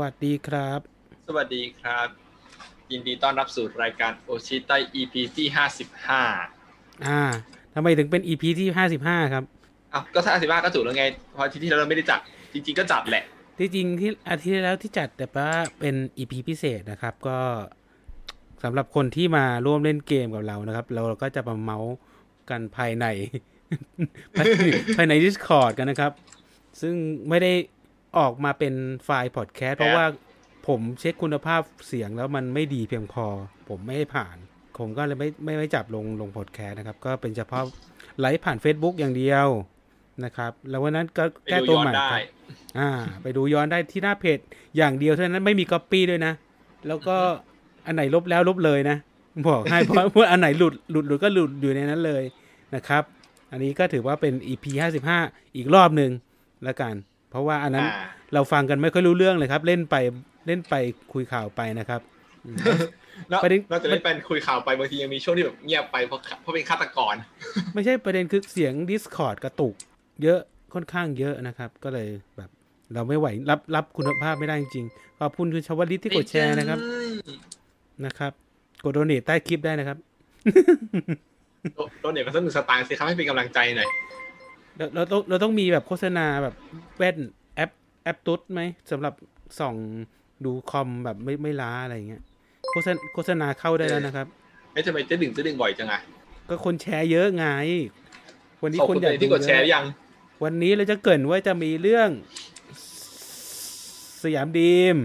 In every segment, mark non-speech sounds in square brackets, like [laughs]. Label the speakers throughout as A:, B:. A: วัสดีครับ
B: สวัสดีครับ ยินดีต้อนรับสู่รายการโอชิไต EP ที่ 55
A: อ่าทำไมถึงเป็น EP ที่ห้าสิบห้าครับ
B: อ้าวก็55ก็ถูกแล้วไง เพราะที่ที่เราไม่ได้จัด จริง ๆ ก็จัดแหละ
A: ที่จริงที่อาทิตย์ที่แล้วที่จัดแต่ว่าเป็น EP พิเศษนะครับ ก็สำหรับคนที่มาร่วมเล่นเกมกับเรานะครับ เราก็จะมาเมาส์กันภายใน [laughs] ภายภายใน Discord กันนะครับ ซึ่งไม่ได้ออกมาเป็นไฟล์พอดแคสต์เพราะว่าผมเช็คคุณภาพเสียงแล้วมันไม่ดีเพียงพอ ผมไม่ให้ผ่าน ผมก็เลยไม่ไม่ไม่จับลงลงพอดแคสต์นะครับ ก็เป็นเฉพาะไลฟ์ผ่าน Facebook อย่างเดียวนะครับ แล้ววันนั้นก็
B: ไป
A: แก้
B: ดู
A: ตัว
B: ย้อ
A: ให
B: น
A: ม่
B: ได้
A: ครับ อ่า ไปดูย้อนได้ที่หน้าเพจอย่างเดียวเท่านั้นไม่มีก๊อปปี้ด้วยนะ แล้วก็อันไหนลบแล้วลบเลยนะ บอกให้ [laughs] เพราะว่าอันไหนหลุดหลุดหลุดก็หลุดอยู่ในนั้นเลยนะครับ อันนี้ก็ถือว่าเป็น EP 55 อีกรอบหนึ่งละกัน เพราะว่าอันนั้น
B: อ่า
A: เราฟังกันไม่ค่อยรู้เรื่องเลยครับ เล่นไปเล่นไปคุยข่าวไปนะครับอืม
B: แล้ว
A: ประเด็น
B: นอกจากได้เป็นคุยข่าวไปบางทียังมีช่วงที่แบบเงียบไปเพราะเพราะเป็นฆาตกร
A: ไม่ใช่ประเด็นคือเสียง Discord กระตุก เยอะค่อนข้างเยอะนะครับ ก็เลยแบบเราไม่ไหวรับรับคุณภาพไม่ได้จริงๆขอบคุณคุณชาวลิตที่กดแชร์นะครับ นะครับ กดโดเนทใต้คลิปได้นะครับ
B: โดโดนเด็กมาสักหนึ่งสตางค์สิครับให้เป็นกำลังใจหน่อย
A: เราเราต้องเราต้องมีแบบโฆษณาแบบแว่นแอปแอปตุ๊ดไหมสำหรับส่องดูคอมแบบไม่ไม่ล้าอะไรอย่างเงี้ยโฆษณโฆษณาเข้าได้แล้วนะครับ
B: ไม่ทำไมเจ๊ดึงเจ๊ดึงบ่อยจังอะ
A: ก็คนแชร์เยอะไง วันนี้
B: ขอบ
A: คน
B: คุณ
A: อยาก
B: ที่กดแชร์หรือยัง
A: วันนี้เราจะเกรินว่าจะมีเรื่อง สยามดีม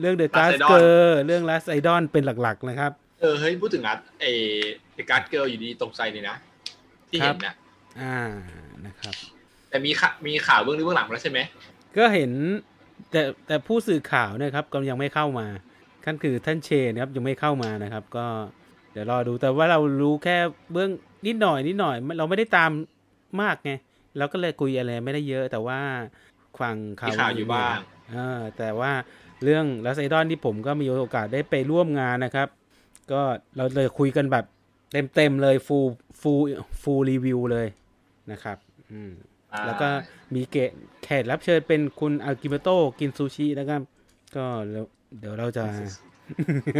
A: เรื่องเดอะกาส
B: Last Idol
A: เกอร์เรื่องลัสไอดอนเป็นหลักๆนะครับ
B: เออเฮ้ยพูดถึงนัดเอเดอะการ์ดเกิลอยู่ดีตกใจเลยนะ ที่เห็นนะ
A: อ่านะครับ
B: แต่มีข่ามีข่าวเบื้องลึกเบื้องหลังมาแล้วใช่ไหม
A: ก็เห็นแต่แต่ผู้สื่อข่าวเนะครับก็ยังไม่เข้ามาท่านคือท่านเชนะครับยังไม่เข้ามานะครับ ก็เดี๋ยวรอดูแต่ว่าเรารู้แค่เบื้องนิดหน่อยนิดหน่อยไม่เราไม่ได้ตามมากไงเราก็เลยคุยอะไรไม่ได้เยอะ แต่ว่าฟังข่าว
B: มีข่าวอยู่บ้าง
A: เออแต่ว่าเรื่องลัสไอดอนที่ผมก็มีโอกาสได้ไปร่วมงานนะครับ ก็เราเลยคุยกันแบบเต็มๆเลยฟูฟูฟูรีวิวเลยนะครับ อืม
B: อ่า
A: แล้วก็มีเกะแขกรับเชิญเป็นคุณอากิเมโตะกินซูชินะครับ ก็แล้วเดี๋ยวเราจะ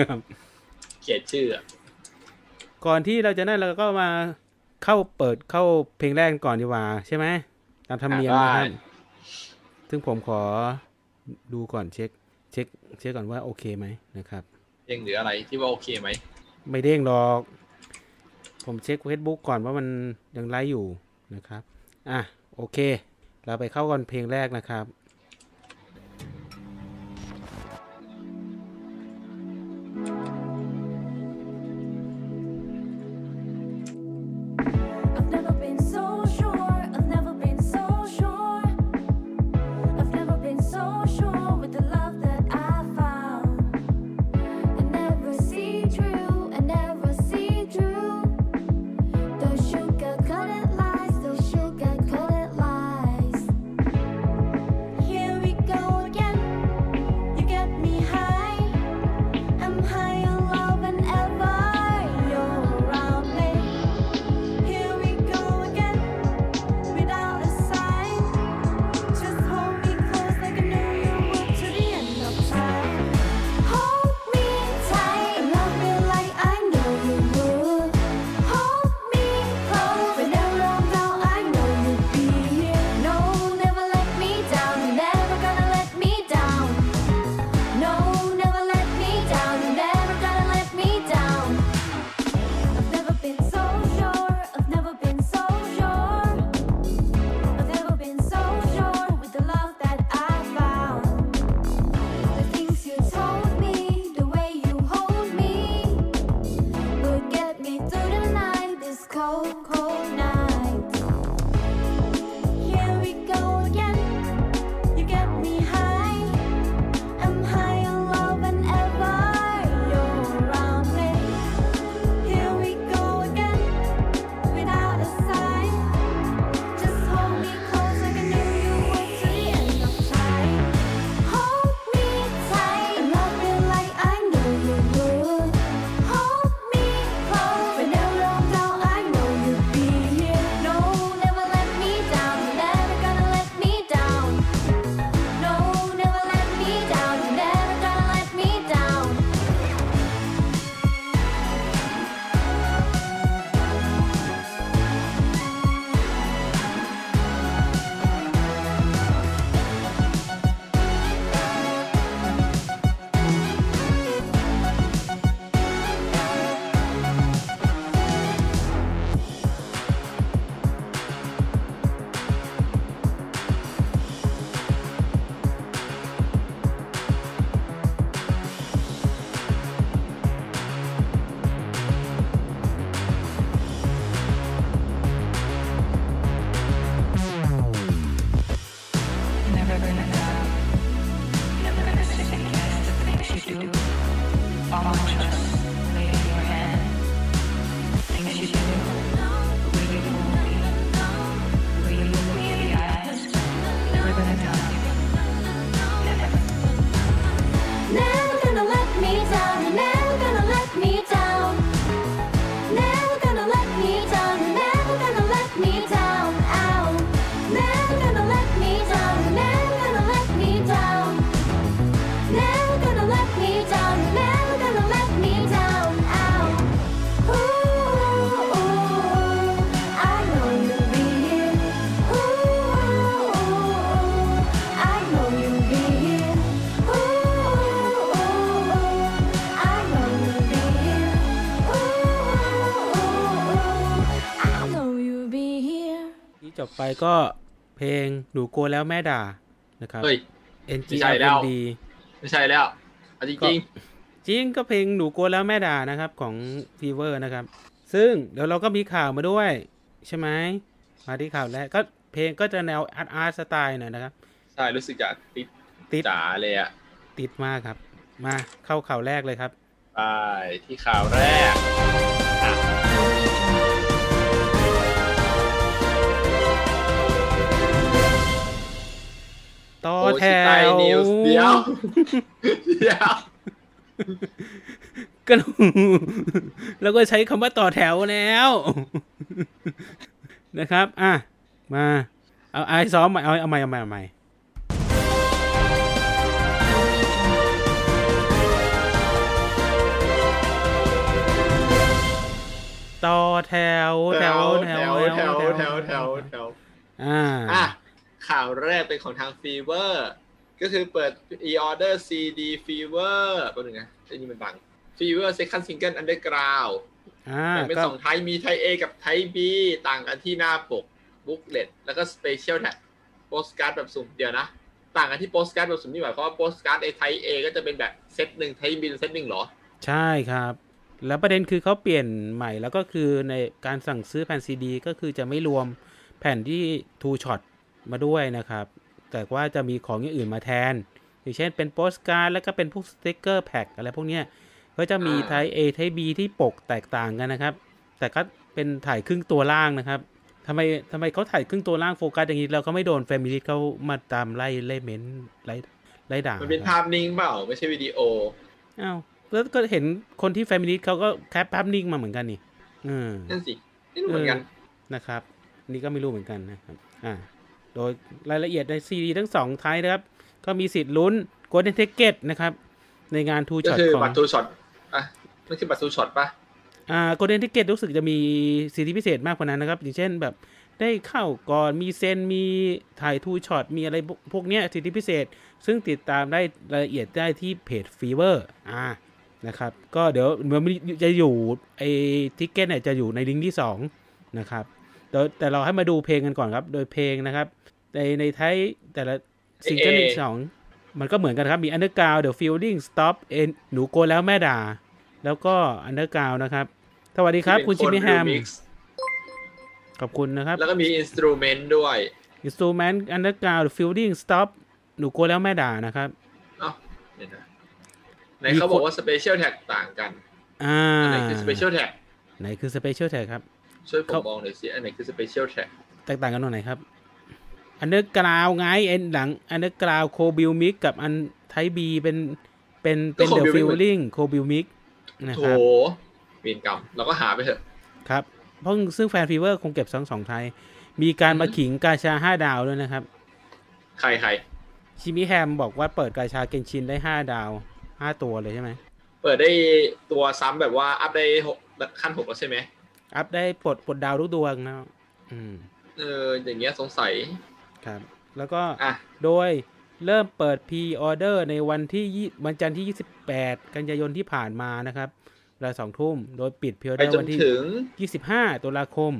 A: ครับ
B: เขียนชื่ออะ
A: ก่อนที่เราจะนั่นเราก็มาเข้าเปิดเข้าเพลงแรกก่อนดีกว่า ใช่ไหมตามธรรมเนียมนะครับ
B: ได้
A: ซึ่งผมขอดูก่อนเช็ค เช็ค เช็คก่อนว่าโอเคไหมนะครับ
B: เพลงหรืออะไรที่ว่าโอเคไหม
A: ไม่เด้งหรอก ผมเช็ค Facebook ก่อนว่ามันยังไลฟ์อยู่นะครับ อ่ะ โอเค เราไปเข้าก่อนเพลงแรกนะครับ
C: I've never been so sure, I've never been so sure. I've never been so sure with the love that I found. I never see through, I never see through. Those sugar coated lies, those sugar coated lies.
A: จบไปก็เพลงหนูกลัวแล้วแม่ด่านะครับ
B: เฮ้ย
A: N G
B: ไม่ใช่
A: R
B: แล้
A: N
B: ว
A: D
B: ไม่ใช่แล้วเอาจริง
A: จริงก็เพลงหนูกลัวแล้วแม่ด่านะครับของฟีเวอร์นะครับ ซึ่งเดี๋ยวเราก็มีข่าวมาด้วย ใช่ไหมมาที่ข่าวแล้วก็เพลงก็จะแนวอาร์ตอาร์ตสไตล์หน่อยนะครับ
B: ๆใช่รู้สึกจะติด
A: ติด
B: จ๋าเลยอ่ะ
A: ติดมากครับ มาเข้าข่าวแรกเลยครับ
B: ไปที่ข่าวแรกอ่ะ
A: ต่อ
B: โอ
A: แถ
B: ชิไต
A: ว
B: นิวส์เดียวเดียว
A: ก็ แล้วก็ใช้คำว่าต่อแถวแล้ว นะครับ อ่ะ มาเอาไอาซ้อมใหม่เอาเอาใหม่เอาใหม่เอาใหม่ต่อแถวแถวแถ
B: แถ
A: ว
B: วแถวแถวแถวแถว
A: อ่า
B: อ่ะข่าวแรกเป็นของทางฟีเวอร์ก็คือเปิด e-order CD Fever แป๊บนึงนะไอ้นี่มันบัง Fever Second Single Underground
A: อ่า
B: แบ่งเป็น
A: ก็
B: สองไทยมีไทย A กับไทย B ต่างกันที่หน้าปกบุ๊กเลตแล้วก็สเปเชียลแท็กโปสการ์ดแบบสุ่มเดียวนะ ต่างกันที่โปสการ์ดแบบสุ่มนี่หมายความว่าโปสการ์ดไอ้ไทย A ก็จะเป็นแบบเซตหนึ่งไทย B เซตหนึ่งเหรอ
A: ใช่ครับ แล้วประเด็นคือเขาเปลี่ยนใหม่แล้วก็คือในการสั่งซื้อแผ่นซีดี ก็คือจะไม่รวมแผ่นที่ two shot มาด้วยนะครับ แต่ว่าจะมีของอย่างอื่นมาแทน อย่างเช่นเป็นโปสการ์ดแล้วก็เป็นพวกสติกเกอร์แพ็คอะไรพวกเนี้ยก็จะมี
B: อ่า
A: ไทย A ไทย B ที่ปกแตกต่างกันนะครับ แต่ก็เป็นถ่ายครึ่งตัวล่างนะครับทำไมทำไมเขาถ่ายครึ่งตัวล่างโฟกัสอย่างนี้เราก็ไม่โดนแฟมิลีเขามาตามไล่ไล่เม้นไล่ไล่ด่า
B: มั
A: มัน
B: เป็นภาพนิ่งเปล่า ไม่ใช่วิดีโอ
A: อ้าวแล้วก็เห็นคนที่แฟมิลีเขาก็แคปภาพนิ่งมาเหมือนกันนี่อืม
B: นั่นสินี่รู้เหมือนกัน
A: นะครับ นี่ก็ไม่รู้เหมือนกันนะครับ อ่า โดยรายละเอียดในซีดีทั้งสองท้ายนะครับ ก็มีสิทธิ์ลุ้น Golden Ticket นะครับ ในงานทู
B: ก็
A: ช็อต
B: คือ
A: ของ
B: บัตรทูช็อตอ่ะนั่นคือบัตรทูช็อตปะ
A: อ่า Golden Ticket รู้สึกจะมีสิทธิพิเศษมากกว่านั้นนะครับ อย่างเช่นแบบได้เข้าก่อนมีเซนมีถ่ายทูช็อตมีอะไรพวกพวกเนี้ยสิทธิพิเศษ ซึ่งติดตามได้รายละเอียดได้ที่เพจ Fever อ่านะครับ ก็เดี๋ยวเหมือนจะอยู่ไอ้ทิกเก็ตเนี่ยจะอยู่ในลิงก์ที่สองนะครับ เดี๋ยวแต่เราให้มาดูเพลงกันก่อนครับ โดยเพลงนะครับ ในในไทยแต่ละซิงเกิล
B: เอ
A: หนึ่งสองมันก็เหมือนกันครับ มี Underground The Feeling Stop เอ็นหนูโกนแล้วแม่ด่า แล้วก็ Underground นะครับ สวัสดีครับ คุณชิมิ
B: ที่เป็น
A: แฮม
B: น remix
A: ขอบคุณนะครับ
B: แล้วก็มีอินสตูเมนต์ด้วย
A: Instrument Underground The Feeling Stop หนูโกนแล้วแม่ด่านะครับ
B: เอ้าเดี๋ยวนะไหนเขาบอกว่าสเปเชียลแท็กต่างกัน
A: อ่า
B: อันไหนคือสเปเชียลแท็ก
A: ไหนคือ Special แท็กครับ
B: ช่วยผม
A: เขา
B: มองหน่อยสิอันไหนคือสเปเชียลแท็ก
A: แตกต่างกันตรงไหนครับ Underground ไงเอ็นหลัง Underground c o b i l m i x กับอันไทบีเป็นเป็นเป็น The Feeling c o b i l m i x นะ
B: โถ
A: ครับ
B: เวียนกรรมเราก็หาไปเถอะ
A: ครับเพราะซึ่งแฟนฟีเวอร์คงเก็บทั้งสองไทย มีการมา
B: อือฮึ
A: ขิงกาชา 5 ดาวด้วยนะครับ
B: ใครใคร
A: ชิมิแฮมบอกว่าเปิดกาชาเกนชินได้ 5 ดาว 5 ตัวเลยใช่ไหม
B: เปิดได้ตัวซ้ำแบบว่าอัพได้หกขั้นหกแล้วใช่ไหม
A: อัพได้ปลดปลดดาวทุกดวงนะอืม
B: เอออย่างเงี้ยสงสัย
A: ครับ แล้วก็
B: อ่ะ
A: โดยเริ่มเปิดพรีออเดอร์ในวันที่ยี่วันจันทร์ที่ 28 กันยายนที่ผ่านมานะครับเวลาสองทุ่ม โดยปิดพรีออ
B: ไป
A: เดอร์
B: จน
A: วันที
B: ถึง
A: ่ 25 ตุลาคม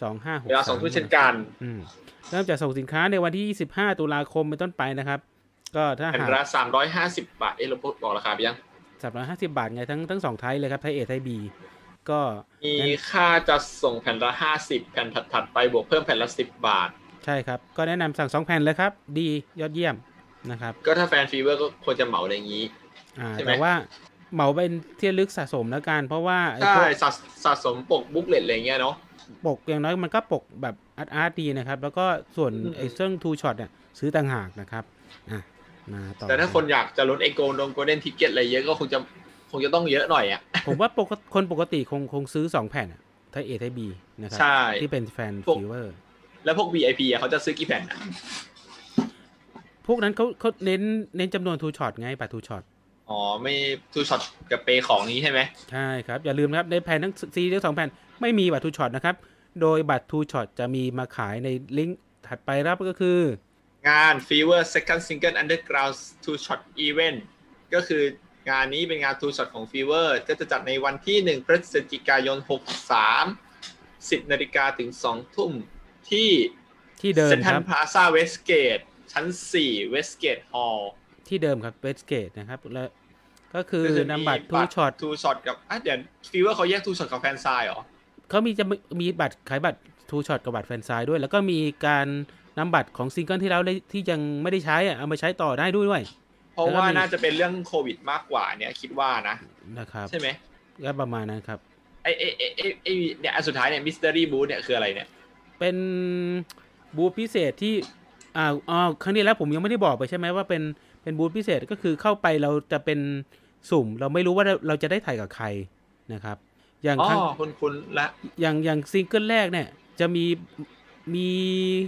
A: 2563
B: เวลาสองทุ่มเช่นกัน
A: อืมเริ่มจากส่งสินค้าในวันที่ 25 ตุลาคมเป็นต้นไปนะครับ ก็ถ้า
B: แผ่น
A: หา
B: ละสามร้อยห้าสิบบาท เอะเราบอกราคาไปยัง
A: ก350 บาทไงทั้งทั้งสองไทยเลยครับ ไทยเอไทยบีก็
B: มีค่าจะส่งแผ่นละห้าสิบแผ่นถัดๆไปบวกเพิ่มแผ่นละสิบบาท
A: ใช่ครับ ก็แนะนำสั่งสองแผ่นเลยครับ ดียอดเยี่ยมนะครับ
B: ก็ถ้าแฟนฟีเวอร์ก็ควรจะเหมาอะไรอย่างนี้
A: อ่า
B: ใช่ไหม
A: แต่ว่าเหมาเป็นเที่ยวลึกสะสมแล้วกัน เพราะว่าไอ้
B: ใช่
A: พวก
B: สะสะสมปกบุ๊กเลตอะไรเงี้ยเนาะ
A: ปกอย่างน้อยมันก็ปกแบบอาร์ตอาร์ตดีนะครับ แล้วก็ส่วน
B: อืม
A: ไอ้เครื่องทูช็อตเนี่ยซื้อต่างหากนะครับอ่ะมาต่อ
B: แต่ถ้าคนอยากจะลดไอโกลดงโกลเด้นทิกเก็ตอะไรเยอะก็คงจะคงจะต้องเยอะหน่อยอ่ะ
A: ผมว่าปกติคนปกติคงคงซื้อสองแผ่นอะไทยเอไทยบีนะครั
B: ใช่
A: ที่เป็นแฟน
B: พวก
A: ฟีเวอร์
B: แล้วพวก VIP อ่ะเขาจะซื้อกี่แผ่นอะ
A: พวกนั้นเขาเขาเน้นเน้นจำนวนทูช็อตไงปัดทูช็อต
B: อ๋อ ไม่ทูช็อตกับเปย์ของนี้ใช่ไหม
A: ใช่ครับ อย่าลืมนะครับ ในแผ่นทั้งซีทั้งสองแผ่นไม่มีบัตรทูช็อตนะครับ โดยบัตรทูช็อตจะมีมาขายในลิงก์ถัดไปครับก็คือง
B: าน Fever Second Single Underground Two Shot Event ก็คืองานนี้เป็นงาน Two Shot ของ Fever ก็จะจัดในวันที่ 1 พฤศจิกายน 63 10นาฬิกาถึง 2 ทุ่มที่
A: ที่เดิม
B: เซ็นท
A: ค
B: รั
A: รั
B: ล
A: บ
B: พลาซาเวสเกตชั้นสี่เวสเกตฮอลล์
A: ที่เดิมครับเวสเกตนะครับแล้วก็คือนำบัตรทูช็อต
B: ทูช็อตกับอ่ะเดี๋ยวฟีเวอร์เขาแยกทูช็อตกับแฟนซายเหรอ
A: เขามีจะมีบัตรขายบัตรทูช็อตกับบัตรแฟนซายด้วย แล้วก็มีการนำบัตรของซิงเกิลที่แล้วเลยที่ยังไม่ได้ใช้อะเอามาใช้ต่อได้ด้วยด้วย
B: เพราะว่าน่าจะเป็นเรื่องโควิดมากกว่าเนี่ยคิดว่านะ
A: นะครับ
B: ใช่ไหม
A: ก็ประมาณนั้นครับ
B: ไอไอไอไอ้ไอเนี่ยอันสุดท้ายเนี่ยมิสเตอรี่บูธเนี่ยคืออะไรเนี่ย
A: เป็นบูธพิเศษที่อ่าอ่าครั้งที่แล้วผมยังไม่ได้บอกไปใช่ไหมว่าเป็นเป็นบูธพิเศษก็คือเข้าไปเราจะเป็นสุ่ม เราไม่รู้ว่าเราจะได้ถ่ายกับใครนะครับ อย่าง
B: อ๋อ
A: ครั้ง
B: คุณคุณละ
A: อย่างอย่างซิงเกิลแรกเนี่ย จะมีมี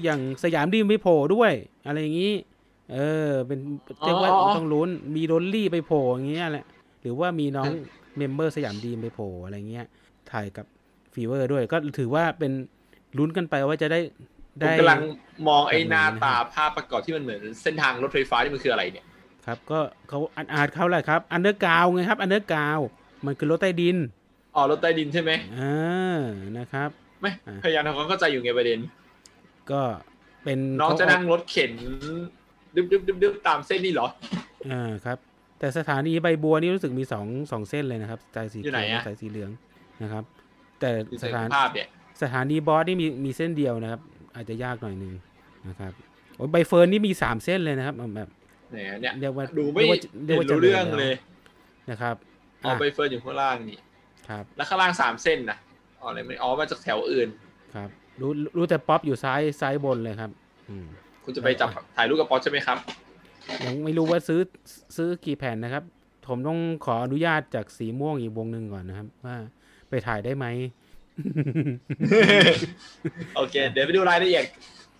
A: อย่างสยามดีมไปโผล่ด้วย อะไรอย่างนี้ เออ เป็นเรียกว่า
B: อ๋ออ๋อ
A: ต้องลุ้นมีโดนลี่ไปโผล่อย่างเงี้ยแหละหรือว่ามีน้อง
B: อืม
A: เมมเบอร์สยามดีมไปโผล่อะไรเงี้ยถ่ายกับฟีเวอร์ด้วย ก็ถือว่าเป็นลุ้นกันไปว่าจะได้
B: ผม
A: ได้
B: กำลังมองไอ้
A: แบบนี้
B: หน้าตา
A: นะครับ
B: ภาพประกอบที่มันเหมือนเส้นทางรถไฟฟ้านี่มันคืออะไรเนี่ย
A: ครับ ก็เขาอันอาจเขาแหละครับ อันเดอร์กาวไงครับ อันเดอร์กาวมันคือรถใต้ดิน
B: อ๋อรถใต้ดินใช่ไหม
A: อ่านะครับ
B: ไม่
A: อ่า
B: พยายามทำความเข้าใจอยู่ไงประเด็น
A: ก็เป็น
B: น้อง
A: เขา
B: จะ
A: ออก
B: นั่งรถเข็นดึ๊บดึ๊บดึ๊บดึ๊บตามเส้นนี่เหรอ
A: อ่าครับ แต่สถานีใบบัวนี่รู้สึกมีสองสองเส้นเลยนะครับสายสี
B: อยู่ไหน
A: เขียวกับ
B: อะ
A: สายสีเหลืองนะครับ แต่
B: ดู
A: ส
B: จาก
A: ถาน
B: ภาพเนี่ย
A: สถานีบอสนี่มีมีเส้นเดียวนะครับ อาจจะยากหน่อยหนึงนะครับโอ้ยใบเฟิร์นนี่มีสามเส้นเลยนะครับแบบ
B: เนี่ยเนี่ย
A: เรียกว่า
B: ดูไม่
A: เรียกว่า
B: เห็นรู้เรื่องเลย
A: นะครับ
B: อ๋อ
A: อ่ะ
B: ใบเฟิร์นอยู่ข้างล่างนี่
A: ครับ
B: แล้วข้างล่างสามเส้นนะอ๋ออะไรไม่อ๋อมาจากแถวอื่น
A: ครับรู้รู้แต่ป๊อปอยู่ซ้ายซ้ายบนเลยครับอืม
B: คุณจะไปจับถ่ายรูปกับป๊อปใช่ไหมครับ
A: ยังไม่รู้ว่าซื้อซื้อกี่แผ่นนะครับ ผมต้องขออนุญาตจากสีม่วงอีกวงหนึ่งก่อนนะครับ ว่าไปถ่ายได้ไหม
B: โอเค เดี๋ยวไปดูรายละเอียด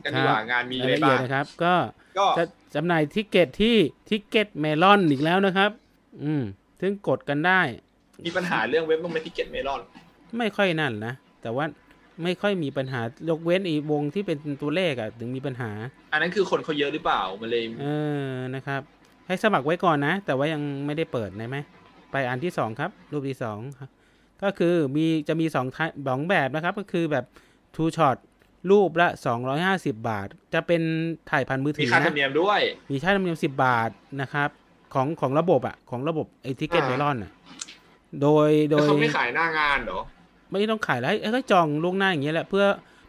B: กันดีก
A: ค
B: ว่า
A: รับ
B: งานมี
A: รา
B: อะ
A: ย
B: ไร
A: ละเอี
B: บ้าย
A: ด
B: ง
A: นะครับ ก็
B: ก็
A: จะจำหน่ายทิกเก็ตที่ทิกเก็ตเมลอนอีกแล้วนะครับ อืม ซึ่งกดกันได้
B: มีปัญหาเรื่องเว็บต้องไม่ทิเก็ตเมลอน
A: ไม่ค่อยนั่นนะ แต่ว่าไม่ค่อยมีปัญหายกเว้นอีกวงที่เป็นตัวเลขอะถึงมีปัญหา
B: อันนั้นคือคนเขาเยอะหรือเปล่ามันเลย
A: เออนะครับ ให้สมัครไว้ก่อนนะ แต่ว่ายังไม่ได้เปิดได้ไหมไปอันที่สองครับ รูปที่สองครับก็คือมีจะมีสองท่าสองแบบนะครับ ก็คือแบบ two shot รูปละ 250 บาท จะเป็นถ่ายผ่านมือถื
B: มี
A: อ
B: ค่าธร
A: นะ
B: รมเนียมด้วย
A: มีค่าธรรมเนียมสิบบาทนะครับ ของของระบบอ่ะ ของระบบไอ้ทิเก็ต
B: อ่า
A: ไนลอนอ่ะ โดยโด
B: แล้ว
A: ย
B: เขาไม่ขายหน้างานเหรอ
A: ไม่ต้องขายแล้วเอ้ยก็จองล่วงหน้าอย่างเงี้ยแหละเพื่อ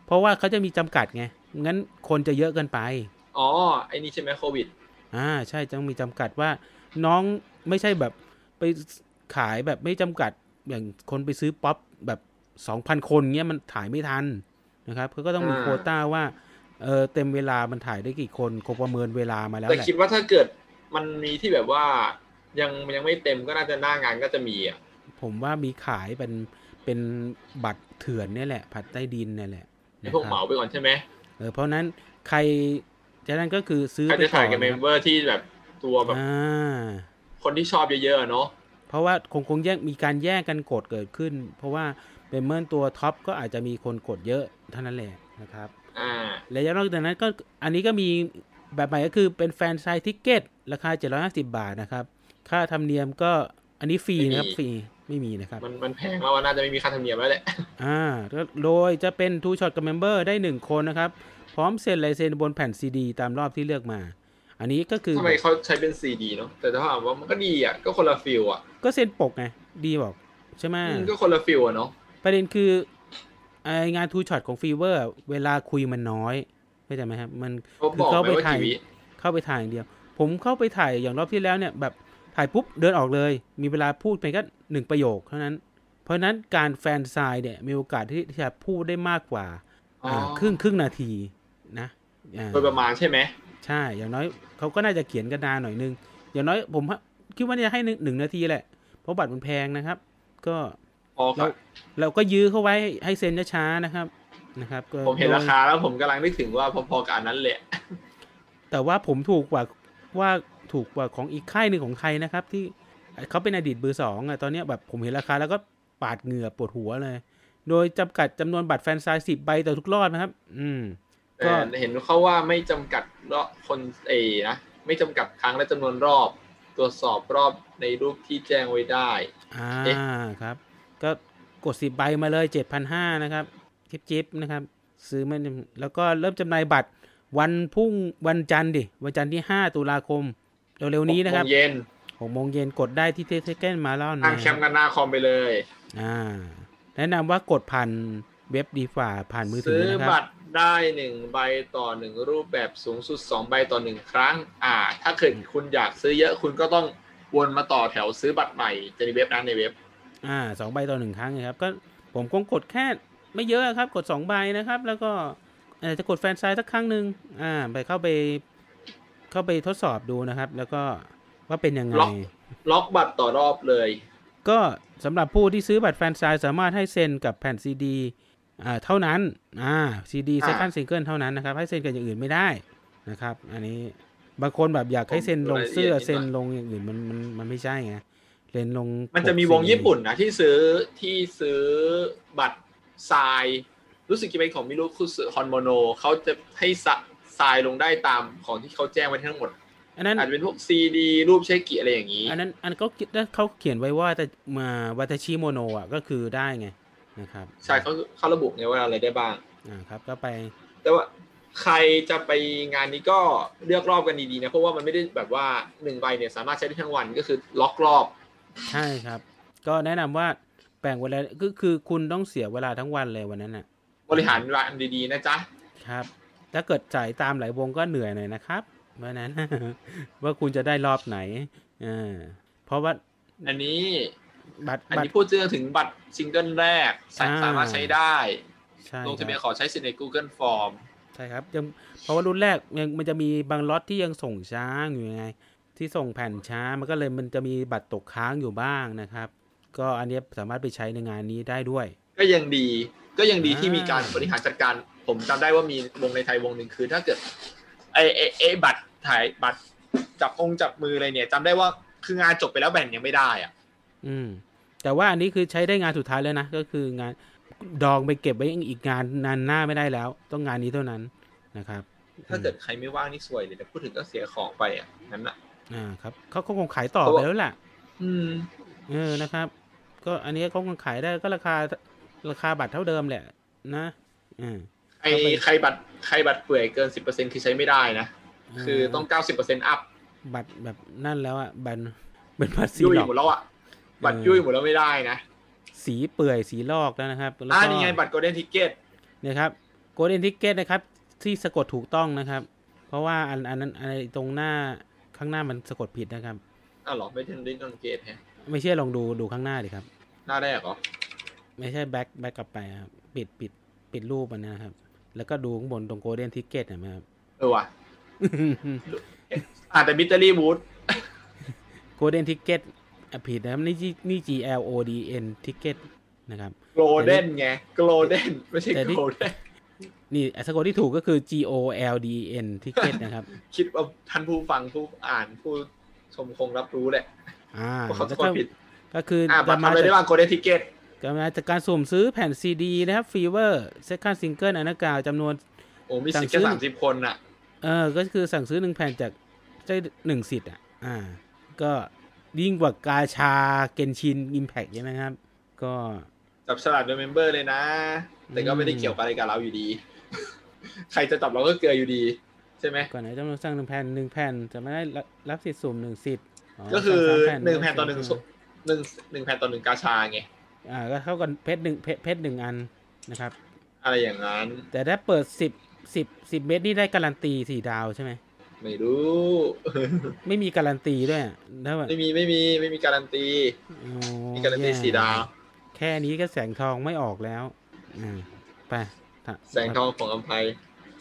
A: เพราะว่าเขาจะมีจำกัดไงงั้นคนจะเยอะเกินไป
B: อ๋อ ไอ้นี่ใช่ไหมโควิด
A: อ่าใช่ต้องมีจำกัดว่าน้องไม่ใช่แบบไปขายแบบไม่จำกัดอย่างคนไปซื้อป๊อปแบบสองพันคนเงี้ยมันถ่ายไม่ทันนะครับเขาก็ต้องมี
B: อ่า
A: โควต้าว่าเออเต็มเวลามันถ่ายได้กี่คนคงประเมินเวลามาแล้ว
B: แต่
A: แหละ
B: คิดว่าถ้าเกิดมันมีที่แบบว่ายังยังไม่เต็มก็น่าจะหน้างานก็จะมีอ่ะ
A: ผมว่ามีขายเป็นเป็นบัตรเถื่อนเนี่ยแหละผัดใต้ดินเนี่ยแหละ
B: ไอ้
A: นะ
B: พวก
A: ค
B: เห
A: รั
B: มา
A: บ
B: ไปก่อนใช่ไหม
A: เออเพราะนั้นใครจะนั่นก็คือซื้อ
B: ใคร
A: ไป
B: จะ
A: ก่อ
B: ถ่าย
A: น
B: กับเมม
A: นะค
B: เบ
A: รับ
B: อร์ที่แบบตัวแบบ
A: อ่า
B: คนที่ชอบเยอะๆอะเนาะ
A: เพราะว่าคงคงแยกมีการแยกกันกดเกิดขึ้น เพราะว่าเป็นเมื่อตัวท็อปก็อาจจะมีคนกดเยอะเท่านั้นแหละนะครับ
B: อ่า
A: และนอกจากนั้นก็อันนี้ก็มีแบบใหม่ก็คือเป็นแฟนไซต์ทิกเก็ตราคา 750 บาทนะครับ ค่าธรรมเนียมก็อันนี้ฟรีนะครับ
B: ไม่
A: ฟ
B: มี
A: รีไม่มีนะครับ
B: มันมันแพงแล้วอะน่าจะไม่มีค่าธรรมเนียมแล้วแหละ
A: อ่าแล้วโดยจะเป็นทูช็อตกับเมมเบอร์ได้ 1 คนนะครับ พร้อมเซ็นลายเซ็นบนแผ่นซีดีตามรอบที่เลือกมา อันนี้ก็คือ
B: ทำไมเขาใช้เป็นซีดีเนาะ แต่ถ้าถามว่ามันก็ดีอ่ะ ก็คนละฟิลอ่ะ
A: ก็เซ็นปกไงดีบอกใช่ไหม
B: มันก็คนละฟิลอ่ะเนาะ
A: ประเด็นคือไองานทูช็อตของฟีเวอร์เวลาคุยมันน้อยเข้าใจไหมครับ มัน
B: เขา
A: คื
B: บอก
A: เข้า
B: ไหม
A: ไป
B: ว่า
A: ถ่าย
B: กี่วิ
A: เข้าไปถ่ายอย่างเดียว ผมเข้าไปถ่ายอย่างรอบที่แล้วเนี่ยแบบถ่ายปุ๊บเดินออกเลย มีเวลาพูดไปแค่หนึ่งประโยคเท่านั้น เพราะฉะนั้นการแฟนไซน์เนี่ยมีโอกาสที่จะพูดได้มากกว่า
B: อ๋ออ่
A: าครึ่งครึ่งนาทีนะอ่า
B: โดยประมาณใช่ไหม
A: ใช่ อย่างน้อยเขาก็น่าจะเขียนกันนานหน่อยนึง อย่างน้อยผมว่าคิดว่าจะให้หนึ่งหนึ่งนาทีแหละ เพราะบัตรมันแพงนะครับ ก็
B: พอ
A: เรา
B: ค่ะ
A: เราก็ยื้อเข้าไว้ให้เซ็นช้าๆนะครับนะครับก็
B: ผมเห็น
A: โดย
B: ราคาแล้วผมกำลังนึกถึงว่าพอๆกับอันนั้นแหละ
A: แต่ว่าผมถูกกว่าว่าถูกกว่าของอีกค่ายหนึ่งของไทยนะครับ ที่เขาเป็นอดีตเบอร์สองอะตอนเนี้ยแบบผมเห็นราคาแล้วก็ปาดเหงื่อปวดหัวเลย โดยจำกัดจำนวนบัตรแฟนไซายสิบใบต่อทุกรอบนะครับ อืม ก็
B: แต่เห็นเขาว่าไม่จำกัดรอบคนเอนะ ไม่จำกัดครั้งและจำนวนรอบ ตรวจสอบรอบในรูปที่แจ้งไว้ได้
A: อ่า
B: เอ๊ะ
A: ครับ ก็กดสิบใบมาเลยเจ็ดพันห้านะครับจิบจิบนะครับ ซื้อไม่ได้แล้วก็เริ่มจำหน่ายบัตรวันพรุ่งวันจันทร์ดิ วันจันทร์ที่ 5 ตุลาคม เร็วๆนี้นะครับ
B: หกโมงเย็น
A: หกโมงเย็นกดได้ที่เทสเกนมาลอน
B: ตั้งแคมป์กันหน้าคอมไปเลย
A: อ่า แนะนำว่ากดผ่านเว็บดีฝ่าผ่านมือถื
B: ซื้
A: อ
B: อ
A: นะครับ
B: บัตรได้หนึ่งใบต่อหนึ่งรูปแบบสูงสุดสองใบต่อหนึ่งครั้ง อ่า ถ้าเกิดคุณอยากซื้อเยอะคุณก็ต้องวนมาต่อแถวซื้อบัตรใหม่จะในเว็บนะในเว็บ
A: อ่าสองใบต่อหนึ่งครั้งนะครับ ก็ผมคงกดแค่ไม่เยอะครับ กดสองใบนะครับ แล้วก็อาจจะกดแฟนไซต์สักครั้งหนึ่งอ่า ไปเข้าไป เข้าไปทดสอบดูนะครับ แล้วก็ว่าเป็นยังไง
B: ล็อก ล็อกบัตรต่อรอบเลย
A: ก็สำหรับผู้ที่ซื้อบัตรแฟนไซน์สามารถให้เซ็นกับแผ่นซีดีอ่าเท่านั้น อ่าซีดี
B: อ่า
A: เซคันซิงเกิลเท่านั้นนะครับ ให้เซ็นกับอย่างอื่นไม่ได้นะครับ อันนี้บางคนแบบอยากให้เซ็นลงเสื้อ
B: ผมดูรายละเอียดนิด
A: เซ็น
B: หน่อย
A: ลงอย่างอื่นมันมันมันไม่ใช่ไงเซ็นลง
B: มันจะมีวงญี่ปุ่นนะที่ซื้อที่ซื้อบัตรทราย รู้สึกจะเป็นของมิรุคุสึฮอนโมโนเขาจะให้สะทรายลงได้ตามของที่เขาแจ้งไว้ทั้งหมด
A: อันนั้น
B: อาจจะเป็นพวกซีดีรูปเชกิอะไรอย่างนี้
A: อันนั้นอันก็เขาเขียนไว้ว่าแต่มาวาตาชิโมโนะอ่ะก็คือได้ไงนะครับ
B: ใช่เขาเขาระบุไงว่าอะไรได้บ้าง
A: อ่าครับก็ไป
B: แต่ว่าใครจะไปงานนี้ก็เลือกรอบกันดีๆนะ เพราะว่ามันไม่ได้แบบว่าหนึ่งใบเนี่ยสามารถใช้ได้ทั้งวันก็คือล็อกรอบ
A: ใช่ครับ ก็แนะนำว่าแบ่งเวลาก็คือคุณต้องเสียเวลาทั้งวันเลยวันนั้นน่ะ
B: บริหารเวลาอันดีๆนะจ๊ะ
A: ครับ ถ้าเกิดจ่ายตามหลายวงก็เหนื่อยหน่อยนะครับเพราะฉะนั้น [laughs] ว่าคุณจะได้รอบไหนอ่าเพราะว่า
B: อันนี้
A: บัตร
B: อัน
A: บัต
B: นี้
A: ร
B: พูดเรื่องถึงบัตรซิงเกิลแรกสา
A: อ่า
B: สามารถใช้ได้
A: ใช่
B: ลงทะเบียน
A: ค
B: ข
A: รับ
B: อใช้สิทธิ์ใน Google Form
A: ใช่ครับยังเพราะว่ารุ่นแรกยังมันจะมีบางล็อตที่ยังส่งช้าอยู่ไง ที่ส่งแผ่นช้ามันก็เลยมันจะมีบัตรตกค้างอยู่บ้างนะครับ ก็อันเนี้ยสามารถไปใช้ในงานนี้ได้ด้วย
B: ก็ยังดี ก็ยังดีที่
A: อ่ามี
B: มีการบริหารจัดการ ผมจำได้ว่ามีวงในไทยวงหนึ่งคือ ถ้าเกิดไอไอไอบัตรถ่ายบัตรจับองค์จับมืออะไรเนี่ยจำได้ว่าคืองานจบไปแล้วแบ่งยังไม่ได้อะ
A: อืม แต่ว่าอันนี้คือใช้ได้งานสุดท้ายแล้วนะ ก็คืองานดองไปเก็บไว้อีกงานนานหน้าไม่ได้แล้ว ต้องงานนี้เท่านั้นนะครับ
B: ถ้าเกิดใครไม่ว่างนี่สวยเลยนะพูดถึงก็เสียของไปอ่ะนั้นอ่ะ
A: อ่าครับเขาก็คงขายต่อ
B: เขาบ
A: ไป
B: อก
A: แล้วล่ะ
B: อืม
A: เออนะครับ ก็อันนี้เขาคงขายได้ก็ราคาราคาบัตรเท่าเดิมแหละ นะอ่า
B: ใคร
A: เอาไป
B: ใครบัตรใครบัตรเปื่อยเกินสิบเปอร์เซ็นคือใช้ไม่ได้นะ คือต้องเก้าสิบเปอร์เซ็นต์อัพ
A: บัตรแบบนั่น [laughs] แล้วอ่ะบัตรเป็นบัตรสี
B: ยุ่ย
A: ดอก
B: หมดแล้วอ่ะบัตร
A: เออ
B: ยุ่ยหมดแล้วไม่ได้นะ
A: สีเปื่อยสีลอกแล้วนะครับแล้ว
B: อ่า
A: ก็
B: นี่ไงบัตรโกลเด้นทิเกต
A: นะครับโกลเด้นทิกเก็ตนะครับ ที่สะกดถูกต้องนะครับ เพราะว่าอันอันนั้นอันตรงหน้าข้างหน้ามันสะกดผิดนะครับ
B: อ้าวเหรอไม่ใช่โกลเด้นทิเกตฮะ
A: ไม่เชื่อลองดูดูข้างหน้าดิครับ
B: หน้าแรกเหรอ
A: ไม่ใช่แบ็คแบ็คกลับไปครับปิดปิดปิดรูปมันนะครับ แล้วก็ดูข้างบนตรงโกลเด้นทิกเก็ตนไหมครับ [laughs]
B: เออว่ะอ่าแต่บิตเตอรี่บูธ
A: โกลเด้นทิกเก็ตผิดนะครับนี่นี่ G L O D N ทิกเก็ตนะครับ
B: โกลเด้นไงโกลเด้นไม่ใช่
A: แต่นี่
B: โกลเด้น
A: นี่สะกดที่ถูกก็คือ G O L D N ทิกเก็ตนะครับ
B: คิดว่าท่านผู้ฟังผู้อ่านผู้ชมคงรับรู้แหละ
A: อ่า
B: ว่าเขาจะ
A: แล้ว
B: คน
A: ก็
B: ผิด
A: ก็คือ
B: อ่าบัตรทำ
A: มา
B: อะไร
A: จาก
B: ได้บ้างโกลเด้นทิเกต
A: กำลังจากการสุ่มซื้อแผ่นซีดีนะครับฟีเวอร์เซคันซิงเกิลอันดับกล่าวจำนวน
B: โอ้มีสิท
A: สั่
B: ธิ์
A: ง
B: แค่
A: ซื้อ
B: สามสิบคนน่ะ
A: เออก็คือสั่งซื้อหนึ่งแผ่นจากได้หนึ่งสิทธิ์อ่ะอ่า ก็ยิ่งกว่ากาชาเกนชินอิมแพกนะครับ ก็
B: จับฉลากโดยเมมเบอร์เลยนะ แต่ก็ไม่ได้
A: อืม
B: เกี่ยวกับอะไรกับเราอยู่ดี [laughs] ใครจะจับเราก็เกลืออยู่ดี ใช่ไหม
A: ก่อนไหนจำนวนสั่งหนึ่งแผ่นหนึ่งแผ่นจะไม่ได้รับรับสิทธิ์สุ่มหนึ่งสิทธิ์
B: ก็คือ
A: สั่สาม
B: หนึ่งแผ่นต่อหนึ่ง
A: ได้
B: สุหนึ่งหนึ่งแผ่นต่อหนึ่งกาชาไง
A: อ่าก็เท่ากันเพชรหนึ่งเพชรเพชรหนึ่งอันนะครับ
B: อะไรอย่างนั้น
A: แต่ถ้าเปิดสิบสิบสิบเม็ดนี่ได้การันตีสี่ดาวใช่ไหม
B: ไม่รู้
A: ไม่มีการันตีด้วยอะแล้วแบบ
B: ไม่มีไม่มีไม่มีการันตี
A: โอ้
B: มีการันตี
A: แย่
B: สี่ดาว
A: แค่นี้ก็แสงทองไม่ออกแล้วอ่าไปถ้า
B: แสงทองของอัมภัย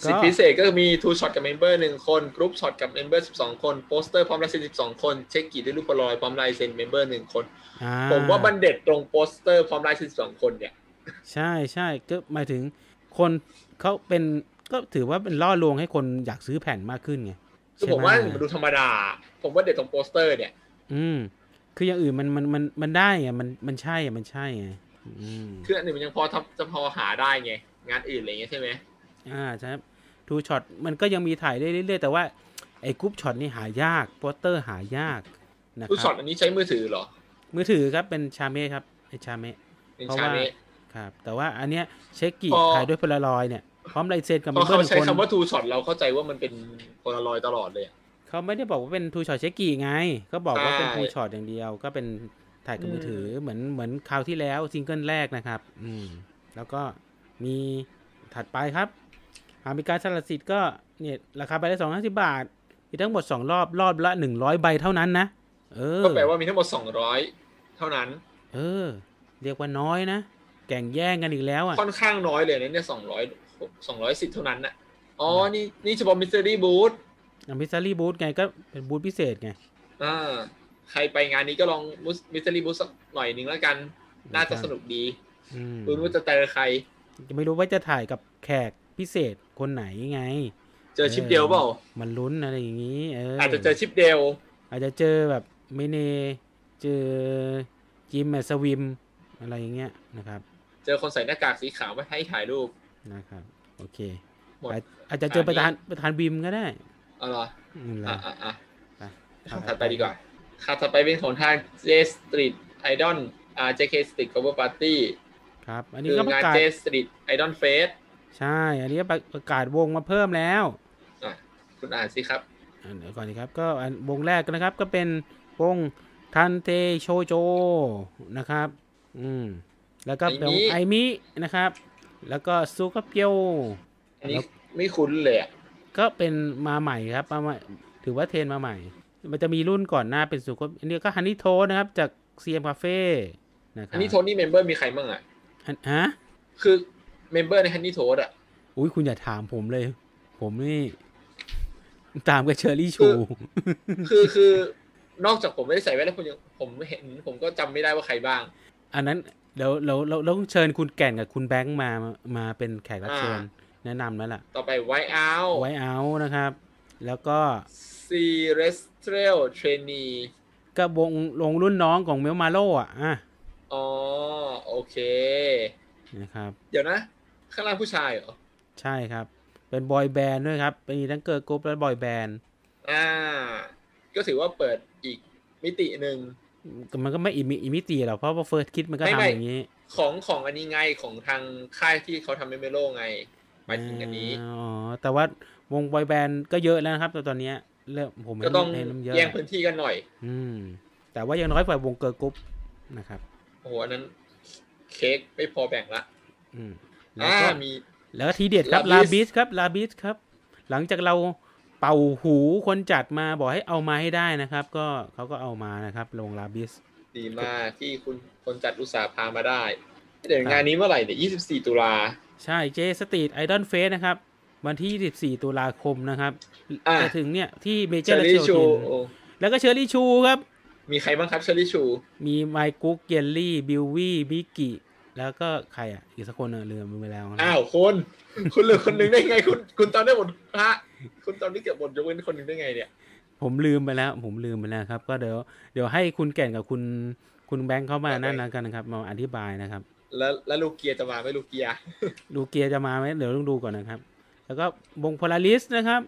A: ก็
B: สิทธิพิเศษก็มีทูช็อตกับเมมเบอร์หนึ่งคนกรุ๊ปช็อตกับเมมเบอร์สิบสองคนโปสเตอร์พร้อมลายเซ็นสิบสองคนเช็คกีด้วยรูปโพลอยด์พร้อมลายเซ็นเมมเบอร์หนึ่งคน
A: อ่
B: ผมว่าบันเด็ดตรงโปสเตอร์พร้อมลายเซ็นสิบสองคนเนี่ย
A: ใช่ใช่ก็หมายถึงคนเขาเป็นก็ถือว่าเป็นล่อลวงให้คนอยากซื้อแผ่นมากขึ้นไง
B: คือ
A: ใช่
B: ผม
A: ไห
B: ว่ามันดูธรรมดา ผมว่าเด็ดตรงโปสเตอร์เนี่ย
A: อืม คืออย่างอื่นมันมันมันมันได้ไงมันมันใช่อะมันใช่ไงอืม
B: คืออันหนึ่งมันยังพอทำจะพอหาได้ไง งานอื่นอะไรเงี้ยใช่ไหม
A: อ่าใช่ทูช็อตมันก็ยังมีถ่ายได้เรื่อยๆแต่ว่าไอ้กรุ๊ปช็อตนี่หายากโปสเตอร์หายากนะค
B: รูปช็
A: รั
B: อตอันนี้ใช้มือถือเหรอ
A: มือถือครับเป็นชาเม่ครับเป็นชาเม่
B: เป็น
A: เพราะ
B: ชา
A: ว่า
B: เนี้
A: ครับแต่ว่าอันเนี้ยเช็คกี่ถ่ายด้วยพลารอยด์เนี่ย พร้อมลายเซ็นกับ
B: พอ
A: เบิ้
B: เขา
A: ล
B: ใช้
A: คน
B: คำว่าทูช็อตเราเข้าใจว่ามันเป็นโพลารอยด์ตลอดเลยอะ
A: เขาไม่ได้บอกว่าเป็นทูช็อตเชคกี้ไง ก็บอกว่าเป็น
B: ใช่
A: ทูช็อตอย่างเดียว ก็เป็นถ่ายกับมืออ
B: ม
A: ถือเหมือนเหมือนคราวที่แล้วซิงเกิลแรกนะครับ อืม แล้วก็มีถัดไปครับหากมีการสละสิทธิ์ก็เนี่ยราคาใบละสองห้าสิบาท มีทั้งหมดสองรอบรอบละหนึ่งร้อยใบเท่านั้นนะเออ
B: ก็แปลว่ามีทั้งหมดสองร้อยเท่านั้น
A: เออ เรียกว่าน้อยนะ แก่งแย่งกันอีกแล้วอ่ะ
B: ค่อนข้างน้อยเลยนะเนี่ยสองร้อยสองร้อยสิบเท่านั้นนะอ๋อ นี่นี่เฉพาะมิส e ตอรี่บูธ
A: อัมพิซารีบูธไงก็เป็นบูธพิเศษไง
B: อ่าใครไปงานนี้ก็ลองมิส e ตอรี่บูธสักหน่อยหนึ่งแล้วกัน น่าจะสนุกดี
A: อืม
B: คุณว่าจะเจอใคร
A: จะไม่รู้ว่าจะถ่ายกับแขกพิเศษคนไหนไง
B: เจอชิปเดียวเปล่า
A: มันลุ้นอะไรอย่างนี้ เออ
B: อา
A: อา
B: จจะเจอชิปเดียว
A: อาจจะเจอแบบเมเนเจอจิมแมสวิมอะไรอย่างเงี้ยนะครับ
B: เจอคนใส่หน้ากากสีขาวมาให้ถ่ายรูป
A: นะครับ โอเค
B: หมด
A: อาจอาจจะเจอประธานประธานวิมก็ได้
B: เอาเหรอ
A: อืมแห
B: อ่ะ
A: ละ
B: อ่ะอ่ะ
A: ไป
B: ข่าวถัดไปดีกว่าข่าวถัดไปเป็นของทาง J Street Idol อ่า JK Street Cover Party
A: ครับ อันนี้
B: คือ
A: ก็ป
B: งาน
A: ระกาศ
B: J Street Idol Fest
A: ใช่ อันนี้ก็ประกาศวงมาเพิ่มแล้ว
B: อ่ะคุณอ่านสิครับ
A: อ่ะเดี๋ยวก่อนดีครับก็อันวงแรกนะครับก็เป็นวงทันเตโชโจนะครับ อืมแล้วก็เป็นวงไอ
B: ไอมิ
A: มินะครับ แล้วก็ซูกาเปียว
B: อันนี้
A: ครับ
B: ไม่คุ้นเลยอะ
A: ก็เป็นมาใหม่ครับมาใหม่ถือว่าเทรนมาใหม่ มันจะมีรุ่นก่อนหน้าเป็นซูกาอันนี้ก็ฮันนี่โทนะครับจาก CM Cafe นะครั
B: อั
A: บ
B: นนี้โทนี่เมมเบอร์มีใครบ้างอ่ะ
A: อันฮะ
B: คือเมมเบอร์ในฮันนี่โทสอ่ะ [laughs]
A: อุ้ยคุณอย่าถามผมเลย ผมนี่ ตามกับเชอรี่ชู
B: คือ คือคือนอกจากผมไม่ได้ใส่แว่นแล้วผมยังผมเห็น ผมก็จำไม่ได้ว่าใครบ้าง
A: อันนั้นเดี๋ยวเราเราเราต้องเชิญคุณแก่นกับคุณแบงค์มามาเป็นแขกรับเชิญ
B: อ่
A: แนะนำแล้วล่ะ
B: ต่อไปไวเอา
A: ไว้เอานะครับ แล้วก็
B: ซีเรสเทรลเทรนี
A: ก็วงลงรุ่นน้องของเมลมาโลอ่ะอ่ะ
B: อ๋อ โอเค
A: นะครับ
B: เดี๋ยวนะ ข้างล่างผู้ชายเหรอ
A: ใช่ครับ เป็นบอยแบนด์ด้วยครับเป็นทั้งเกิร์ลกรุ๊ปและบอยแบนด์
B: อ่า ก็ถือว่าเปิดอีกมิติหนึ่ง
A: มันก็ไม่อิมิอิมิตีหรอกเพราะว่าเฟิร์สคิดมันก็
B: ไม่ไม่
A: ทำอย่างนี้
B: ของของอันนี้ไงของทางค่ายที่เขาทำเมมเบโลไงหมายถึงอันนี้
A: อ๋อแต่ว่าวงบอยแบนด์ก็เยอะแล้วนะครับแต่ตอนเนี้ยเริ่มผม
B: ก็ต้อง
A: เห็นมันเยอะ
B: แย่งพื้นที่กันหน่อย
A: อืมแต่ว่ายังน้อยกว่าวงเกิร์ลกรุ๊ปนะครับ
B: โอ้โหอันนั้นเค้กไม่พอแบ่งละ
A: อืมแล้ว
B: อ่า
A: ก็
B: มี
A: แล้วก็ทีเด็ดครับลา
B: Labis
A: บิสครับลาบิสครับ หลังจากเราเป่าหูคนจัดมาบอกให้เอามาให้ได้นะครับ ก็เขาก็เอามานะครับลงลาบิส
B: ดีมากที่คุณคนจัดอุตสาห์พามาได้ เดี๋ย
A: ค
B: ว
A: รับ
B: งานนี้เมื่อไหร่เนี่ย24 ตุลา
A: ใช่เจสตีดไอดอลเฟสนะครับ วันที่ 14 ตุลาคมนะครับ
B: อ่ะ
A: จะถึงเนี่ย ที่เมเจ
B: เช
A: อ
B: อ
A: ร์และ
B: รี่
A: เชล
B: ชู
A: ทิน
B: โอ้
A: แล้วก็เชอรี่ชูครับ
B: มีใครบ้างครับเชอรี่ชู
A: มีไมกุ๊กเยลลี่บิววี่บิกกิแล้วก็ใครอ่ะ อีกสักคนเออลืมไปแล้วนะ
B: อ้าวคุณคุณเหลือคนหนึ่งได้ไง คุณคุณจำได้หมดฮะคุณจำได้เกือบหมดยกเว้นคนหนึ่งได้ไงเนี่ย
A: ผมลืมไปแล้ว ผมลืมไปแล้วครับ ก็เดี๋ยวเดี๋ยวให้คุณแก่นกับคุณคุณแบงค์เข้ามานั่นแล้วกันนะครับมาอธิบายนะครับ
B: แล้วแล้วลูกเกียร์จะมาไหม่ลูกเกียร์
A: ดูเกียร์จะมาไหมเดี๋ยวต้องดูก่อนนะครับ แล้วก็วงพลาริสนะครับ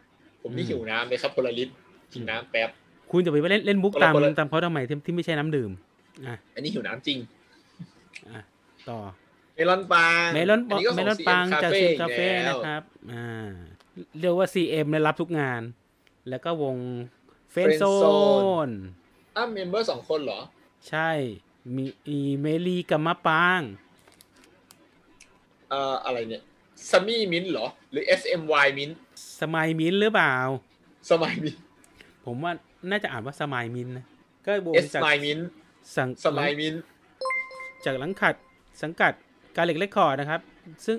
B: ผมนี่
A: อืม
B: หิวน้ำเลยครับพลลิตกินน้ำแป๊บ
A: คุณจะไปเล่นเล่นมุก
B: คนละ
A: ตาม
B: คนละ
A: ตามเขาทำไมที่ที่ไม่ใช่น้ำดื่ม อ่ะ
B: อันนี้หิวน้ำจริง
A: อ่ะต่อ
B: เมลอนปาง
A: เมลอน
B: อัก็ข
A: เม
B: ง
A: ลอน
B: CM
A: ปังจากซี
B: Cafe
A: กาเฟ่
B: อีกแล้
A: นะ
B: ว
A: ครับอ่าเรียกว่า CM ได้รับทุกงาน แล้วก็วงเฟน
B: Friend
A: โซ
B: Zone
A: น
B: อ้าวเมมเบอร์สองคนเหรอ
A: ใช่ มีมีเมลีกับมะปาง
B: เอ่ออะไรเนี่ยสมี่มินเหรอ หรือ SMY มิน
A: สมัยมินหรือเปล่า
B: สมัยมิน
A: ผมว่าน่าจะอ่านว่าสมัยมินนะก็วง
B: S
A: จาก
B: มายมิน
A: สัง
B: สมัยมิน
A: จากหลังขัดสังกัดการเล็กเลคคอร์ดนะครับ ซึ่ง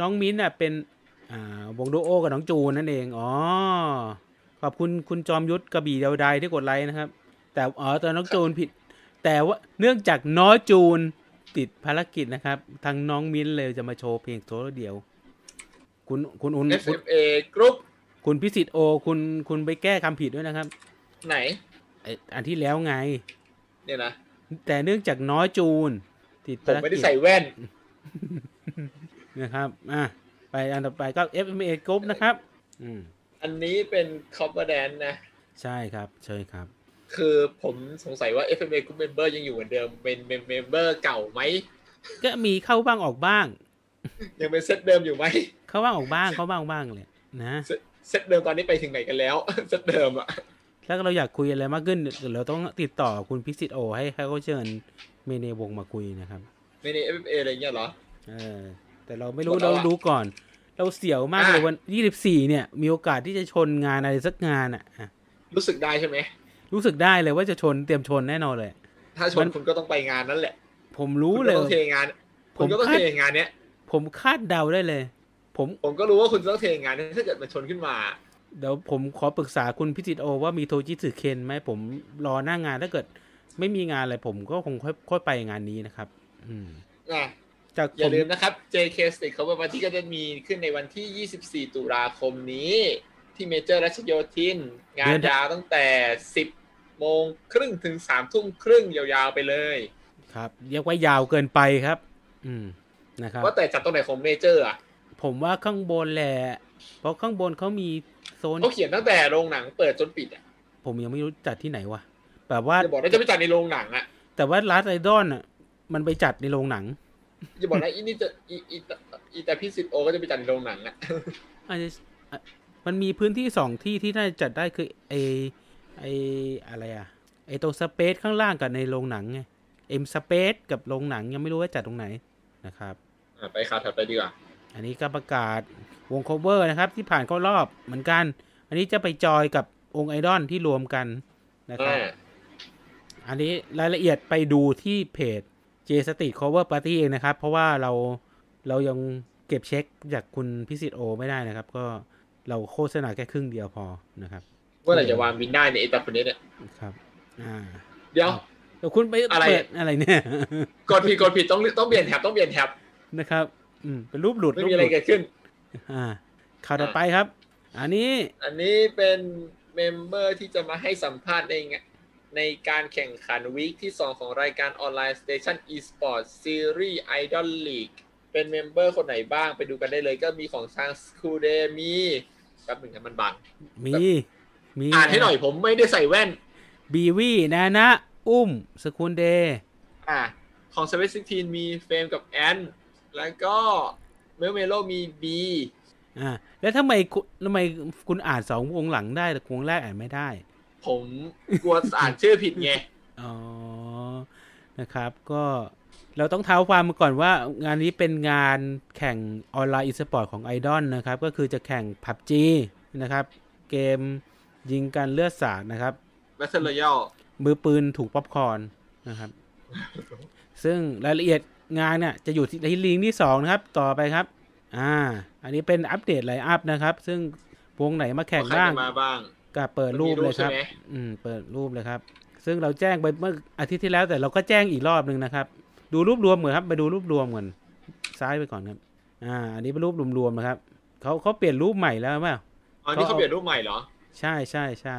A: น้องมิ้นท์น่ะเป็นอ่าวงดูโอกับน้องจูนนั่นเองอ๋อขอบคุณคุณจอมยุทธกระบี่เดียวดายที่กดไลค์นะครับ แต่อ๋อตอนน้องจูนผิด แต่ว่าเนื่องจากน้องจูนติดภารกิจนะครับ ทางน้องมิ้นท์เลยจะมาโชว์เพียงโซโล่เดียว คุณคุณอุนคุณ
B: FMA กรุ๊ป
A: คุณพิสิทธิ์โอ คุณคุณไปแก้คำผิดด้วยนะครับ
B: ไหน
A: ไอ้อันที่แล้วไง
B: เนี่ยนะ
A: แต่เนื่องจากน้อยจูน ติด
B: ผม
A: ภารกิ
B: ไม่ได้
A: จ
B: ใส่แว่น
A: นะครับ อ่ะ ไปอันต่อไปก็ FMA Group นะครับ อืม
B: อันนี้เป็นคอปเปอร์แดนนะ
A: ใช่ครับ ใช่ครับ
B: คือผมสงสัยว่า FMA กรุ๊ปเมมเบอร์ยังอยู่เหมือนเดิม เป็นเมมเบอร์เก่าไหม
A: ก็มีเข้าบ้างออกบ้าง
B: ยังเป็นเซตเดิมอยู่ไหม [laughs]
A: เขาบ้างออกบ้างเขาบ้างบ้างเลยนะ
B: เซตเดิมตอนนี้ไปถึงไหนกันแล้ว [laughs] เซตเดิมอะ
A: ถ้าเราอยากคุยอะไรมากขึ้นเดี๋ยวเราต้องติดต่อคุณพิสิทธิ์โอ ให้ให้เขาเชิญเมเนวงมาคุยนะครับ
B: ไม่ในเอฟเออะไรเงี้ยเหรอ
A: เออ แต่เราไม่รู้
B: หมดแล้
A: เรา
B: วอะ
A: รู้ก่อน เราเสียวมากเลย
B: อ่ะ
A: วันยี่สิบสี่เนี่ย มีโอกาสที่จะชนงานอะไรสักงานอ่ะอ่ะ
B: รู้สึกได้ใช่ไหม
A: รู้สึกได้เลยว่าจะชนเตรียมชนแน่นอนเลย
B: ถ้าช
A: มัน น
B: คุณก็ต้องไปงานนั้นแหละ
A: ผม
B: คุ
A: รู้
B: ณ
A: เล
B: ก็
A: ย
B: ต้องเทงาน
A: ผ
B: คุณ
A: ม
B: ก็ต้อง
A: คา
B: เท
A: ด
B: งานเนี้ย
A: ผมคาดเดาได้เลย ผม
B: ผมก็รู้ว่าคุณต้องเทงานเนี้ยถ้าเกิดมันชนขึ้นมา
A: เดี๋ยวผมขอปรึกษาคุณพิจิตรโอว่ามีโทจิสึเคนไหมผมรอหน้างานถ้าเกิด ไม่มีงานอะไรผมก็คงค่อยค่อยไปงานนี้นะครับ อืม
B: อ่ะ
A: จาก
B: อ
A: ผ
B: ย่าม ลืมนะครับ JK Stick Cover Party ก็จะมีขึ้นในวันที่ 24 ตุลาคมนี้ ที่เมเจอร์รัชโยธิน งานยาวตั้งแต่ 10 โมงครึ่งถึง 3 ทุ่มครึ่งยาวๆไปเลย
A: ครับเรียกว่ายาวเกินไปครับ อืมนะครับ
B: ว่าแต่จัดตรงไหนของเมเจอร์อ่ะ
A: ผมว่าข้างบนแหละ เพราะข้างบนเขามีโซน
B: เขาเขียนตั้งแต่โรงหนังเปิดจนปิดอ่ะ
A: ผมยังไม่รู้จัดที่ไหนวะแบบว่า
B: อย่าบอกว่าจะไปจัดในโรงหนังอ่ะ
A: แต่ว่าลาสไอดอนอ่ะ มันไปจัดในโรงหนัง
B: อย่าบอกนะอีนี่จะอีอีตาอีตาพิสิทธิ์โอก็จะไปจัดในโรงหนังอ่ะ
A: อาจจะอ่ะมันมีพื้นที่สองที่ที่น่าจะจัดได้คือไอไออะไรอะไอตรงสเปซข้างล่างกับในโรงหนังไงเอ็มสเปซกับโรงหนังยังไม่รู้ว่าจัดตรงไหนนะครับ
B: อ่ะไปข่าวถัดไปดีกว่า
A: อันนี้ก็ประกาศวงโคเวอร์นะครับ ที่ผ่านเข้ารอบเหมือนกัน อันนี้จะไปจอยกับองค์ไอดอลที่รวมกันนะครับ
B: อ่า
A: อันนี้รายละเอียดไปดูที่เพจ J s t r e e t Cover Party เองนะครับ เพราะว่าเราเรายังเก็บเช็คจากคุณพิสิทธิ์โอไม่ได้นะครับ ก็เราโฆษณาแค่ครึ่งเดียวพอนะครับ
B: เมื่อไหร่จะวางวินได้ในยไอตาคนนี้เนี่ย
A: ครับ อ่า
B: เดี๋ยว
A: แต่คุณไป
B: อะไร
A: เปิดอะไรเนี่ย [laughs]
B: กดผิดกดผิดต้องต้องเปลี่ยนแท็บต้องเปลี่ยนแท็บ
A: นะครับ อืม เป็นรูปหลุด
B: ไม่
A: รูป
B: มีอะ
A: ห
B: ไร
A: ลุด
B: เกิดขึ้น
A: อ่าข่าวต่อไปครับ อันนี้
B: อันนี้เป็นเมมเบอร์ที่จะมาให้สัมภาษณ์ในงะในการแข่งขันวีคที่ 2 ของรายการออนไลน์ Station Esports Series Idol League เป็นเมมเบอร์คนไหนบ้างไปดูกันได้เลยก็มีของทางสคูเดมีแป๊บหนึ่งนะมันบัง
A: มี มี
B: อ่านให้หน่อยผมไม่ได้ใส่แว่น
A: บีวี่นานะ อุ้ม สกุลเดย์
B: อ่าของ s ซเว่นซิทีนมีเฟรมกับแอนแล้วก็เมลเมโลมีบี
A: อ่า แล้วทำไมคุณทำไมคุณอ่านสองวงหลังได้แต่วงแรกอ่านไม่ได้
B: ผมกลัวอ่านชื่อผิดไง
A: อ๋อ นะครับก็เราต้องเท้าความมาก่อนว่างานนี้เป็นงานแข่งออนไลน์อีสปอร์ตของไอดอลนะครับ ก็คือจะแข่ง PUBG นะครับ เกมยิงกันเลือดสาดนะครับ
B: Battle Royale
A: มือปืนถูกป๊อปคอร์นนะครับ ซึ่งรายละเอียดงานเนี่ยจะอยู่ที่ที่ลิงก์ที่ 2 นะครับ ต่อไปครับ อ่า อันนี้เป็นอัปเดตไลน์อัพนะครับ ซึ่งวงไหนมาแข่ง
B: ใคร
A: บ้าง
B: จะมาบ้าง
A: ก็เปิดรูปเลยครับ
B: มีรูปใช่ไหม
A: อืม เปิดรูปเลยครับ ซึ่งเราแจ้งไปเมื่ออาทิตย์ที่แล้วแต่เราก็แจ้งอีกรอบหนึ่งนะครับ ดูรูปรวมเหมือนครับ ไปดูรูปรวมก่อนซ้ายไปก่อนครับ อ่า อันนี้เป็นรูปรวมๆนะครับเขาเขาเปลี่ยนรูปใหม่แล้วเปล่า
B: อ๋อนี่
A: เขา
B: เขา
A: เอา
B: เปลี่ยนรูปใหม่เหรอ
A: ใช่ใช่ใช่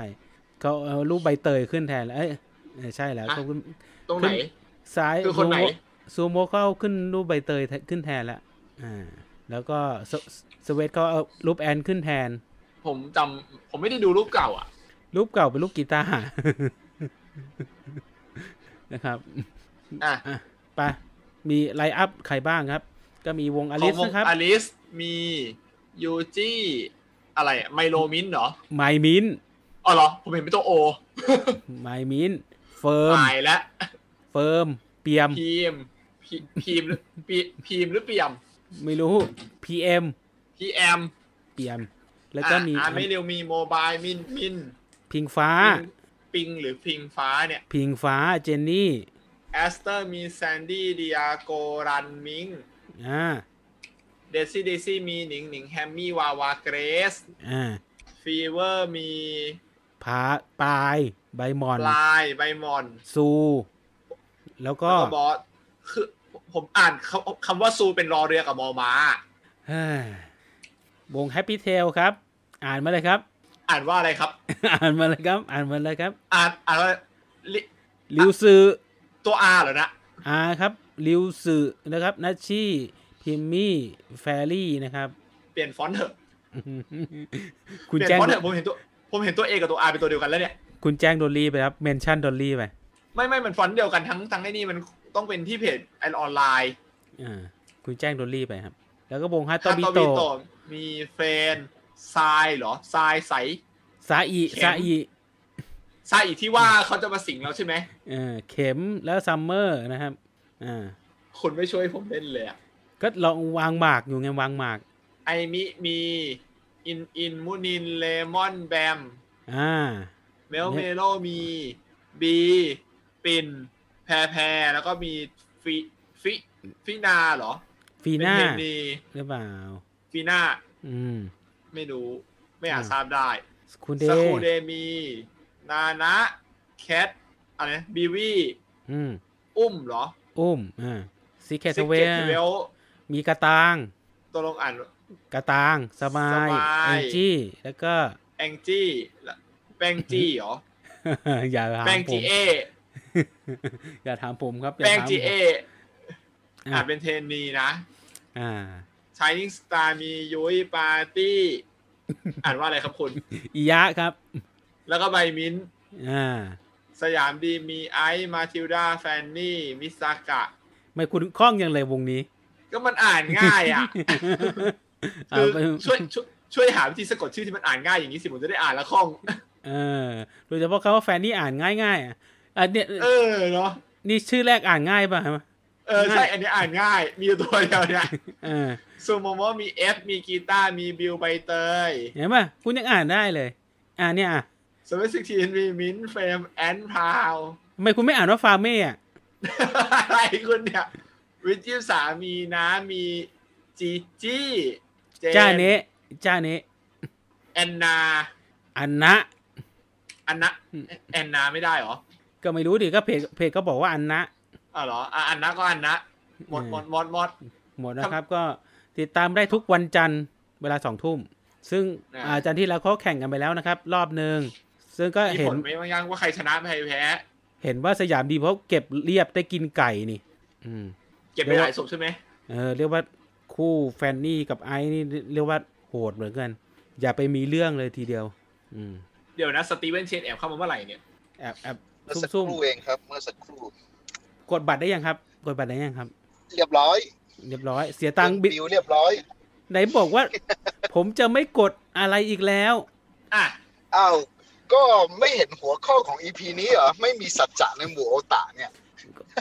A: เขาเอารูปใบเตยขึ้นแทนแล้วเอ้ยเออใช่แล้ว
B: อ่ะ
A: เขาขึ้น
B: ตรงไหน
A: ขึ้น ซ้าย
B: คือคนไหน
A: ซูโม่เขาเอาขึ้นรูปใบเตยแทนขึ้นแทนแล้วอ่า แล้วก็สสเวตเขาเอารูปแอนขึ้นแทน
B: ผมจำผมไม่ได้ดูรูปเก่าอ่ะ
A: รูปเก่าเป็นรูปกีตาร์ [laughs] นะครับ
B: อ่ะ
A: อ่ะไปมีไลน์อัพใครบ้างครับ ก็มีวงอลิส
B: ของวง
A: นะครับ
B: อลิสมียูจี้อะไรอะไมโลมินเหรอ
A: ไมมิน
B: อ๋อเหรอ ผมเห็นเป็นตัวโอ
A: ไมมินเฟิร์ม
B: ตายแล้ว
A: เฟิร์มเปียม
B: พีมพีพีมหรือพีพีมหรือเปียม
A: ไม่รู้ PM
B: พีแอม
A: เปียม แล้วก็มี
B: อ่ะไม่เร็วมีโมบายมินมิน
A: พิงฟ้า
B: ปิงหรือพิงฟ้าเนี่ย
A: พิงฟ้าเจนนี่
B: แอสเตอร์มีแซนดี้ดิอาโกรันมิง
A: อ่า
B: เดซี่เดซี่มีหนิงหนิงแฮมมี่วาวาเกรส
A: อ่า
B: ฟีเวอร์มี
A: ผาปลายใบหมอน
B: ลายใบหมอน
A: ซู แล้วก็
B: แล้วก็บอสคือผมอ่านคำคำว่าซูเป็นรอเรือกับมอม้า
A: เฮ้ยวง Happy Tail ครับ อ่านมาเลยครับ
B: อ่านว่าอะไรครับ
A: [laughs] อ่านมาเลยครับ อ่านมาเลยครับ
B: อ่านอ่านว่าลิ
A: ริวซึ
B: ตัวอาเหรอนะ
A: อาครับริวซึนะครับนัชชี่พิมมี่แฟรี่นะครับ [laughs]
B: เปลี่ยนฟอนต์เถอะ
A: คุณ
B: เปลี่ย
A: แจ้
B: น
A: ง
B: ฟอนต์เถอะผมเห็นตัวผมเห็นตัวเอกับตัวอาเป็นตัวเดียวกันแล้วเนี่ย
A: คุณแจ้งดอลลี่ไปครับ เมนชั่นดอลลี่ไป
B: ไม่ไม่มันฟอนต์เดียวกันทั้งทั้งไอ้นี่มันต้องเป็นที่เพจออนไลน์
A: อ่าคุณแจ้งดอลลี่ไปครับ แล้วก็วงฮาโต
B: ถ้า
A: บิ
B: ตอ
A: โต
B: มีโตมีเฟนทรายเหรอทรายใส
A: ซาอิ
B: เข็ม
A: ซาอิ
B: ทรายอีกที่ว่าเขาจะมาสิงเราใช่ไหม
A: เออเข็มแล้วซัมเมอร์นะครับอ่า
B: คุณไม่ช่วยผมเล่นเลยอะ
A: ก็ลองวางหมากอยู่ไงวางหมาก
B: ไอมิมีอินอินมูนินเลมอนแบม
A: อ่า
B: เมล
A: เนี่
B: เม
A: ย
B: โลมีบีปินแพรแพรแล้วก็มีฟิฟิฟินาเหรอ
A: ฟี
B: เป็น
A: น่า
B: เพลงดี
A: หรือเปล่า
B: ฟินา
A: อืม
B: ไม่รู้ ไม่อาจ
A: อืม
B: ทราบได้
A: สกุนเด
B: สคูเดมีนานะแคทอะไรนะบีวี
A: อืม
B: อุ้มเหรอ
A: อุ้มอ่าซีเคทเว
B: ซิกเวล
A: มีกระตาง
B: ตกลงอ่าน
A: กระตางสมาย
B: สมาย
A: แองจี้แล้วก็ [laughs]
B: แองจี้แปงจี้เหรอ
A: อย่าถาม
B: แปง
A: ผ
B: จี
A: ม
B: เอ
A: [laughs] อย่าถามผมครับอ
B: แป
A: ย่าง ถาม
B: จี
A: ผ
B: เอ
A: ม
B: อ่า
A: อ่ะ
B: นเป็นเทรนนีนะ
A: อ่า
B: ชายนิงสตาร์มียุ้ยปาร์ตี้ [laughs] อ่านว่าอะไรครับคุณ
A: อียะครับ
B: แล้วก็ใบมิ้นท์
A: อ่า
B: สยามดีมีไอซ์มาทิลดาแฟนนี่ มิซากะ
A: ไม่คุณคล่องยังเลยวงนี้ [laughs]
B: ก็มันอ่านง่ายอ่ะ
A: เอ
B: คือ อ
A: ไป
B: ช่วยช่วยช่วยหาวิธีสะกดชื่อที่มันอ่านง่ายอย่างนี้สิผมจะได้อ่านและ [laughs] คล่อง
A: เออโดยเฉพาะคำว่าแฟนนี่อ่านง่ายๆอ่ะอันเนี้ย
B: เออเนาะ
A: นี่ชื่อแรกอ่านง่ายป่ะ
B: เออใช่อันนี้อ่านง่าย มีอยู่ตัวเดียวเนี่ย
A: เออ
B: ซูโมโมมีเอฟมีกีตาร์มีบิวใบเตย
A: เห็นป่ะคุณยังอ่านได้เลย อ่านเนี่ยอ่ะ
B: สวิสิกทีนมีมิ้นท์เฟรมแอนพาว
A: ทำไมคุณไม่อ่านว่าฟาเม่อ่ะ
B: อะไรคุณเนี่ยวิจิสามีนะมีจีจี้จ
A: จ้าเนะจ้าเนะ
B: แอนนา
A: อันนะ
B: อันนะแอนนาไม่ได้เหรอ
A: ก็ไม่รู้ดิก็เพจเพจก็บอกว่าอันนะ
B: อ๋อเหรออ่ะอันนะก็อันนะหมด
A: อืม
B: หมดหมดหมด
A: หมดนะครับก็ติดตามได้ทุกวันจันทร์เวลาสองทุ่ม ซึ่ง
B: อ่า
A: อาจันทร์ที่แล้วเขาแข่งกันไปแล้วนะครับ รอบหนึ่งซึ่งก็
B: มี
A: เห็
B: ผ
A: น
B: ลไหมบางอย่างว่าใครชนะใครแพ้
A: เห็นว่าสยามดีเพราะเก็บเรียบได้กินไก่นี่ อืม
B: เก็บไป
A: เรียก
B: ห
A: ว่า
B: ลายศพใช่ไหม
A: เออเรียกว่าคู่แฟนนี่กับไอซ์นี่เรียกว่าโหดเหมือนกัน อย่าไปมีเรื่องเลยทีเดียว อืม
B: เดี๋ยวนะสตีเวนเชนแอบเข้ามาเมื่อไหร่เนี่ย
A: แอบแอบ
D: เมื่อสักค
A: ซุ่ม
D: รู่เองครับ เมื่อสักครู่
A: ๆกดบัตรได้ยังครับ กดบัตรได้ยังครับ
D: เรียบร้อย
A: เรียบร้อย เสียตังค์บิ
D: บิวเรียบร้อย
A: ไหนบอกว่า ผมจะไม่กดอะไรอีกแล้ว
B: อ่ะ
D: อ้าวก็ไม่เห็นหัวข้อของอีพีนี้เหรอไม่มีสัจจะในหมู่โอตาเนี่ย [laughs]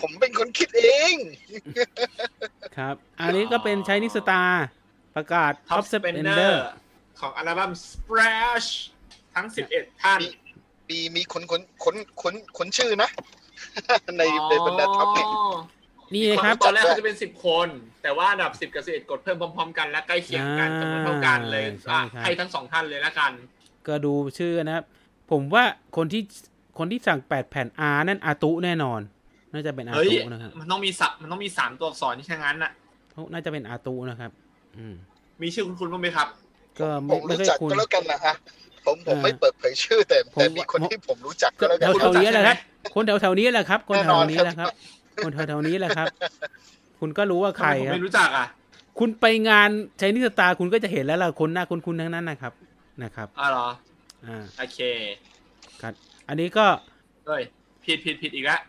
D: ผมเป็นคนคิดเอง
A: ครับ อันนี้ก็เป็นใช้นิสตาประกาศ
B: ท็อ
A: Top
B: ปสเปนเดอ
A: Spender
B: ร์ของอัลบั้ม Splash ทั้ง 11 ท่าน
D: มีมีคนคนคนคนคนชื่อนะ [laughs] ในในบรรดาท็อปเนี่ย
A: นี่เลยครับ
B: ตอนแรกเขาจะเป็นสิบคน แต่ว่าอันดับสิบกับสิบเอ็ดกดเพิ่มพร้อม ๆ กันและใกล้เคียงกัน
A: อ่า
B: จำนวนเท่ากันเลย
A: ใช่
B: อ่ะ
A: ครับ
B: ให้ทั้งสองท่านเลยละกัน
A: ก็ดูชื่อนะครับ ผมว่าคนที่คนที่สั่ง 8 แผ่นอานั่นอาตุแน่นอน น่าจะเป็นอา
B: เฮ้ย
A: ตุนะครับ
B: มันต้องมีสับมันต้องมีสามตัวอักษรที่ช่างนั้นน่ะ
A: น่าจะเป็นอาตุนะครับ อืม
B: มีชื่อคุณคุณบ้างไหมครับ
A: ก็
D: ผ
A: ไม่
D: ม
A: ไม่ค่
D: รู้
A: อย
D: จัก
A: คุ้น
D: ก็แล้วกันนะฮะผมผม
A: อ่า
D: ไม่เปิดเผยชื่อแต่
A: ผม
D: แต่มีคนที่ผมรู้จักก็แล้วกัน
A: แถวๆนี้แหละครับ คนแถวๆนี้แหละครับ คน
D: แน่
A: แถ
D: นอ
A: วน ๆนี้แหละครับ คนแถวๆนี้แหละครับ คุณก็รู้ว่า
B: ทำ
A: ใคร
B: ไมผม
A: ครับ
B: ไม่รู้จักอ่ะ
A: คุณไปงานใช้นิสตาคุณก็จะเห็นแล้วล่ะคนหน้าคุ้นๆทั้งนั้นนะครับ นะครับ
B: อ๋อเหรอ
A: อ่า
B: โอเค
A: ครับ อันนี้ก็
B: เอ้ยผิดผิดผิดอีกแล้ว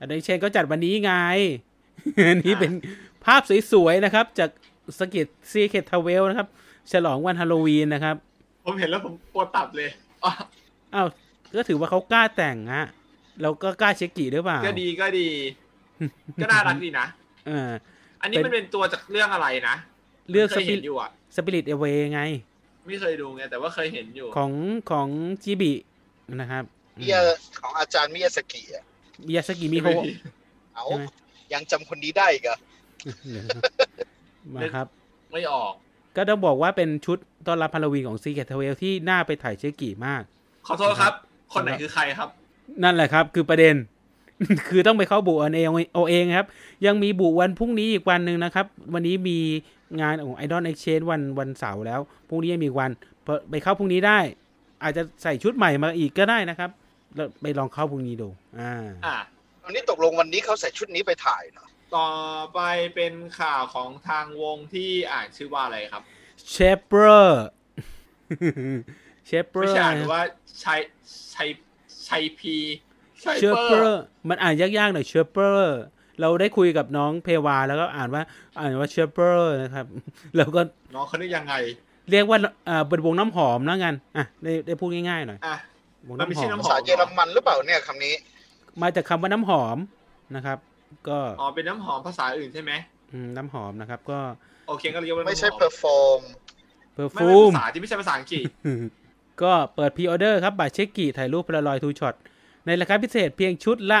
A: อันนี้เชนก็จัดวันนี้
B: [laughs]
A: ไง อันนี้เป็นภาพสวยๆนะครับ จากสกิทซีเคททาเวลนะครับ ฉลองวันฮาโลวีนนะครับ
B: ผมเห็นแล้วผมปวดตับเลยอ๋อ
A: อ้าว ก็ถือว่าเขากล้าแต่งอะเราก็กล้าเชกิหรือเปล่า
B: ก็ดีก็ดี ก็น่ารักดีนะ
A: เออ
B: อันนี้
A: เป็น
B: มันเป็นตัวจากเรื่องอะไรนะ
A: เรื่อง
B: เค
A: ส
B: ย
A: ปิ
B: เห็นอยู่อ่ะ
A: สปิริตเอเวไง
B: ไม่เคยดูไงแต่ว่าเคยเห็นอยู่
A: ของของจีบินะครับ
D: เมียของอาจารย์มิยาสกิอะ
A: มิยาสกิมิโฮ [laughs] ะ
D: เอา
A: ใช่ไหม
D: ยังจำคนนี้ได้อีกเหรอ
A: เดี๋ยวมาครับ
B: ไม่ออก
A: ก็ต้องบอกว่าเป็นชุดต้อนรับฮาโลวีนของซีเคททาเวลที่น่าไปถ่ายเชกิมาก
B: ขอโทษครับ คนไหนคือใครครับ
A: นั่นแหละครับ คือประเด็น [laughs] คือต้องไปเข้าบุเอาเองเอาเองครับ ยังมีบุวันพรุ่งนี้อีกวันหนึ่งนะครับ วันนี้มีงานของ Idol Exchange วันวันเสาร์แล้วพรุ่งนี้ยังมีอีกวันพอไปเข้าพรุ่งนี้ได้ อาจจะใส่ชุดใหม่มาอีกก็ได้นะครับแล้วไปลองเข้าพรุ่งนี้ดูอ่า
B: อ่ะ
D: ตอนนี้ตกลงวันนี้เขาใส่ชุดนี้ไปถ่ายเนาะ
B: ต่อไปเป็นข่าวของทางวงที่อ่านชื่อว่าอะไรครับ
A: เชฟเป [laughs] อร์เชฟเปอ
B: ไม่
A: ร์
B: ใช่อ่านหรือว่าชัยชัยชัยพีชัย
A: เช
B: เป
A: ฟเปอ
B: อร์
A: ร์มันอ่านยากๆหน่อยเชฟเปอร์ เราได้คุยกับน้องเพวาแล้วก็อ่านว่าอ่านว่าเชเปอร์นะครับ [laughs] แล้วก็
B: น้องเขาเรียกยังไง
A: เรียกว่าเอ่อเป็นวงน้ำหอมแล้วกันอ่ะได้ได้พูดง่ายๆหน่อย
B: อ่ะ
A: วง
B: มันไม่
A: น้ำหอม
B: ใช่น้ำห
D: ภาม ษาเยอรมันหรือเปล่าเนี่ยคำนี้
A: มาจากคำว่าน้ำหอมนะครับ ก็
B: อ๋อเป็นน้ำหอมภาษาอื่นใช่ไหม
A: มน้ำหอมนะครับ ก็
B: โอเคก็เรียกว่าน้ำหอม
D: ไม่ใช่ perform
A: เพอร์
B: ไม่
A: ฟูม
B: ใช่ภาษาที่ไม่ใช่ภาษาอังกฤษ
A: ก็เปิดพรีออเดอร์ครับ บัตรเช็คกี่ถ่ายรูปพลารอยทูช็อต ในราคาพิเศษเพียงชุดละ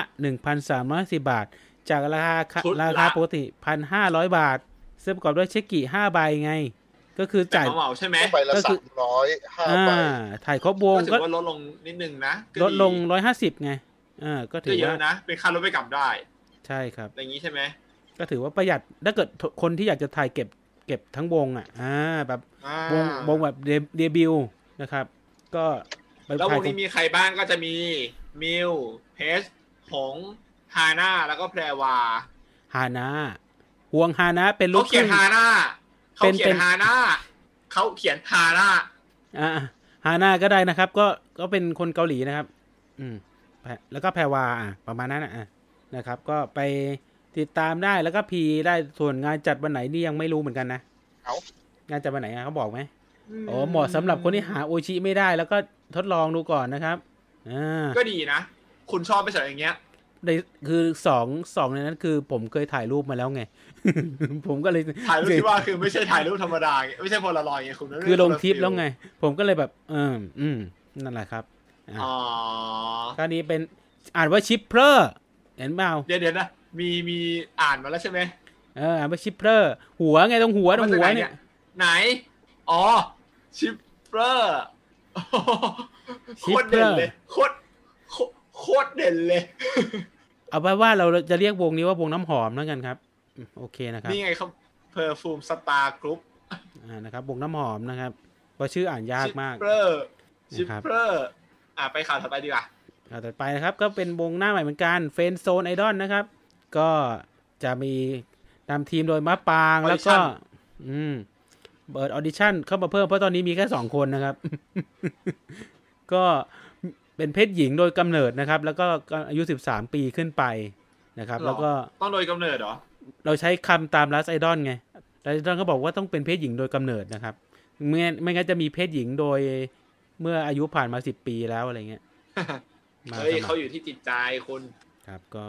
A: 1,310 บาท จากราคา
B: ชุดละ
A: ราคาปกติ 1,500 บาท ซึ่งประกอบด้วยเช็คกี่5ใบไง ก็คือ
B: แต่
A: จ่าย
B: เหมาๆใช่ไหม
D: ใบละ
A: ก็คื
D: สา
A: อ
D: มร้อยห้า
A: อ่า
D: ใบ
A: ถ่ายครบวง
B: ก็ถื
A: ก็
B: อว่าลดลงนิดนึงนะ
A: ล
B: ก็
A: ดลง 150 ไงอ่าก็ถื
B: ก็
A: อ
B: เย
A: ว่า
B: อะนะ เป็นค่ารถไปกลับได้
A: ใช่ครับ
B: อย่างนี้ใช่ไหม
A: ก็ถือว่าประหยัดถ้าเกิดคนที่อยากจะถ่ายเก็บเก็บทั้งวงอ่ะอ่าแบบ
B: อ่าว
A: งวงแบบเดเดบิวต์นะครับ ก็ไป
B: แล้วว
A: ถ่าย
B: ง
A: ตรง
B: นี้มีใครบ้างก็จะมีมิวเพชหงฮาน่าแล้วก็แพรวา
A: ฮานะห่วงฮานะเป็นลู
B: เขา
A: กค
B: เขีย
A: รึ่
B: น
A: ง
B: ฮาน่าเขา
A: เป็น
B: เขี
A: เป็
B: ยน
A: น
B: ฮาน่าเขาเขียนฮาน่า
A: อ่าฮานาก็ได้นะครับ ก็ก็เป็นคนเกาหลีนะครับ อืมแพรแล้วก็แพรวาอ่ะประมาณนั้นนะอ่ะนะครับ ก็ไปติดตามได้แล้วก็พีได้ส่วนงานจัดวันไหนนี่ยังไม่รู้เหมือนกันนะ
D: เอา
A: งานจัดวันไหนอ่ะเขาบอกไหมอ๋อเหมาะสำหรับคนที่หาโอชิไม่ได้ แล้วก็ทดลองดูก่อนนะครับอ่า
B: ก็ดีนะ คุณชอบไปสำหรับอย่างเงี้ย
A: ในคือสองสองในนั้นคือผมเคยถ่ายรูปมาแล้วไง [laughs] ผมก็เลย
B: ถ่ายรูปที่ว่าคือไม่ใช่ถ่ายรูปธรรมดาไงไม่ใช่โพลารอยด์ไงคุณนั่น
A: คือลงทิปแล้วไง ผมก็เลยแบบเอออืมนั่นแหละครับอ่ะ
B: อ๋อ
A: คราวนี้เป็นอ่านว่าชิปเพอร์เห็นเปล่า
B: เดี๋ยวเดี๋ยวนะมีมีอ่านมาแล้วใช่ไหม
A: เอออ่านว่าชิปเพอร์หัวไงตรงหัวตรงหัว
B: มาจากไหนเนี่
A: เนี่ย
B: ย ไหน อ๋อ ชิปเปอร์โคตรเด่นเลยโคตรโคตรโคตรเด่นเลย
A: เอาไปนว่าเราจะเรียกวงนี้ว่าวงน้ำหอมแล้วกันครับอืมโอเคนะครับ
B: นี่ไงเขาเพอร์ฟูมสตาร์กรุ๊ป
A: อ่านะครับวงน้ำหอมนะครับเพราะชื่ออ่านยากมาก
B: เปอร์
A: นะครับ
B: ชิปเปอร์อ่ะไปข่าวถัดไปดีกว่า
A: อ่าต่อไปนะครับก็เป็นวงหน้าใหม่เหมือนกันเฟนโซนไอดอลนะครับ ก็จะมีนำทีมโดยมะปางแล้วก็ อืมเปิดออดิชั่นเข้ามาเพิ่มเพราะตอนนี้มีแค่สองคนนะครับ [laughs] ก็เป็นเพศหญิงโดยกำเนิดนะครับ แล้วก็อายุ 13 ปีขึ้นไปนะครับ แล้วก็
B: ต้องโดยกำเนิดเหรอ
A: เราใช้คำตามลัสไอดอลไงลัสไอดอลก็บอกว่าต้องเป็นเพศหญิงโดยกำเนิดนะครับไม่งั้นไม่งั้นจะมีเพศหญิงโดยเมื่ออายุผ่านมา 10 ปีแล้วอะไรเงี้ยมา
B: เฮ้
A: ส
B: ย
A: มัคร
B: เขาอยู่ที่จิตใจคุณ
A: ครับก็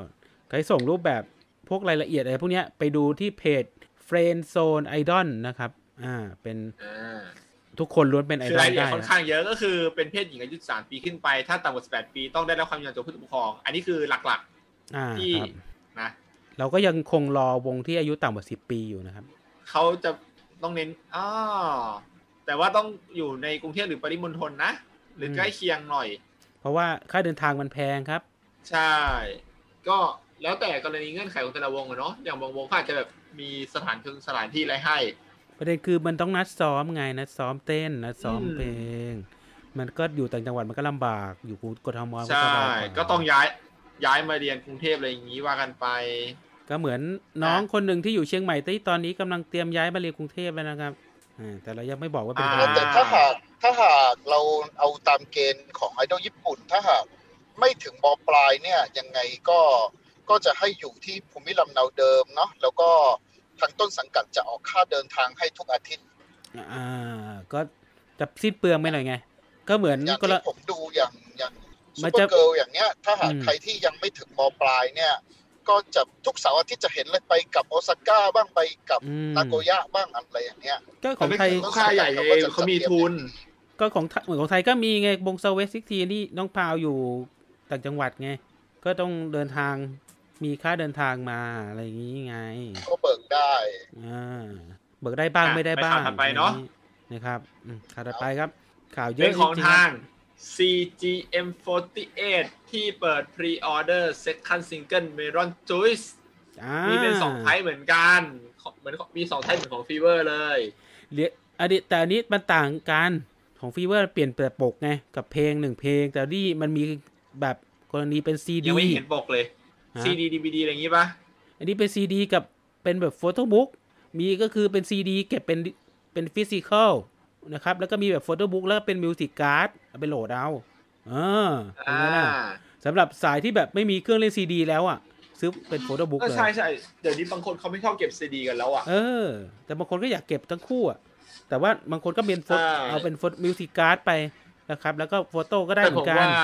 A: ใครส่งรูปแบบพวกรายละเอียดอะไรพวกเนี้ยไปดูที่เพจ Friend Zone Idol นะครับ อ่า เป็น
B: อ่า
A: ทุกคนล้วนเป็นไอ
B: คือ
A: ดอ
B: รา
A: ล
B: ยละเอียด
A: ได้
B: ค่อน
A: นะ
B: ข้างเยอะก็คือเป็นเพศหญิงอายุ3ปีขึ้นไป ถ้าต่ำกว่า 18 ปีต้องได้รับความยินยอมจากผู้ปกครอง อันนี้คือหลัก
A: อ่า
B: ๆที่
A: ครับ
B: นะ
A: เราก็ยังคงรอวงที่อายุต่ำกว่า 10 ปีอยู่นะครับ
B: เขาจะต้องเน้นอ๋อแต่ว่าต้องอยู่ในกรุงเทพหรือปริมณฑลนะ หรือใกล้เคียงหน่อย
A: เพราะว่าค่าเดินทางมันแพงครับ
B: ใช่ ก็แล้วแต่กรณีเงื่อนไขของแต่ละวงอะเนาะอย่างบางวงเขาอาจจะแบบมีสถานที่สถานที่อะไรให้
A: ประเด็นคือมันต้องนัดซ้อมไงนัดซ้อมเต้นนัดซ้อม
B: อืม
A: เพลง มันก็อยู่ต่างจังหวัดมันก็ลำบากอยู่กรุงกทมก็
B: ใช่
A: สบายว่า
B: ก็ต้องย้ายย้ายมาเรียนกรุงเทพอะไรอย่างนี้ว่ากันไป
A: ก็เหมือนน้อง
B: อ่ะ
A: คนหนึ่งที่อยู่เชียงใหม่ที่ตอนนี้กำลังเตรียมย้ายมาเรียนกรุงเทพแล้วนะครับอ่าแต่เรายังไม่บอกว่าเป็นใคร
B: อ่
D: แต่ถ้าหากถ้าหากเราเอาตามเกณฑ์ของไอดอลญี่ปุ่น ถ้าหากไม่ถึงมปลายเนี่ยยังไงก็ก็จะให้อยู่ที่ภูมิลำเนาเดิมเนาะแล้วก็ทางต้นสังกัดจะออกค่าเดินทางให้ทุกอาทิตย์
A: อ่าก็จะสิ้นเปลืองไปหน่อยไง ก็เหมือน
D: อย่าง
A: ก็ละ
D: ที่ผมดูอย่างอย่างซู
A: มัน
D: เปอ
A: จะ
D: ร์เกิลอย่างเนี้ย ถ้าหาก
A: อืม
D: ใครที่ยังไม่ถึงมปลายเนี่ย ก็จะทุกเสาร์อาทิตย์จะเห็นเลยไปกับโอซาก้าบ้างไปกับ
A: อืม
D: นาโกย่าบ้างอะไรอย่างเงี้ย
A: ก็ของไทย
B: แต่ม่เกี่ยวกับค่าใหญ่เองเขามีทุน
A: ก็ของไทยเหมือนของไทยก็มีไงบงเซเวสซิกทีนี่น้องพาวอยู่ต่างจังหวัดไง ก็ต้องเดินทางมีค่าเดินทางมาอะไรอย่างนี้ไง
D: ก็เบิกได้ [laughs]
A: อ่าเบิกได้บ้าง
B: อ่ะ
A: ไม่ได้บ้าง
B: ไปข่าวถัดไปเนอะ
A: นะครับอืมข่าวถัดไปครับ ข่าวเย
B: เป็
A: อะ
B: นของ
A: จริๆครับ
B: ทาง CGM48 ที่เปิด Pre-order Second Single Melon Juice
A: อ่า
B: มีเป็นสองไทป์เหมือนกันของเหมือนของมีสองไทป์เหมือนของฟีเวอร์เลย
A: เรียอันนี้แต่อันนี้มันต่างกันของฟีเวอร์เปลี่ยนแต่ปกไงกับเพลงหนึ่งเพลง แต่นี่มันมีแบบกรณีเป็นซี
B: ยั
A: ดี
B: งไม่เห็นปกเลย
A: ฮะ
B: CD DVD อะไรอย่างงี้ปะ
A: อันนี้เป็นซีดีกับเป็นแบบโฟโต้บุ๊กมีก็คือเป็นซีดีเก็บเป็นเป็นฟิสิกอลนะครับ แล้วก็มีแบบโฟโต้บุ๊กแล้วก็เป็นมิวสิกการ์ดเอาไปโหลดเอาเออเป็น
B: อ่า
A: ไงล่ะสำหรับสายที่แบบไม่มีเครื่องเล่นซีดีแล้วอ่ะ ซื้อเป็นโฟโต้บุ๊ก
B: ก็
A: เลย
B: ใช่ใช่เดี๋ยวนี้บางคนเขาไม่ชอบเก็บซีดีกันแล้วอ่ะ
A: เออ แต่บางคนก็อยากเก็บทั้งคู่อ่ะแต่ว่าบางคนก็เป็นโฟ
B: ใช่
A: เอาเป็นโฟมิวสิกการ์ดไปนะครับ แล้วก็โฟโต้ก็ได้
B: แต่
A: เหมือ
B: ผม
A: นกัน
B: ว่า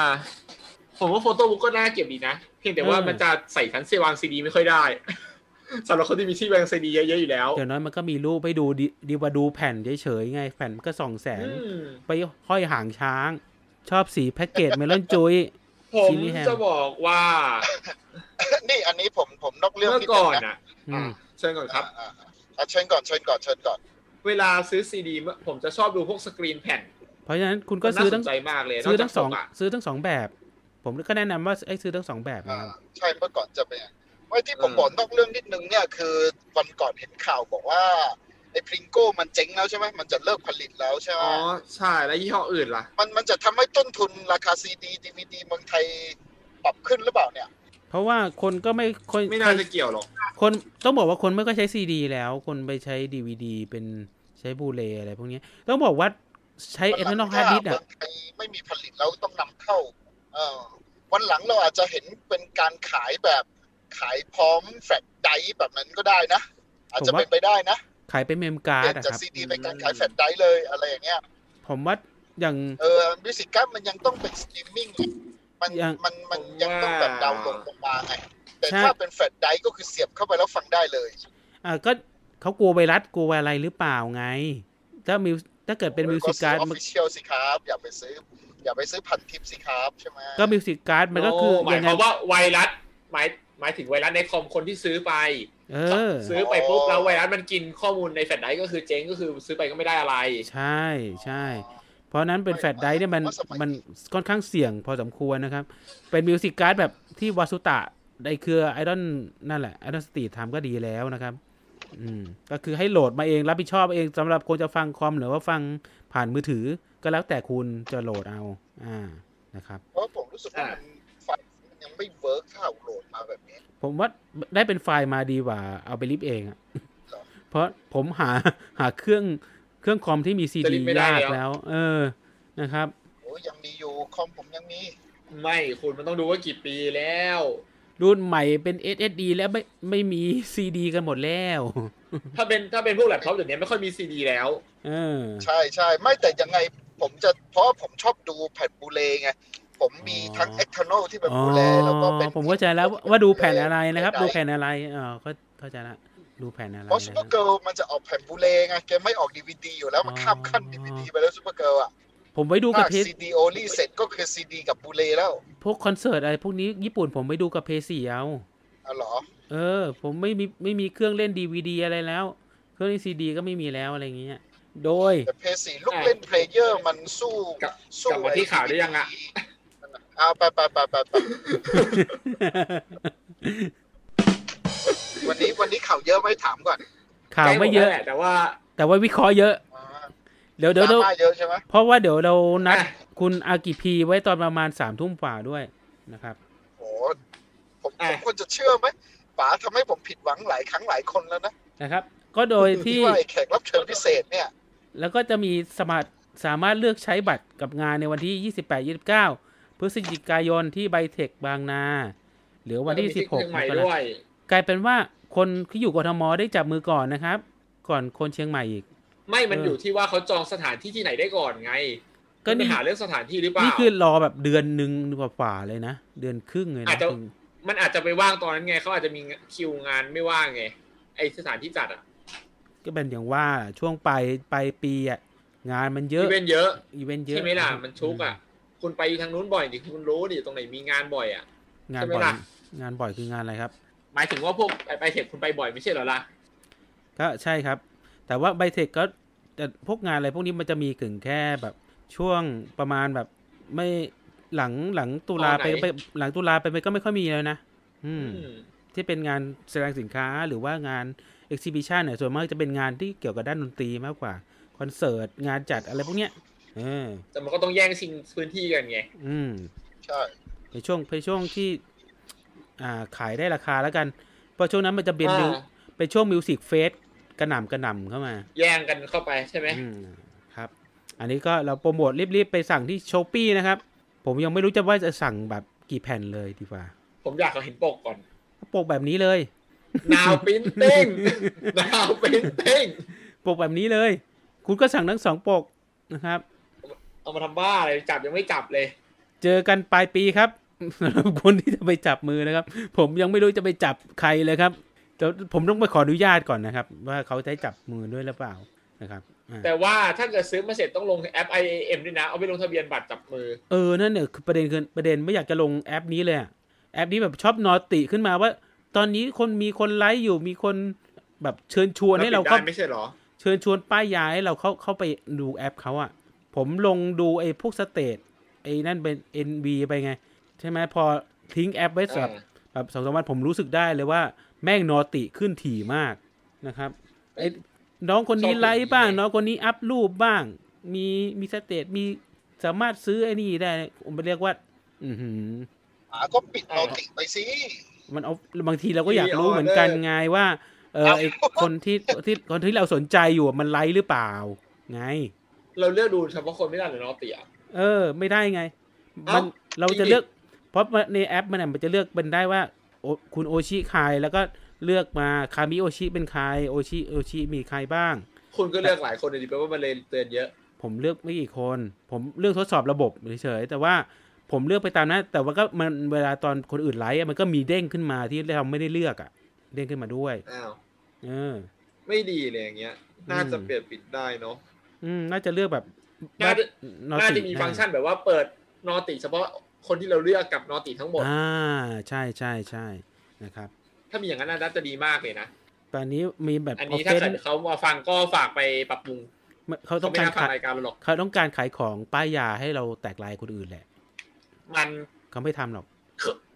B: ผมว่าโฟโต้บุ๊กก็น่าเก็บดีนะ เพียงแต่ว่า
A: เออ
B: มันจะใส่ชั้นเซวางซีดีไม่ค่อยได้ [laughs] สำหรับคนที่มีที่วางซีดีเยอะๆอยู่แล้ว
A: เดี๋ยวน้อยมันก็มีรูปให้ดูดีดีกว่าดูแผ่นเฉยๆไง แผ่นมันก็ส่องแสง
B: อืม
A: ไปห้อยหางช้าง ชอบสีแพ็กเกจเมลอนจุย
B: ผม
A: ซีรีส์แฮม
B: จะบอกว่า
D: นี่อันนี้ผมผมนอกเรื่อง
B: เมื่อ
D: นิดนึ
B: ก่
D: ง
B: อน
D: นะ
B: อ่ะ
A: อืม
B: เชิญก่อนครับ
D: อ่าอ่าเชิญก่อนเชิญก่อนเชิญก่อน
B: เวลาซื้อซีดีเมื่อผมจะชอบดูพวกสกรีนแผ่น
A: เพราะฉะนั้นคุณก็
B: มันน่า
A: ซื้อ
B: ส
A: ทั้ง
B: นใจมากเลยน
A: ซื้อก
B: จา
A: ทั้
B: ก
A: งสอง
B: ปกะ
A: ซื้อทั้งสองแบบ ผมก็แนะนำว่าไอ้ยซื้อทั้งสองแบบนะครับ
D: ใช่เมื่อก่อนจะเป็นอย่างนั้นไม่ที่ผม
B: เออ
D: บอกนอกเรื่องนิดนึงเนี่ยคือวันก่อนเห็นข่าวบอกว่าไอ้พริงโก้มันเจ๊งแล้วใช่ไหมมันจะเลิกผลิตแล้วใช่ไหม
B: อ๋อใช่แล้วยี่ห้ออื่นล่ะ
D: มันมันจะทำให้ต้นทุนราคาซีดีดีวีดีเมืองไทยปรับขึ้นหรือเปล่าเนี่ย
A: เพราะว่าคนก็ไม่คน
B: ไม่น่าจะเกี่ยวหรอก
A: คนต้องบอกว่าคนไม่ก็ใช้ซีดีแล้ว คนไปใช้ดีวดีเป็นใช้บูเลอะไรพวกนี้ ต้องบอกว่าใช้
D: วั
A: เอ็นเท
D: นห
A: อร์น
D: ลั
A: อง ฮาร์ดดิส
D: ถ้า
A: อ่ะ
D: เมืองไทยไม่มีผลิตแล้วต้องนำเข้าเออวันหลังเราอาจจะเห็นเป็นการขายแบบขายพร้อมแฟลชไดรฟ์แบบนั้นก็ได้นะ อาจจะ
A: ผมว่า
D: เป็นไปได้นะ
A: ขายเป็นเมม
D: เป
A: การ์
D: ลี่
A: ด
D: ยน
A: อะ
D: จาก
A: ครับ
D: ซีดีเป็นการขายแฟลชไดรฟ์เลยอะไรอย่างเงี้ย
A: ผมว่าอย่าง
D: เออมิวสิกกมันยังต้องเป็นสตรีมมิ่งอะมัน
A: ยัง
D: มันมันยังต้องแบบดาวน์โหลดลงมาไง แต่ถ้าเป็นแฟลชไดรฟ์ก็คือเสียบเข้าไปแล้วฟังได้เลย
A: อ่าก็เขากลัวไวรัสกลัวอะไรหรือเปล่าไง ถ้ามิวถ้าเกิดเป็นมิวสิกการ์ด
D: ก็ซื้อออฟฟิเชียลสิครับ อย่าไปซื้อ อย่าไปซื้อพันทิปสิครับใช่ไหม
A: ก็มิวสิกการ์ดมันก็คือ
B: โหมาย
A: ยัง
B: ค
A: ไง
B: วามว่าไวรัสหมายหมายถึงไวรัสในคอมคนที่ซื้อไป
A: เออ
B: ซื้อไปปุ๊บแล้วไวรัสมันกินข้อมูลในแฟลชไดรฟ์ก็คือเจ๊งก็คือซื้อไปก็ไม่ได้อะไร
A: ใช่ใช่ เพราะฉะนั้นเป็นแฟลชไดรฟ์เนี่ยมันมันค่อนข้างเสี่ยงพอสมควรนะครับ เป็นมิวสิกการ์ดแบบที่วาสุตะในเครือไอดอนนั่นแหละไอดอนสตรีททำก็ดีแล้วนะครับ อืมก็คือให้โหลดมาเองรับผิดชอบเองสำหรับคนจะฟังคอมหรือว่าฟังผ่านมือถือก็แล้วแต่คุณจะโหลดเอา อ่านะครับ
D: เพราะผมรู้สึกว่ามันไฟล์มันยังไม่เวิร์กถ้าเอาโหลดมาแบบนี้
A: ผมว่าได้เป็นไฟล์มาดีกว่า เอาไปริบเองอะ [laughs]
D: หรอ
A: เพราะผมหาหาเครื่องเครื่องคอมที่มีซี
B: จะริ
A: ดี
B: บไม่ได้
A: ยาก
B: แล้ว
A: แล้ว เออนะครับ
D: โอ้ยยังมีอยู่คอมผมยังมี
B: ไม่คุณมันต้องดูว่ากี่ปีแล้ว
A: รุ่นใหม่เป็น SSD แล้วไม่ไม่มี CD กันหมดแล้ว
B: ถ้าเป็นถ้าเป็นพวกแล็ปท็อปเดี๋ยวนี้ไม่ค่อยมีซีดีแล้ว
A: เออ
D: ใช่ใช่ไม่แต่ยังไงผมจะเพราะผมชอบดูแผ่นบูเลไง ผมมีทั้ง
A: อ๋อ
D: external ที่เป็น
A: อ๋อ
D: บูเลแล้วก็เป็น
A: ผมเข้าใจแล้วว่าดูแผ่นอะไรนะครับ
D: ใดๆ
A: ดูแผ่นอะไรอ๋อเข้าเข้าใจละดูแผ่นอะไร
D: เพราะซูเปอร์เกิ
A: นะ
D: ลมันจะออกแผ่นบูเลไงแกไม่ออกดีวดีอยู่แล้ว มันข้ามขั้น
A: อ๋อ
D: ดีวดีไปแล้วซูเปอร์เกิลอ่ะ
A: ผมไปดูกับ
D: ถ้า
A: เพจ
D: ซีดีโอลี่เสร็จก็คือซีดีกับบูเลแล้ว
A: พวกคอนเสิร์ตอะไรพวกนี้ญี่ปุ่นผมไปดูกับเพจสี่เอา
D: อ๋อเหรอ
A: เออ ผมไม่มีไม่มีเครื่องเล่นดีวดีอะไรแล้ว เครื่องเล่นซีดีก็ไม่มีแล้วอะไรอย่างเงี้ย โด
D: [laughs]
A: ย
D: แต่เพสีลูกเล่นเพลเยอร์มันสู้
B: กลับ
D: สู้
B: กลับมาที่ข่าวได้ยังอะ
D: [laughs] เอาไปไปไปไปไปวันนี้วันนี้ข่าวเยอะไหม่ถามก่อน
A: ข่าวไม่เยอะ
B: ใกล้หดแล้วแหลแต่ว่า
A: แต่ว่าวิเคราะห์เยอะ
D: อ่า
A: เดี๋ยวเดี๋ยว
D: ด
A: เดี๋ยว
D: ราม่าเยอะใช่ไหม
A: เพราะว่าเดี๋ยวเรานัด
B: อ่ะ
A: คุณอากิพีไว้ตอนประมาณสามทุ่มกว่าด้วยนะครับ
D: โอ้ผมผ
B: อ่ะ
D: มควรจะเชื่อไหมป๋าทำให้ผมผิดหวังหลายครั้งหลายคนแล้วนะ
A: นะครับ ก็โดยที่
D: ว่าไอ้แขกรับเชิญพิเศษเนี่ย
A: แล้วก็จะมีสมัครสามารถเลือกใช้บัตรกับงานในวันที่ 28 29 พฤศจิกายนที่ไบเทคบางนา หรือวันที่
B: มี
A: 16
B: เชียงใหม่
A: มก
B: ด้ว
A: ราคม
B: ย
A: กลายเป็นว่าคนที่อยู่กทมได้จับมือก่อนนะครับ ก่อนคนเชียงใหม่อีก
B: ไม่มัน
A: เออ
B: อ
A: อ
B: ยู่ที่ว่าเขาจองสถานที่ที่ไหนได้ก่อนไง
A: ก็
B: มีปั
A: นี่
B: ญหาเรื่องสถานที่หรือเปล่า
A: นี่คือรอแบบเดือนหนึ่งกว่าๆเลยนะ เดือนครึ่งเลยนะ
B: อาจจะ
A: คุณ
B: มันอาจจะไปว่างตอนนั้นไงเขาอาจจะมีคิวงานไม่ว่างไงไอสถานที่จัดอะ
A: ก็เป็นอย่างว่าช่วงปลายปลายปีอะงานมันเย
B: อี
A: อะ
B: เวนต์เยอะ
A: อีเวนต์เยอะ
B: ใช่ไหมล่ะ
A: ครับ
B: มันชุกอะคุณไปทางนู้นบ่อยดิคุณรู้ดิตรงไหนมีงานบ่อยอะ
A: งาน
B: ใช่ไหม
A: บ่อย
B: ล่ะ
A: งานบ่อยคืองานอะไรครับ
B: หมายถึงว่าพวกไปเทคคุณไปบ่อยไม่ใช่เหรอล่ะ
A: ก็ใช่ครับ แต่ว่าไบเทคก็แต่พวกงานอะไรพวกนี้มันจะมีกึ่งแค่แบบช่วงประมาณแบบไม่หลังหลังตุลา
B: ตอนไหน
A: ไปไปหลังตุลาไปมันก็ไม่ค่อยมีแล้วนะ อืม ที่เป็นงานแสดงสินค้าหรือว่างานเอ็กซิบิชันเนี่ยส่วนมากจะเป็นงานที่เกี่ยวกับด้านดนตรีมากกว่า คอนเสิร์ต งานจัดอะไรพวกเนี้ยเออ
B: แต่มันก็ต้องแย่งชิงพื้นที่กันไง
A: อืม
D: ใช่
A: ในช่วงในช่วงที่ อ่าขายได้ราคาแล้วกัน เพราะช่วงนั้นมันจะเป็น
B: อ่า
A: มิวเป็นช่วงมิวสิกเฟสกระหน่ำกระหน่ำเข้ามา
B: แย่งกันเข้าไปใช่ไหม
A: อืมครับ อันนี้ก็เราโปรโมทรีบๆ ไปสั่งที่ช้อปปีนะครับ ผมยังไม่รู้จะว่าจะสั่งแบบกี่แผ่นเลยดีกว่า
B: ผมอยากเห็นปกก่อน [laughs]
A: ปกแบบนี้เลย
B: now [laughs] printing now printing
A: ปกแบบนี้เลย คุณก็สั่งทั้งสองปกนะครับ
B: เอามาทำบ้าอะไรจับยังไม่จับเลย
A: เจอกันปลายปีครับ [laughs] สำหรับคนที่จะไปจับมือนะครับ ผมยังไม่รู้จะไปจับใครเลยครับแต่ผมต้องไปขออนุญาตก่อนนะครับ ว่าเขาจะให้จับมือด้วยหรือเปล่านะครับอ่า
B: แต่ว่าถ้าเกิดซื้อมาเสร็จต้องลงแอป IAM ด้วยนะ เอาไปลงทะเบียนบัตรจับมือ
A: เออนั่นเนี่ยคือประเด็นคือประเด็นไม่อยากจะลงแอปนี้เลยอะแอปนี้แบบชอบนอติขึ้นมาว่า ตอนนี้คนมีคนไลค์อยู่มีคนแบบเชิญชวนให้เรา
B: แล้ว
A: เข้า
B: ปิดได้ไม่ใช่เหรอ
A: เชิญชวนป้ายยาให้เราเข้าเข้าไปดูแอปเขาอะผมลงดูไอ้พวกสเตตไอ้นั่นเป็น NB ไปไง ใช่ไหมพอทิ้งแอปไว้สับ
B: อ่า
A: แบบสองสามวันผมรู้สึกได้เลยว่าแม่งนอติขึ้นถี่มากนะครับไอ้น้องคนนี้ไลค์บ้าง น้องคนนี้อัพรูปบ้าง มีมีสเตตมีสามารถซื้อไอ้นี่ได้ ผมเรียกว่า อือหือ
D: หมาก็ปิดนอติไปสิ
A: มันเอาบางทีเราก็อยากรู้เหมือนกันไงว่า เออไอ้คนที่ที่คนที่เราสนใจอยู่อะมันไลค์หรือเปล่า ไง
B: เราเลือกดูเฉพาะคนไม่ได้หรือนอเตีย
A: เออ ไม่ได้ไง
B: เอ้ามั
A: มันเราจะ
B: จริงดิ
A: เลือก เพราะว่าในแอปมันน่ะมันจะเลือกเป็นได้ว่าโอคุณโอชิใครแล้วก็เลือกมาคามิโอชิเป็นใครโอชิโอชิมีใครบ้าง
B: คุณก็เลือกหลายคนเลยดีแปลว่ามันเลยเตือนเยอะ
A: ผมเลือกไม่กี่คน ผมเลือกทดสอบระบบเฉยๆแต่ว่าผมเลือกไปตามนั้นแต่ว่าก็มันเวลาตอนคนอื่นไลค์อะมันก็มีเด้งขึ้นมาที่เราไม่ได้เลือกอะเด้งขึ้นมาด้วย
B: อ้าว
A: เออ
B: ไม่ดีเลยอย่างเงี้ย น่าจะเปลี่ยนปิดได้เนาะ
A: อืมน่าจะเลือกแบบ
B: น่าจะ
A: นอติ
B: น่าจะมีฟังก์ชันแบบว่าเปิดนอติเฉพาะคนที่เราเลือกกับนอติทั้งหมด
A: อ่าใช่ใช่ใช่นะครับ
B: ถ้ามีอย่างนั้นน่าจะดีมากเลยนะ
A: ตอนนี้มีแบบ
B: อั
A: อ
B: น
A: อ
B: นี้
A: ฟ
B: ถ้า
A: เฟน
B: เกิดเขามาฟังก็ฝากไปปรับปรุง
A: เขาต้อ
B: เขา
A: ง
B: ไม่
A: การ
B: น่าฟั
A: ขา
B: ง
A: ย
B: รายการเราหรอก
A: เขาต้องการขายของป้ายยาให้เราแตกลายคนอื่นแหละ
B: มัน
A: เขาไม่ทำหรอก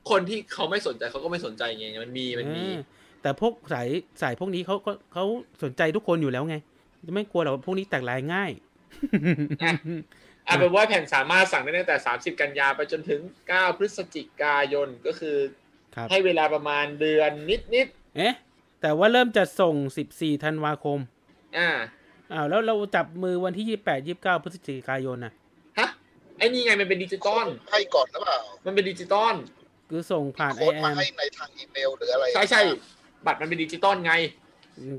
B: คนที่เขาไม่สนใจเขาก็ไม่สนใจไงมันมีมันมี
A: เออแต่พวกสายสายพวกนี้เขาก็เขาสนใจทุกคนอยู่แล้วไงไม่กลัวหรอกว่าพวกนี้แตกลายง่าย [laughs]
B: อ่ะเป็นว่าแผ่นสามารถสั่งได้ตั้งแต่ 30 กันยาไปจนถึง 9 พฤศจิกายนก็คือ
A: ครับ
B: ให้เวลาประมาณเดือนนิด
A: เอ๊ะแต่ว่าเริ่มจะส่ง 14ธันวาคม
B: ๆอ่า
A: อ้าวแล้วเราจับมือวันที่ 28 29พฤศจิกายนนะ
B: ฮะ ไอ้นี่ไงมันเป็นดิจิตอล
D: ให้ก่อนหรือเปล่า
B: มันเป็นดิจิตอล
A: คือส่งผ่านไอ
D: โค้ด
A: แอ
D: มาม ให้ในทางอีเมลหรืออะไร
B: ใช่ใช่บัตรมันเป็นดิจิตอลไง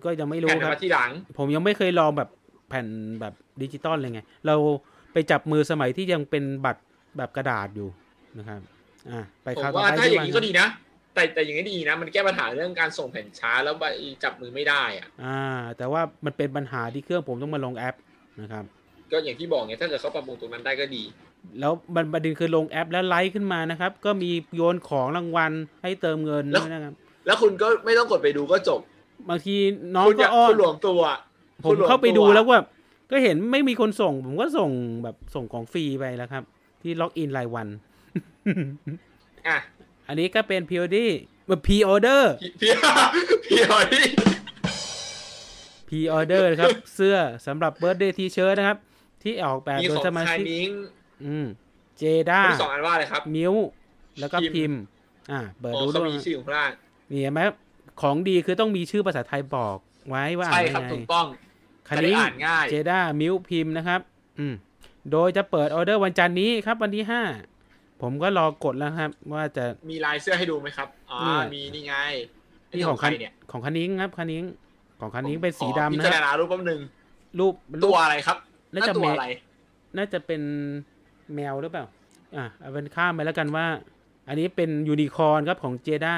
A: ก็ยังไม่
B: แผ่
A: รู้
B: น
A: ค
B: มัน
A: รับ
B: มาทีหลัง
A: ผมยังไม่เคยลองแบบแผ่นแบบดิจิตอลเลยไง เราไปจับมือสมัยที่ยังเป็นบัตรแบบกระดาษอยู่นะครับ อ่ะไป
B: ผม
A: ข่าวต่อ
B: ว่า
A: ไป
B: ถ้าอย่าง
A: ดี
B: นี้
A: ก
B: ก็
A: ว่า
B: ดีนะ แต่แต่อย่างนี้ดีนะ มันแก้ปัญหาเรื่องการส่งแผ่นช้าแล้วไปจับมือไม่ได้อะ
A: อ่า แต่ว่ามันเป็นปัญหาที่เครื่องผมต้องมาลงแอปนะครับ
B: ก็อย่างที่บอกไงถ้าเกิดเขาปรับปรุงตรงนั้นได้ก็ดี
A: แล้วมันประเด็นคือลงแอปแล้วไลค์ขึ้นมานะครับ ก็มีโยนของรางวัลให้เติมเงิน
B: แล้ว
A: ด้วยนะครับ
B: แล้วคุณก็ไม่ต้องกดไปดูก็จบ
A: บางทีน้อง
B: คุณอ
A: ก็
B: ยาก
A: อ้อ
B: คุ
A: น
B: ณหลวมตัวอะ
A: ผม
B: คุณหลว
A: เข้าไป
B: ตั
A: ดูแล้วว่าก็เห็นไม่มีคนส่ง ผมก็ส่งแบบส่งของฟรีไปแล้วครับ ที่ล็อกอินรายวัน
B: อ่ะ
A: อันนี้ก็เป็น POD แบบ P-order
B: พี่พี่หอย
A: พรีออเดอร์นะครับ เสื้อสำหรับเบิร์ d เดย์ทีเชิ้ตนะครับ ที่ออกแบบ
B: มี
A: โดย
B: ของ
A: สมา
B: ชาย
A: ชิก
B: มิง
A: อืมเจด้า
B: มีสองอันว่าอะไรครับ
A: มิวแล้วก็พิมพ์ อ่าเปิด
B: อ๋อ
A: ดู
B: เขา
A: ด้วย
B: มีชื่อของพลาด
A: นี่เห็นไหมของดีคือต้องมีชื่อภาษาไทยบอกไว้ว่า
B: ใช่
A: อ่าน
B: ครั
A: ยังไง
B: บถูกต้อง
A: คัน
B: จะได้
A: นี้
B: อ่านง่าย
A: เจด้ามิวพิมพ์นะครับ อืมโดยจะเปิดออเดอร์วันจันทร์นี้ครับ วันที่ห้าผมก็รอกดแล้วครับ ว่าจะ
B: มีลายเสื้อให้ดูไหมครับอ๋อ
A: เนี่ย
B: มีนี่ไงน
A: นี่
B: นี้
A: ของ
B: ใค
A: คั
B: ร
A: น
B: เนี่ย
A: ของคันนิ้งครับคันนิ้งของคันนิ้ง
B: ผม
A: เป็นสี
B: ขอ
A: ดำ
B: พิ
A: นะ
B: จาร
A: ครับ
B: ณารูปแป๊บนึง
A: รูปรู
B: ตั
A: ป
B: วอะไรครับ
A: น่าจะ
B: ตัว
A: แมว
B: อะไร
A: น่าจะเป็นแมวหรือเปล่า อ่ะเอาเป็นข้ามไปแล้วกันว่า อันนี้เป็นยูนิคอร์นครับของเจด้า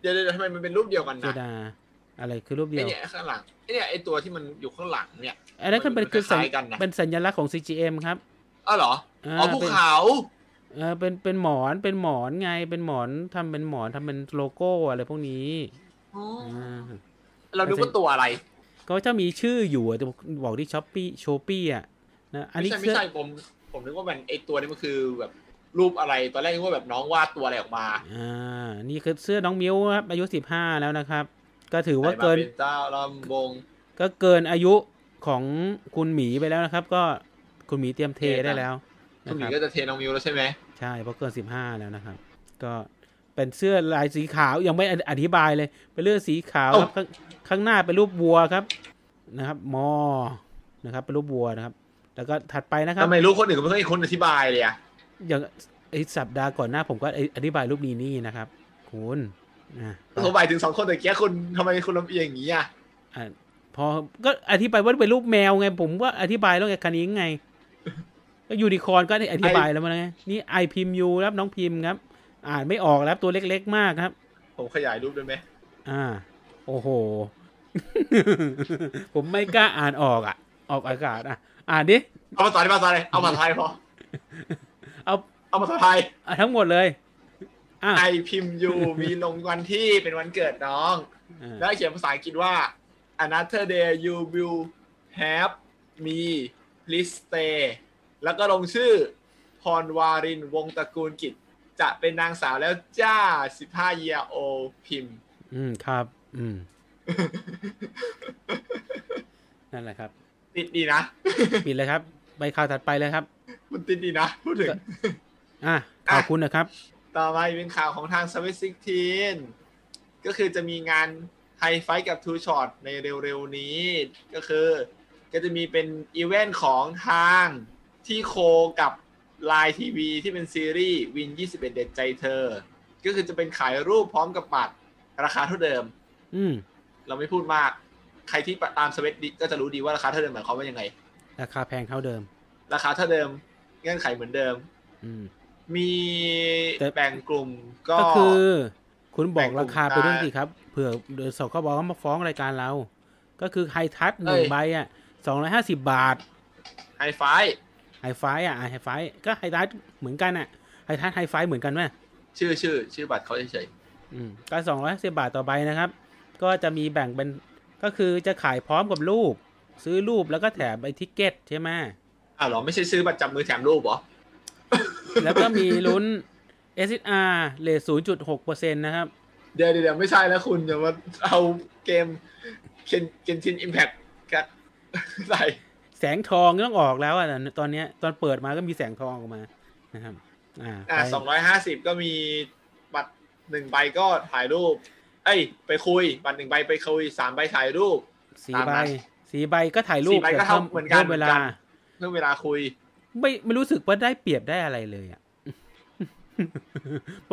B: เดี๋ยวเดี๋ยวทำไมมันเป็นรูปเดียวกัน
A: เจ
B: นะ
A: ดา อะไรคือรูปเดี
B: ไอ
A: ยว
B: เนี่ยข้างหลังไอเนี่ยไอตัวที่มันอยู่ข้างหลังเนี่ย
A: อันนั้นก็เป็นคือ
B: มั
A: สัญ
B: ล้ายๆกันนะ
A: เป็นสัญลักษณ์ของ CGM ครับ
B: อ้าวเหรออ๋อ
A: เออ
B: ภูเขา
A: เออเป็นเป็นหมอนเป็นหมอนไงเป็นหมอนทำเป็นหมอนทำเป็นโลโก้อะไรพวกนี้
B: อ๋อ
A: อ่า
B: เราดูว่าตัวอะไร
A: ก็จะมีชื่ออยู่อะแต่บอกที่ช้อปปี้โชปี้อ่ะนะอัน
B: ไม่
A: นี้
B: ใช่ไม่
A: เสื้อ
B: ใช่ผมผมนึกว่ามันไอตัวนี้มันคือแบบรูปอะไรตอนแรกนึกว่าแบบน้องวาดตัวอะไรออกมา
A: อ่านี่คือเสื้อน้องมิ้วครับอายุสิบห้าแล้วนะครับ ก็ถือว่าเกิน
B: อะไรมป็นเจ้าลำวง
A: ก็เกินอายุของคุณหมีไปแล้วนะครับ ก็คุณหมีเตรียมเท
B: เทนะ
A: ได้แล้ว
B: คุณหมี
A: นะค
B: ก็
A: รับ
B: จะเทน้องมิวแล้วใช่ไหม
A: ใช่เพราะเกินสิบห้าแล้วนะครับ ก็เป็นเสื้อลายสีขาวยังไม่อธิบายเลย เป็นเลือดสีขาวครับข้างข้างหน้าเป็นรูปวัวครับนะครับมอนะครับ เป็นรูปวัวนะครับ แล้วก็ถัดไปนะครับ
B: ทำไมรูปคนอื่นก็ไม่ต้องให้คนอธิบายเลยอะ
A: อย่างไอสัปดาห์ก่อนหน้าผมก็อธิบายรูปนี้นี่นะครับ คุณ อ่ะ
B: ผมหมายถึงสองคนแต่เกี้ยคุณทำไมคุณลำเอียงอย่างนี้อ่ะ
A: อ่ะพอก็อธิบายว่าเป็นรูปแมวไง ผมก็อธิบายแล้วไงคันนี้ไง ก็ยูนิคอร์นก็ได้อธิบายแล้วมันไงนี่ไอพิมพ์ยูครับน้องพิมพ์ครับ อ่านไม่ออกแล้วตัวเล็กๆมากครับ
B: ผมขยายรูปได้ไหม
A: อ่า โอ้โห [laughs] ผมไม่กล้าอ่านออกอ่ะ ออกอากาศอ่ะ อ่านดิ
B: เอามาสอนได้มาสอนเลยเอามาสอนไทยพอ
A: เอา
B: เอามาสอนไทย
A: เอาทั้งหมดเลยอ่ะ
B: ไอพิมพ์ยูมีลงวันที่เป็นวันเกิดน้อง
A: อ่ะ
B: แล้วเขียนภาษาอังกฤษว่า another day you will have me please stay แล้วก็ลงชื่อพรวารินวงศ์ตระกูลกิจ จะเป็นนางสาวแล้วจ้า 15 year old พิมพ์
A: อืมครับ อืม นั่นแหละครับ
B: [laughs] ติดดีนะ
A: ปิดเลยครับ ไปข่าวถัดไปเลยครับ
B: มันติดดีนะ พูดถึง
A: อ่ะขอบคุณนะครับ
B: ต่อไปเป็นข่าวของทาง s วิตซิกทีนก็คือจะมีงานไฮไฟกับทูช็อตในเร็วๆนี้ ก็คือก็จะมีเป็นอีเวนต์ของทางที่โคกับ Line ทีวีที่เป็นซีรีส์วิน 21 เด็ดใจเธอ ก็คือจะเป็นขายรูปพร้อมกับบัตรราคาเท่าเดิม
A: อืม
B: เราไม่พูดมาก ใครที่ตามสวิตก็จะรู้ดีว่าราคาเท่าเดิมหมายความว่ายังไง
A: ราคาแพงเท่าเดิม
B: ราคาเท่าเดิมเงื่อนไขเหมือนเดิม
A: อืม
B: มี
A: แต่
B: แบ่งกลุ่มก็
A: ก็คือ คุณบอก
B: แบ่งกลุ่ม
A: ราคาไปด้วยสิครับ เผื่อเดยวสกบเขามาฟ้องรายการเรา ก็คือไฮทัชหนึ่ง
B: เอ้ย
A: ใบอ่ะสองร้อยห้าสิบบาท
B: ไฮไฟ
A: ไฮไฟอ่ะไฮไฟก็ไฮทัชเหมือนกันอ่ะไฮทัชไฮไฟเหมือนกันไหม
B: ชื่อชื่อชื่อบัตรเขาเฉย
A: อืมก็สองร้อยสิบบาทต่อใบนะครับ ก็จะมีแบ่งเป็นก็คือจะขายพร้อมกับรูป ซื้อรูปแล้วก็แถมไอทิกเก็ตใช่ไหม
B: ๆอ้าวเหรอ ไม่ใช่ซื้อบัตรจับมือแถมรูปเหรอ
A: แล้วก็มีลุ้น SSR เลทศูนย์จุดหกเปอร์เซ็นต์นะครับ
B: เดี๋ยวเดี๋ยวเดี๋ยวไม่ใช่แล้วคุณอย่ามาเอาเกมเคนเคนชินอิมแพคกัน [laughs] ใส่
A: แสงทองต้องออกแล้วอ่ะตอนเนี้ยตอนเปิดมาก็มีแสงทองออกมานะครับ อ่า
B: อ่าสองร้อยห้าสิบก็มีบัตรหนึ่งใบก็ถ่ายรูป เอ้ย ไปคุย บัตรหนึ่งใบไปคุยสามใบถ่ายรูป
A: สี่
B: ตาม
A: ใบ
B: นั้น
A: สี่ใบก็ถ่ายรูป
B: สี่ใบก็
A: แต่พิ่
B: เท่าเหมือนกัน
A: พิ่เว
B: เหมื
A: ลา
B: อนกัน เรื่องเวลาคุย
A: ไม่ไม่รู้สึกว่าได้เปรียบได้อะไรเลยอ่ะ [laughs]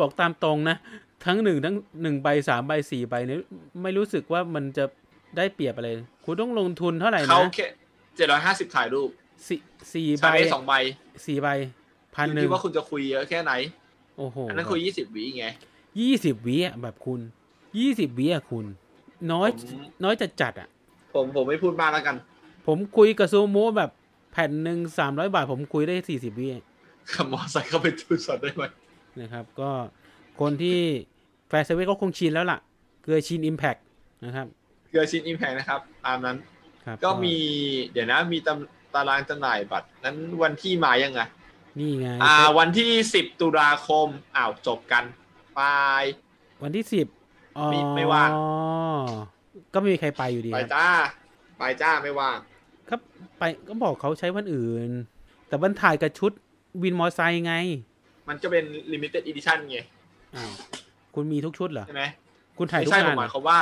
A: บอกตามตรงนะ ทั้งหนึ่งทั้งหนึ่งใบสามใบสี่ใบเนี่ยไม่รู้สึกว่ามันจะได้เปรียบอะไร คุณต้องลงทุนเท่าไหร่
B: เขา
A: นะ
B: แค่เจ็ดร้อยห้าสิบถ่ายรูป
A: สี่สี่ใบ
B: ใช้ได้สองใบ
A: สี่ใบพัน
B: อยู่
A: หนึ่ง
B: ที่ว่าคุณจะคุยเยอะแค่ไหน
A: โอ้โห
B: อันนั้นคุยยี่สิบวิไง
A: ยี่สิบวิอ่ะแบบคุณยี่สิบวิอ่ะคุณ น้อย
B: ผม
A: น้อยจัดจัดๆอ่ะ
B: ผมผมไม่พูดมากแล้วกัน
A: ผมคุยกับซูโม่แบบแผ่นหนึ่งสามร้อยบาท ผมคุยได้สี่สิบวิ
B: ขับมอไซค์เข้าไปดูสดได้ไหม
A: นะครับ ก็คนที่แฟร์เซเว่นก็คงชินแล้วล่ะ เกลือชินอิมแพกนะครับ
B: เกลือชิ้นอิมแพกนะครับตามนั้น
A: ครับ
B: ก็มีเดี๋ยวนะมีตำตารางจำหน่ายบัตร นั้นวันที่มายังไง
A: นี่ไง
B: อ่า วันที่ 10 ตุลาคมอ้าวจบกันไป
A: วันที่สิบอ๋อ
B: มีไม่ว่าง
A: ก็ไม่มีใครไปอยู่ดีค
B: ไป
A: รับ
B: จ้า ไปจ้าไม่ว่าง
A: ครับไปก็บอกเขาใช้วันอื่น แต่บันถ่ายกับชุดวินมอไซค์ไง
B: มันก็เป็นลิมิเต็ดอีดิชั่นไง
A: อ้าวคุณมีทุกชุดเหรอ
B: ใช่ไหม
A: คุณถ่าย
B: ไม่
A: ทุก
B: ใช่ผ
A: งาม น
B: หมายความว่า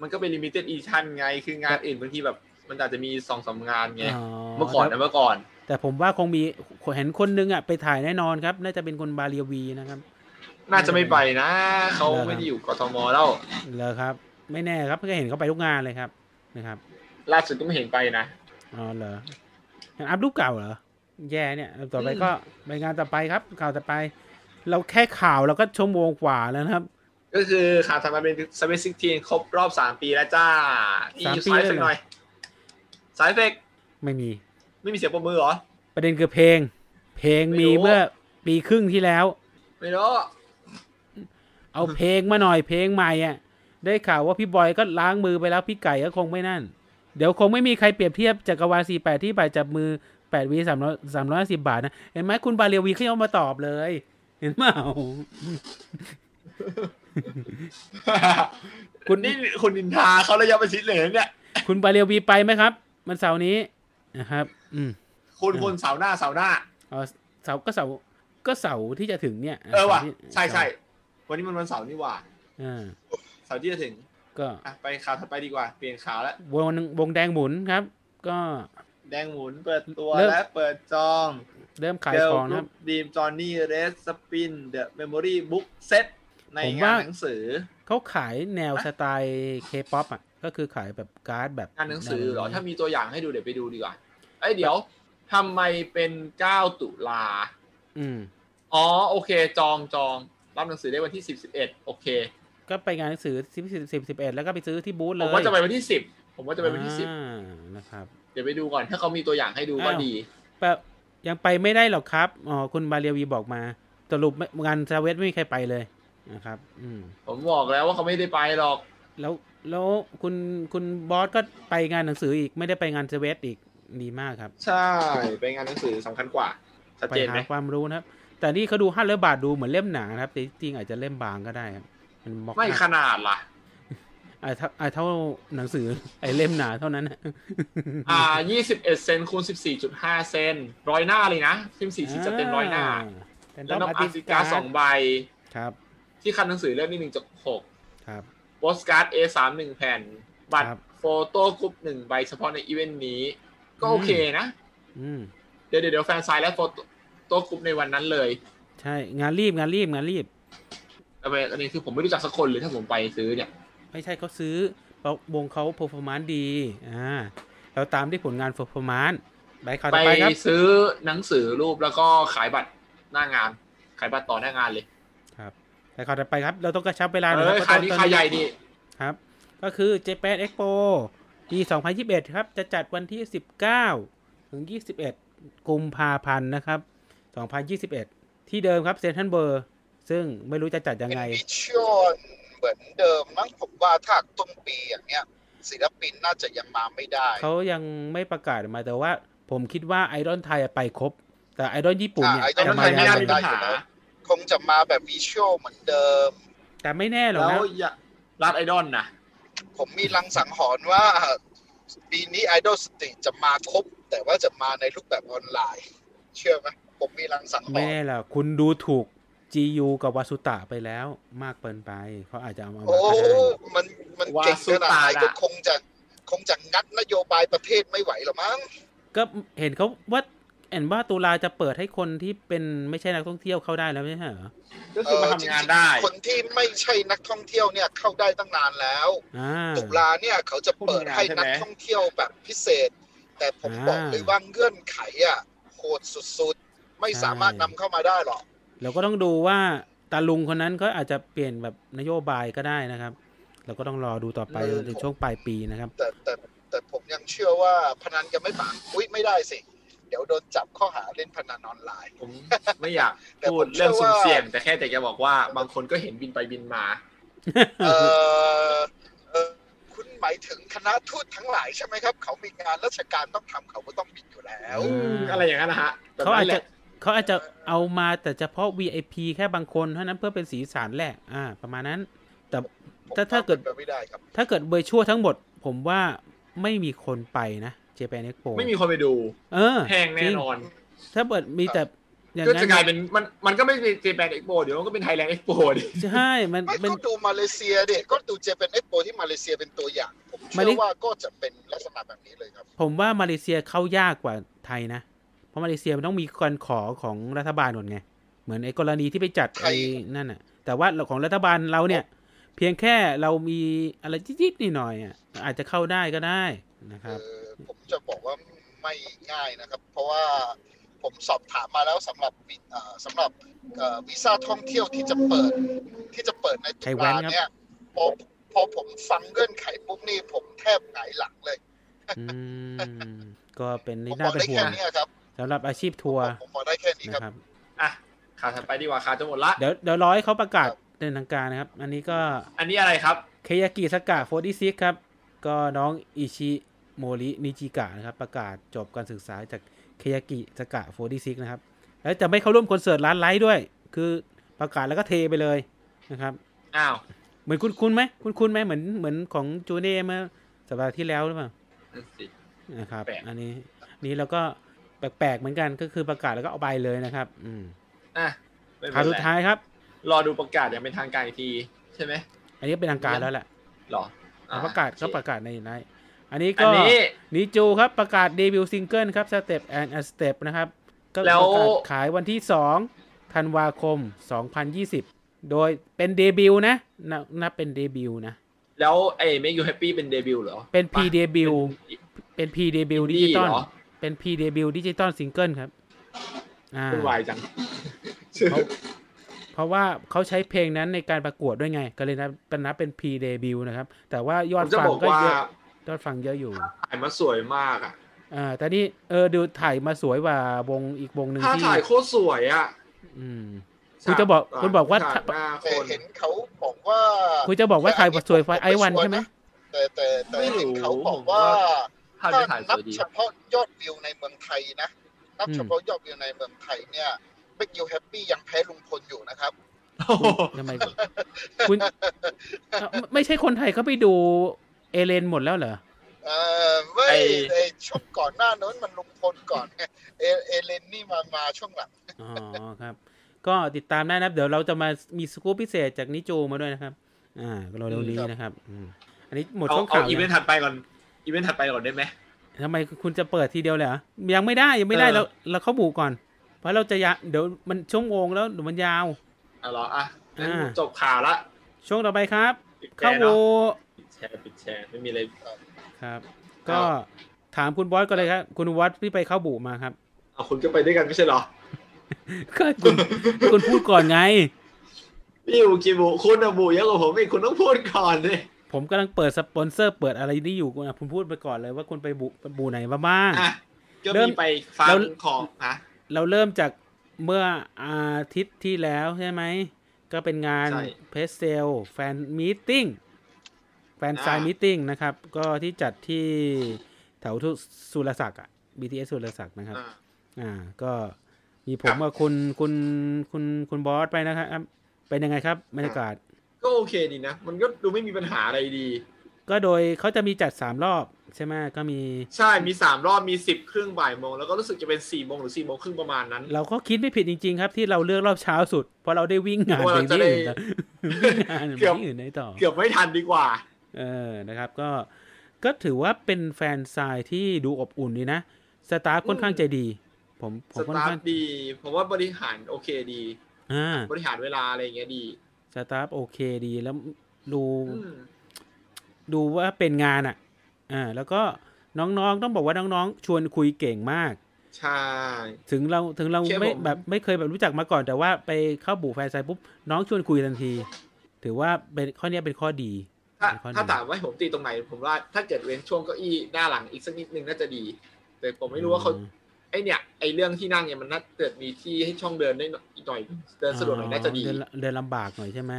B: มันก็เป็นลิมิเต็ดอีดิชั่นไง คืองานอื่นบางทีแบบ มันอาจจะมีสองสามงานไง
A: อ๋อ
B: เมื่อก่อนนะเมื่อก่อน
A: แต่ผมว่าคงมีเห็นคนนึงอ่ะไปถ่ายแน่นอนครับ น่าจะเป็นคนบาเรียวีนะครับ
B: น่าจะไม่ไปนะ เขาไม่ได้อยู่กทมแล้ว
A: เลยครับ ไม่แน่ครับก็เห็นเขาไปทุกงานเลยครับนะครับ
B: ล่าสุดก็ไม่เห็นไปนะ
A: อ๋อเหรองั้นอัพรูปเก่าเหรอแย่เนี่ยต่อไปก็ไปงานต่อไปครับ ข่าวต่อไป เราแค่ข่าวเราก็ชั่วโมงกว่าแล้วนะครับ
B: ก็คือข่าวถัดมาเป็นสเปซซิกทีนครบรอบสามปีแล้วจ้า
A: สามปี
B: สาย
A: เลย
B: เฟก
A: เหรอ
B: หน่อย สายเฟก
A: ไม่มี
B: ไม่มีเสียงปรบมือเหรอ
A: ประเด็นคือเพลง เพลงมี
B: ไม่รู้
A: เมื่อปีครึ่งที่แล้ว
B: ไม่รู้
A: เอาเพลงมาหน่อยเพลงใหม่อ่ะได้ข่าวว่าพี่บอยก็ล้างมือไปแล้วพี่ไก่ก็คงไม่นั่น เดี๋ยวคงไม่มีใครเปรียบเทียบจักรวาล48 ที่ไปจับมือ8วี3 0 3 5 0 บาทนะ เห็นไหมคุณบาเรียวีเขายังมาตอบเลย เห็นเปล่า คุ
B: คุณ ณนี่คุณนินทาเขาระยะประชิดเลยนะเนี่ย
A: คุณบาเรียวีไปไหมครับ มันเสาร์นี้นะครับ อืม
B: คุณคุณเสาร์หน้าเสาร์หน้า
A: เอาเสาร์ก็เสาร์ก็เสาร์ที่จะถึงเนี่ย
B: เออว่ะ
A: สาร์ที่
B: ใช่ใช่วันนี้มันวันเสาร์นี่หว่า
A: อ่า
B: เสาร์ที่จะถึง
A: ก็
B: อ่ะไปข่าวถัดไปดีกว่า เปลี่ยนข่าวแล้ว
A: วงวงแดงหมุนครับ ก็
B: แดงหมุนเปิดตัวและเปิดจอง
A: เริ่มขาย
B: เดล
A: ของนะค
B: ลู
A: รับ
B: กดีมจอห์นนี่เรสสปินเดอะเมมโมรี่บุ๊กเซตใน
A: ผม
B: งา
A: ว่า
B: นหนังสือ
A: เขาขายแนวสไตล์เคป๊อปอ่ะ ก็คือขายแบบการ์ดแบบ
B: งานหนังสือเหรอ ถ้ามีตัวอย่างให้ดูเดี๋ยวไปดูดีกว่าไอ้ยเดี๋ยวทำไมเป็น 9 ตุลา
A: อืม
B: อ๋อ โอเค จองจองรับหนังสือได้วันที่ 10 11 โอเค
A: ก็ไปงานหนังสือสิบสิบสิบสิบเอ็ดแล้วก็ไปซื้อที่บูธเล
B: ผ
A: ย
B: มว่าจะไปวันที่ 10 ผมว่าจะไปวันที่
A: อ่านะครับ
B: 10 เดี๋ยวไปดูก่อนถ้าเขามีตัวอย่างให้ดูก็
A: อ้าว
B: ดี
A: แบบยังไปไม่ได้หรอกครับอ๋อคุณมาเรียวีบอกมาสรุปไม่งานซาเวสไม่มีใครไปเลยนะครับ อืม
B: ผมบอกแล้วว่าเขาไม่ได้ไปหรอก
A: แล้วแล้วคุณคุณบอสก็ไปงานหนังสืออีกไม่ได้ไปงานเซเวสอีกดีมากครับ
B: ใช่ ไปงานหนังสือสำคัญกว่า ชัด
A: ไป
B: เจนไห
A: หาม ความรู้นะครับ แต่นี่เขาดูห้าร้อยบาทดูเหมือนเล่มหนานะครับแต่จริงๆอาจจะเล่มบางก็ได้ครับมันบอก
B: ไม่ขนาดล่ะ
A: อ่าเท่าอ่าเท่าหนังสือ [laughs] ไอ้เล่มหนาเท่านั้นนะ
B: อ่า 21 เซนคูณ 14.5 เซนร้อยหน้าเลยนะพิมพ์สีชิ้นจะเต็มร้อยหน้า
A: เป็น
B: แล้ว
A: ต้
B: น้
A: อ
B: อง ง
A: อาร์
B: อา
A: ติ
B: ร์ติ
A: ส
B: กา
A: การ
B: สองใบ
A: ครับ
B: ที่คันหนังสือเล่มนี้หนึ่งจดหก
A: ครับ
B: โปสการ์ด A สามหนึ่งแผ่น บัต
A: ครั
B: ร
A: บ
B: โฟโต้กรุ๊ปหนึ่งใบเฉพาะในอีเวนต์นี้ ก็
A: อืม
B: โอเคนะ
A: อืม
B: เดี๋ยวเดี๋ยวเดี๋ยวแฟนไซน์และโฟโต้กรุ๊ปในวันนั้นเลย
A: ใช่งานรีบงานรีบงานรีบ
B: แต่ประเด็นอันนี้คือผมไม่รู้จักสักคนเลยถ้าผมไปซื้อเนี่ย
A: ไม่ใช่เขาซื้อเพราะวงเขาเ e อร์ฟอร์มานซ์ดีอ่าเราตามด้วยผลงานเ e อร์ฟอร์มานซ์ไปข่าว
B: ไป
A: ต่อไปครับ
B: ซื้อหนังสือรูปแล้วก็ขายบัตรหน้างาน ขายบัตรต่อหน้างานเลย
A: ครับไปข่าวต่อไปครับ เราต้องกระชับเวลาหน่อย
B: เอ้ย
A: ครับ
B: ขายนี้
A: เพระตอ
B: ขายใหญ่ดี
A: ครับ ก็คือ Japan Expo ปี 2021 ครับ จะจัดวันที่ 19 ถึง 21 กุมภาพันธ์นะครับ 2021 ที่เดิมครับเซนทันเบอร์ซึ่งไม่รู้จะจัดยัง
D: เป็น
A: ไง
D: วิชวลเหมือนเดิมมั้งผมว่าถ้าต้นปีอย่างเนี้ยศิลปินน่าจะยังมาไม่ได้
A: เขายังไม่ประกาศออกมาแต่ว่าผมคิดว่าไอดอลไทยอะไปครบ แต่ไอดอลญี่ปุ่นเนี่ย
D: อ่า
B: แต่
D: จะ
B: มัน
D: ไอดอล
B: ขาย
D: ยัง
B: ไม่
A: แน่
B: ได้มีปั
D: ง
B: ญหา
D: ได้อยู่แล้ว คงจะมาแบบวิชวลเหมือนเดิม
A: แต่ไม่แน่หรอก
B: แล้
A: นะ
B: วอย่าร้านไอดอลนะ
D: ผมมีลังสังหรณ์ว่า ปีนี้ไอดอลสตรีทจะมาครบ แต่ว่าจะมาในรูปแบบออนไลน์ เชื่อไหมผมมีลังสังห
A: ไม่
D: ร
A: แน่
D: ณ์
A: หรอกคุณดูถูก GU กับวาสุตะไปแล้วมากเกินไป เขาอาจจะเอามา
D: โอ้
A: ก็ได้
D: มันมันเก่งขนาดไหนก็คงจะคงจะงัดนโยบายประเทศไม่ไหวหรอมั้ง
A: ก็เห็นเขาว่าเห็นว่าตุลาจะเปิดให้คนที่เป็นไม่ใช่นักท่องเที่ยวเข้าได้แล้วไม่ใช่เหรอ
B: ก็คือมาทำงานได้
D: เออจริๆคนที่ไม่ใช่นักท่องเที่ยวเนี่ยเข้าได้ตั้งนานแล้ว
A: อ่า
D: ตุลาเนี่ยเขาจะเปิดให้นักท่องเที่ยวแบบพิเศษ แต่ผมบอก
A: อ่า
D: เลยว่าเงื่อนไขอ่ะโหดสุดๆ ไม่
A: ใช่
D: สามารถนำเข้ามาได้หรอก
A: เราก็ต้องดูว่าตาลุงคนนั้นก็อาจจะเปลี่ยนแบบนโยบายก็ได้นะครับ เราก็ต้องรอดูต่อไปในช่วงปลายปีนะครับ
D: แต่แต่แต่ผมยังเชื่อว่าพนันยังไม่ปรางอุ้ยไม่ได้สิ เดี๋ยวโดนจับข้อหาเล่นพนันออนไลน์
B: ผมไม่อยาก
D: แต่
B: พู
D: ผ
B: ด
D: มเชื่
B: เรื่
D: อ
B: องสุ่ม
D: ว่า
B: เสี่ยง แต่แค่แต่จะบอกว่าบางคนก็เห็นบินไปบินมา
D: เออเออคุณหมายถึงคณะทูตทั้งหลายใช่ไหมครับ เขามีงานราชการต้องทำเขาก็ต้องบินอยู่แล้ว
A: อืม
B: อะไรอย่างนั้นนะฮะแบบ
A: เขาอา
B: นั้
A: จ
B: น
A: จะ
B: แหละ
A: เขาอาจจะเอามาแต่เฉพาะ VIP แค่บางคนเท่านั้นเพื่อเป็นสีสันแหละอ่า ประมาณนั้น แต่
D: ผม
A: ถ้าถ้าเกิด
D: ป็นไปไม่ได้ครับ
A: ถ้าเกิดเบอร์ชั่วทั้งหมด ผมว่าไม่มีคนไปนะเจแปนเอ็กโป
B: ไม่มีคนไปดู
A: เออ
B: แพงแน่นอน
A: จริงถ้าเปิดมีแต่อย่าง
B: ก็
A: นั้
B: จะกลาย
A: น
B: เป็นมันมันก็ไม่เป็นเจแปนเอ็กโปเดี๋ยวมันก็เป็นไทยแลนด์เอ็กโปดิ
A: ใช่มัน
D: ไม่
A: เป็น
D: ก็ดูมาเลเซียดิก็ดูเจเป็นเอ็กโปที่มาเลเซียเป็นตัวอย่าง ผม
A: มา
D: เชื่
A: เล
D: อว่าก็จะเป็นลักษณะแบบนี้เลยครับ
A: ผมว่ามาเลเซียเข้ายากกว่าไทยนะ เพราะมาเลเซียมันต้องมีการขอของรัฐบาลก่อนไง เหมือนไอ้กรณีที่ไปจัด
D: ไท
A: ไอ้
D: ย
A: นั่นน่ะ แต่ว่าของรัฐบาลเราเนี่ย เพียงแค่เรามีอะไรจิ๊ดๆหน่อยๆอ่ะอาจจะเข้าได้ก็ได้
D: [laughs]
A: นะครับ
D: เออผมจะบอกว่าไม่ง่ายนะครับ เพราะว่าผมสอบถามมาแล้วสำหรับวีเอ่อสำหรับเอ่อวีซ่าท่องเที่ยวที่จะเปิดที่จะเปิดในตุ
A: ไทยแว้
D: ลาน
A: ครับ
D: เนี่ยพอพอผมฟังเงื่อนไขปุ๊บนี่ผมแทบหงายหลังเลย
A: อืมก็เป็น
D: ผมบ
A: น่า
D: อก
A: เป็นห่
D: ได้
A: ว
D: แค่
A: ง
D: เนี้ยครับ
A: สำหรับอาชีพทัวร์
D: ผมบอกได้แค่นี้
A: นะครับ ครับ
B: อ่ะข่าวถัดไปดีกว่าข่าวจะหมดละ
A: เดี๋ยวเดี๋ยวรอให้เขาประกาศเป็นทางการนะครับ อันนี้ก็
B: อันนี้อะไรครับ
A: เคยากิสกะโฟดิซิกครับ ก็น้องอิชิโมรินิจิกะนะครับ ประกาศจบการศึกษาจากเคยากิสกะโฟดิซิกนะครับ แล้วจะไม่เข้าร่วมคอนเสิร์ตร้านไลท์ด้วย คือประกาศแล้วก็เทไปเลยนะครับ
B: อ้าว
A: เหมือนคุณคุณไหมคุณคุณไหมเหมือนเหมือนของจูเน่เมื่อสัปดาห์ที่แล้วหรือเปล่า นะครับ
B: แปลก
A: อันนี้นี่เราก็แปลกๆเหมือนกันก็คือประกาศแล้วก็เอาไปเลยนะครับ อืม
B: อ่ะไม่เป็
A: ข่าวน สุด
B: ไร
A: ท้ายครับ
B: รอดูประกาศอย่างเป็นทางการอีกที ใช่ไหม
A: อันนี้เป็นทางการแล้วแหละ
B: หรออ่
A: ประกาศก็ประกาศในในอันนี้
B: อั
A: ก็
B: นนี้
A: นิจูครับประกาศเดบิวต์ซิงเกิลครับ Step and a Step นะครับ ก็
B: แล้
A: ป
B: ว
A: ระกาศขายวันที่ 2 ธันวาคม 2020 โดยเป็นเดบิวต์นะนับนับเป็นเดบิวต์นะ
B: แล้วไอ้ Make You Happy เป็นเดบิวต์เหรอ
A: เป็นพรีเดบิวต์เป็นพรีเดบิวต์ดิจิตอล
B: เหรอ
A: เป็นพรีเดบิวต์ดิจิตอลซิงเกิลครับอ่า
B: วุ่นวายจัง
A: เขาเพราะว่าเขาใช้เพลงนั้นในการประกวดด้วยไง ก็เลยนับเป็นนับเป็นพรีเดบิวนะครับ แต่ว่าย
B: ผ
A: อด
B: มจะ
A: ฟัง
B: บอก
A: ก็
B: ว่า
A: เยอะยอดฟังเยอะอยู่
B: ถ่ายมาสวยมากอ่ะ
A: อ่าแต่นี่เออดูถ่ายมาสวยกว่าวงอีกวงหนึ่ง
B: ถ้า
A: ที่
B: ถ่ายโคตรสวยอ่ะ
A: อืม คุณจะบอก
B: ฉ
A: คุณบอกว่า
B: ฉหน้าค
D: แต่
B: น
D: เห็นเขาบอกว่า
A: คุณจะบอกว่าถ่ายสวยไฟไอวัน
D: ผป
A: ใช่ไหม
D: ชัร์แต่แต่แต่
B: ไม่รู้
D: เห็นเขาบอกว่า
B: ผมว่ ภาพ
D: ถ้า
B: จะถ่ายสว
D: นั
B: ยดี
D: เฉพาะยอดวิวในเมืองไทยนะนับเฉพาะยอดวิวในเมืองไทยเนี่ยเบกยูแฮปปี้ยังแพ้ลุงพลอยู่นะครับ
B: โอ้โห
A: ทำไมคุณเอ้าไม่ไม่ใช่คนไทยเขาไปดูเอเลนหมดแล้วเหรอ
D: เออไม่ไอช่วงก่อนหน้านั้นมันลุงพลก่อนไงเอเอเลนนี่มามาช่วงหลัง
A: อ๋อครับ ก็ติดตามได้นะครับ เดี๋ยวเราจะมามีสกู๊ปพิเศษจากนิจูมาด้วยนะครับ อ่าเราเร็วๆนี้นะครับอืมอันนี้หมด
B: เอา
A: ช่วง
B: เอา
A: ข่าว
B: อีเว
A: ยั
B: น
A: ง
B: ต์ถัดไปก่อน อีเวนต์ถัดไปก่อนได้ไหม
A: ทำไมคุณจะเปิดทีเดียวเลยเหรอยังไม่ได้ยังไม่ได้
B: เออ
A: เราเราเข้าบูก่อน เพราะเราจะยะเดี๋ยวมันชั่วโมงแล้วเดี๋ยวมันยาว
B: เอาเหรออ่ะงั้น
A: อ่า
B: จบข่าวละ
A: ช่วงต่อไปครับ
B: ปิดแช
A: เข้า
B: ร์
A: บู
B: เนาะปิดแชร์ปิดแชร์ไม่มีอะไร
A: ครับ ก็ถามคุณบอสก็เลยครับ คุณบอสที่ไปเข้าบูมาครับ
B: เอาคุณก็ไปด้วยกันไม่ใช่เหรอ
A: ก็คุณคุณพูดก่อนไง
B: นี่บุกิบุคุณอะบุเยอะกว่าผมอีกคุณต้องพูดก่อนเลย
A: ผมกำลังเปิดสปอนเซอร์เปิดอะไรนี่อยู่คุณอ่ะคุณพูดไปก่อนเลยว่าคุณไปบูบูไหนมาบ้าง
B: อ่ะก็
A: เริ่ม
B: มีไปฟั
A: เรา
B: งของนะ
A: เราเริ่มจากเมื่ออาทิตย์ที่แล้วใช่ไหม ก็เป็นงานเพสเซลแฟนมีติ้งแฟนไซมีติ้งนะครับ ก็ที่จัดที่แถวทุสุรศักดิ์อ่ะ BTS สุรศักดิ์นะครับ
B: อ่า
A: อ่าก็มีผม
B: ครับ
A: กับคุณคุณคุณคุณบอสไปนะครับ เป็นยังไงครับบรรยากาศ
B: ก็โอเคดีนะ มันก็ดูไม่มีปัญหาอะไรดี
A: ก็โดยเขาจะมีจัดสามรอบใช่ไหมก็มี
B: ใช่มีสามรอบมีสิบครึ่งบ่ายโมง แล้วก็รู้สึกจะเป็นสี่โมงหรือสี่โมงครึ่งประมาณนั้น
A: เราก็คิดไม่ผิดจริง ๆ ครับ ที่เราเลือกรอบเช้าสุด เพราะเราได้วิ่งงาน
B: เพราะ
A: ไป
B: เราจะ
A: ที่
B: ได้
A: อื่นนะวิ่งงานไป
B: เกือบ
A: ที่อื่นได้ต่อ
B: เกือบไม่ทันดีกว่า
A: เออ นะครับ ก็ ก็ถือว่าเป็นแฟนซายที่ดูอบอุ่นดีนะ สตาฟค่อนข้างใจดี ผม ผม
B: ส
A: ค่อน
B: ตาฟ
A: ข้าง
B: ดี ผมว่าบริหารโอเคดี
A: อ่า
B: [laughs] บริหารเวลาอะไรอย่างเงี้ยดี
A: สตาฟโอเคดี แล้วดู
B: อืม
A: ดูว่าเป็นงานอ่ะ อ่า แล้วก็น้องๆ ต้องบอกว่าน้องๆ ชวนคุยเก่งมาก
B: ใช่
A: ถึงเรา ถึงเรา
B: เชื่อ
A: ไม่
B: ผม
A: แบบไม่เคยแบบรู้จักมาก่อน แต่ว่าไปเข้าบู่แฟนซายปุ๊บ น้องชวนคุยทันที ถือว่าเป็นข้อเนี้ยเป็นข้อดี
B: ถ้า
A: ข้อหนึ่ง
B: ถ้าถามว่าผมตีตรงไหน ผมว่าถ้าเกิดเว้นช่วงเก้าอี้หน้าหลังอีกสักนิดนึงน่าจะดี แต่ผมไม่รู้ว่าเขา
A: อืม
B: ไอเนี่ยไอเรื่องที่นั่งเนี่ยมันน่าเกิดมีที่ให้ช่องเดินได้อีกหน่อยเดินสะดวกหน่อยน่าจะดี
A: เดินลเดินลำบากหน่อยใช่ไหม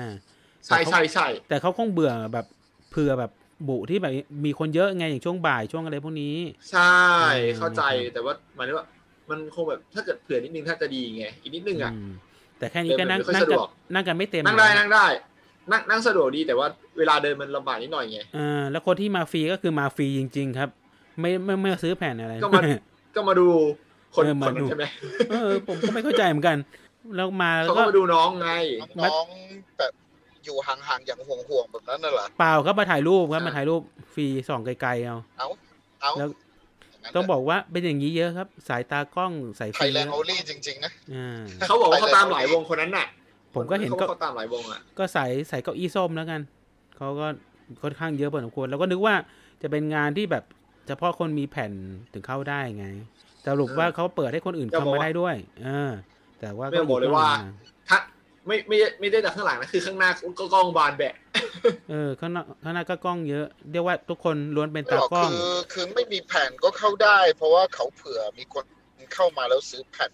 B: ใช่ใช่ใช่
A: แต่เขาคงเบื่อแบบเผื่อแบบบุที่แบบมีคนเยอะไงอย่างช่วงบ่ายช่วงอะไรพวกนี้
B: ใช่
A: อืม
B: เข้าใจแต่ว่าหมายถึงว่า มันคงแบบถ้าเกิดเผื่อนิดนึงถ้าจะดีไงอีกนิดนึงอ่ะ
A: อืมแต่แค่นี้ก็นั่ง
B: เดิน
A: นั่ง
B: ไม่ค่อย
A: กัน
B: สะดวก
A: นั่งกันไม่เต็ม
B: นั่งได้
A: เลย
B: นั่งได้นั่งนั่งสะดวกดีแต่ว่าเวลาเดินมันลำบากนิดหน่อยไง
A: เออแล้วคนที่มาฟรีก็คือมาฟรีจริง ๆ ครับ ไม่ไม่ไม่ซื้อแผ่นอะไร
B: ก็มัน ก็มาดูคน
A: เออ
B: ค
A: มาน ดู
B: นั้นใช่ไหม
A: เออผมก็ไม่เข้าใจเหมือนกัน แล้วมาแล้ว
B: เขาก็
A: ก็
B: มาดูน้องไง
D: น้องๆแบบอยู่ห่างๆอย่างห่วงๆแบบนั้นน่ะเหรอ
A: เปล่าครับมาถ่ายรูปครับ
B: อ่ะ
A: มาถ่ายรูปฟรีส่องไกลๆเอา
D: เอาเอา
A: แล้ว
D: ย่างนั้น
A: ต้องบอกว่าเป็นอย่างนี้เยอะครับ สายตากล้องสาย
D: ไท
A: ฟิ
D: ย
A: ล์
D: แลน
A: ม
D: ด์โอลี่จริงๆนะ
A: อ่า
B: เขาบอกว่าเขาตามหลายวงคนนั้นน่ะ
A: ผมก็เห็น
B: ขา
A: ก็
B: ว่าเขาตามหลายวงอ่ะ
A: ก็ใส่ใส่เก้าอี้ส้มแล้วกัน เขาก็ค่อนข้างเยอะพอสมควร แล้วก็นึกว่าจะเป็นงานที่แบบเฉพาะคนมีแผ่นถึงเข้าได้ไงสรุปว่าเขาเปิดให้คนอื่น
B: จะ
A: เข้า
B: บอก
A: มา
B: ว่า
A: ได้ด้วย เออ แต่ว่า
B: ไม่บอกเลยว่า ถ้าไม่ไม่ไม่ได้จากข้างหลังนะคือข้างหน้าก็กล้องบานแบะ
A: เออข้างหน้าข้างหน้าก็กล้องเยอะ เรียกว่าทุกคนล้วนเป็น
D: ไม่
A: ตา
D: หรอก
A: กล้อง
D: คือคือไม่มีแผ่นก็เข้าได้ เพราะว่าเขาเผื่อมีคนเข้ามาแล้วซื้อแผ่น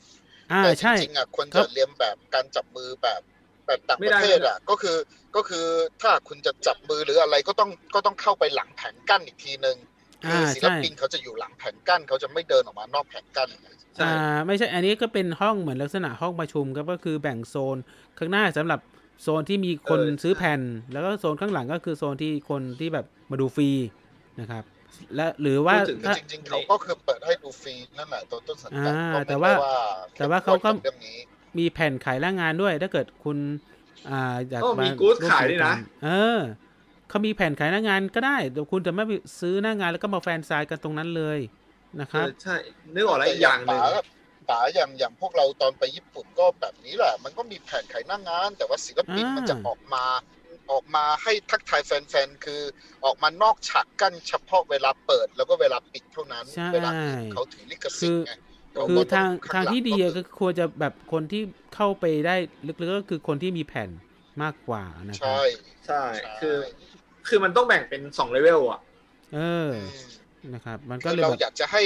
A: อ่า
D: แต่จ
A: ใช่
D: ริงๆอ่ะควร
A: ครั
D: จะ
A: บ
D: เรียนแบบการจับมือแบบแบบต่าง
B: ไม่
D: ประ
B: ได้
D: เทศอ่ะก็คือก็คือถ้าคุณจะจับมือหรืออะไรก็ต้องก็ต้องเข้าไปหลังแผงกั้นอีกทีนึงคื
A: อ่า
D: ศิล
A: ใช่
D: ปินเขาจะอยู่หลังแผงกั้นเขาจะไม่เดินออกมานอกแผงกั้น
B: ใช่
A: อ่าไม่ใช่ อันนี้ก็เป็นห้องเหมือนลักษณะห้องประชุมครับก็คือแบ่งโซนข้างหน้าสำหรับโซนที่มีคน
B: เออ
A: ซื้อแผ่น แล้วก็โซนข้างหลังก็คือโซนที่คนที่แบบมาดูฟรีนะครับ และหรือว่า
B: พูดถึง
A: ถ้า
D: จริง ๆ เขาก็คือเปิดให้ดูฟรีนั่นแหละตัวต้นสังกัด
A: อ่า
D: ก็ไม่
A: แต่ว่า
D: ได้
A: แต่ว่าเขาก็
D: เรื่องนี้
A: มีแผ่นขายล่างงานด้วย ถ้าเกิดคุณ อ่าอยาก
B: โอ้มี
A: มา
B: กู๊ดขายด้วยนะ
A: เออเขามีแผ่นขายหน้างานก็ได้แต่คุณจะไม่ไปซื้อหน้างานแล้วก็มาแฟนไซน์กันตรงนั้นเลยนะครับ
B: เออใช่นึกออกแล้วอีกอย่างหนึ่ง
D: ป๋า ป๋าอย่างอย่างพวกเราตอนไปญี่ปุ่นก็แบบนี้แหละ มันก็มีแผนขายหน้างงาน แต่ว่าศิลปิน
A: อ่ามั
D: มันจะออกมาออกมาให้ทักทายแฟนๆ คือออกมานอกฉากกั้นเฉพาะเวลาเปิดแล้วก็เวลาปิดเท่านั้น
A: ใช่
D: เวลาอื่นเขาถือลิขสิทธิ์ไง
B: คือ
A: คือทาง
D: ข้
A: ทาง
D: หลั
A: ที่ดี
D: ก็
A: อะก็ควรจะแบบคนที่เข้าไปได้ลึกๆก็คือคนที่มีแผ่นมากกว่านะครับ
D: ใช่
B: ใช่
D: ใช่
B: คือ คือมันต้องแบ่งเป็นสองเลเวลอ่ะ
A: เออ
D: อืม
A: นะครับ มันก็
D: คือ
A: เลย
D: เรา
A: แบบ
D: อยากจะให้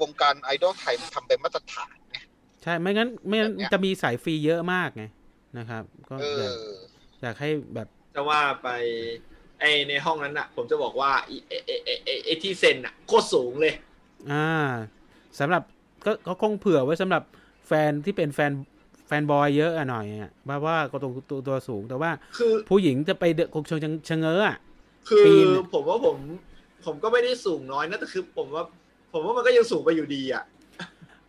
D: วงการไอดอลไทยมันทำเป็นมาตรฐาน
A: ใช่ไม่งั้นไม่งั้น
D: แบบเนี้ย
A: จะมีสายฟรีเยอะมากไงนะครับ ก็
D: เอ
A: อยาก
D: อ
A: อยากให้แบบ
B: จะว่าไปไอในห้องนั้นอ่ะ ผมจะบอกว่าไอไอไอไอ้ไอไอที่เซนอ่ะโคตรสูงเลย
A: อ่าสำหรับก็ก็คงเผื่อไว้สำหรับแฟนที่เป็นแฟนแฟนบอยเยอะอะหน่อยอะว่าว่าก็ตัวตัวตัวสูงแต่ว่า
B: คือ
A: ผู้หญิงจะไปเดอะคงชงชงเง้ออะ
B: คือ
A: ปีนอะ
B: ผมว่าผมผมก็ไม่ได้สูงน้อยนะแต่คือผมว่า ผมว่ามันก็ยังสูงไปอยู่ดีอ่ะ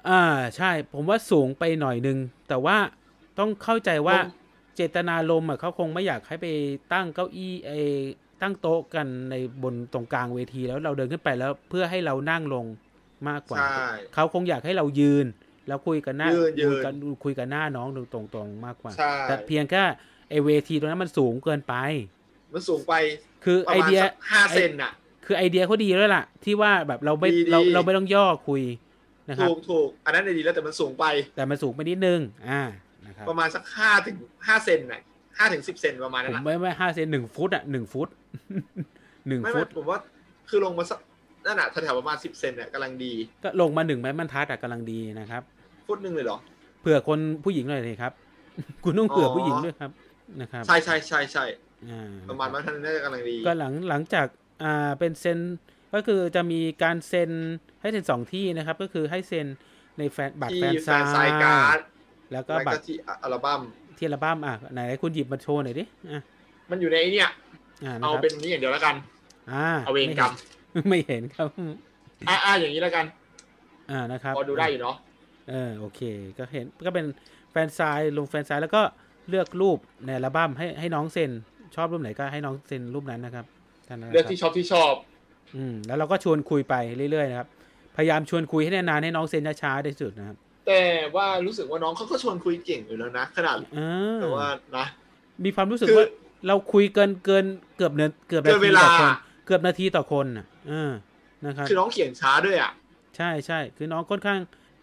A: อ่าใช่ ผมว่าสูงไปหน่อยนึง แต่ว่าต้องเข้าใจว่าเจตนาลมณ์อ่ะเขาคงไม่อยากให้ไปตั้งเก้าอี้ไอ้ตั้งโต๊ะกันในบนตรงกลางเวทีแล้วเราเดินขึ้นไปแล้วเพื่อให้เรานั่งลงมากกว่า
B: ใช่
A: เขาคงอยากให้เรายืน แล้วคุยกันหน้า
B: ยืนยืน
A: คุกันคุยกันหน้าน้องตรงตรงๆมากกว่า
B: ใช่
A: แต่เพียงแค่ไอ้เวทีตรงนั้นมันสูงเกินไป
B: มันสูงไป
A: คือ
B: ประ
A: ไอ
B: มาณ
A: เดีย
B: สักห้าเซนอ่ะ
A: คือไอเดียเขาดีแล้วล่ะ ที่ว่าแบบเราไม่
B: ดีดี
A: เราเราไม่ต้องย่อคุยนะครับ
B: ถูกถูกอันนั้นดีแล้วแต่มันสูงไป
A: แต่มันสูงไปนิดนึงอ่านะครับ
B: ประมาณสักห้าถึงห้าเซนน่ะห้าถึงสิบเซนประมาณ
A: ผ
B: นั้
A: ม
B: นอะ
A: ไม่ไม่ห้าเซนหนึ่งฟุตอ่ะหนึ่งฟุต [laughs] หนึ่ง
B: ไม่
A: ฟุ
B: ไม่
A: ต
B: ผมว่าคือลงมาสักนั่นน่ะแถวๆประมาณสิบเซนเนี่ยกำลังดี
A: ก็ลงมาหนึ่งไม้บรรทัดอ่ะกำลังดีนะครับ
B: ฟุตหนึ่งเลยเหรอ
A: เผื่อคนผู้หญิงหน่อยเลยครับ [laughs] คุณต้องเผื่ออ
B: อ
A: ผู้หญิงด้วยครับนะครับ
B: ใช่ใช่ใช่ใช่
A: อ่า
B: ประมาณว่าท่านน่าจะกำลังดี
A: ก็หลังหลังจากอ่าเป็นเซ็นก็คือจะมีการเซ็นให้เซ็นสองที่นะครับ ก็คือให้เซ็นในแฟนบัตร
B: ที่
A: แฟน
B: แฟ
A: ซาน
B: ซายการ์ด
A: แล้วก็
B: แล้ว
A: บั
B: ก็
A: ตร
B: ที่อัลบั้ม
A: ที่อัลบั้มอ่ะไหนๆคุณหยิบมาโชว์หน่อยดิอ่ะ
B: มันอยู่ในไอ้เนี่ย
A: อ่านะ
B: เอา
A: ครับ
B: เป็นนี้อย่างเดียวแล้วกัน
A: อ่า
B: เอาเวรกรรม
A: ไม่เห็น [laughs] ครับ
B: อ่าอ่าอย่างนี้แล้วกัน
A: อ่านะครับ
B: พอดูได้อยู่เนาะ
A: เออโอเคก็เห็นก็เป็นแฟนไซายลงแฟนไซายแล้วก็เลือกรูปในอัลบั้มให้ให้น้องเซ็นชอบรูปไหนก็ให้น้องเซ็นรูปนั้นนะครับท่านนั้น
B: เลือก
A: นะครับ
B: ที่ชอบที่ชอบ
A: อืมแล้วเราก็ชวนคุยไปเรื่อยๆนะครับพยายามชวนคุยให้นานๆให้น้องเซ็นช้าๆได้สุดนะครับ
B: แต่ว่ารู้สึกว่าน้องเขาก็ชวนคุยเก่งอยู่แล้วนะขนาด
A: เออ
B: แต่ว่านะ
A: มีความรู้สึก
B: คือ
A: ว่าเราคุยเกินเกินเกือบเนนเกือบนา
B: เกินเว
A: ที
B: ลา
A: ต่อคนเกือบนาทีต่อคนอ่ะเออนะครับ
B: คือน้องเขียนช้าด้วยอ่ะ
A: ใช่ใช่คือน้องค่อนข้าง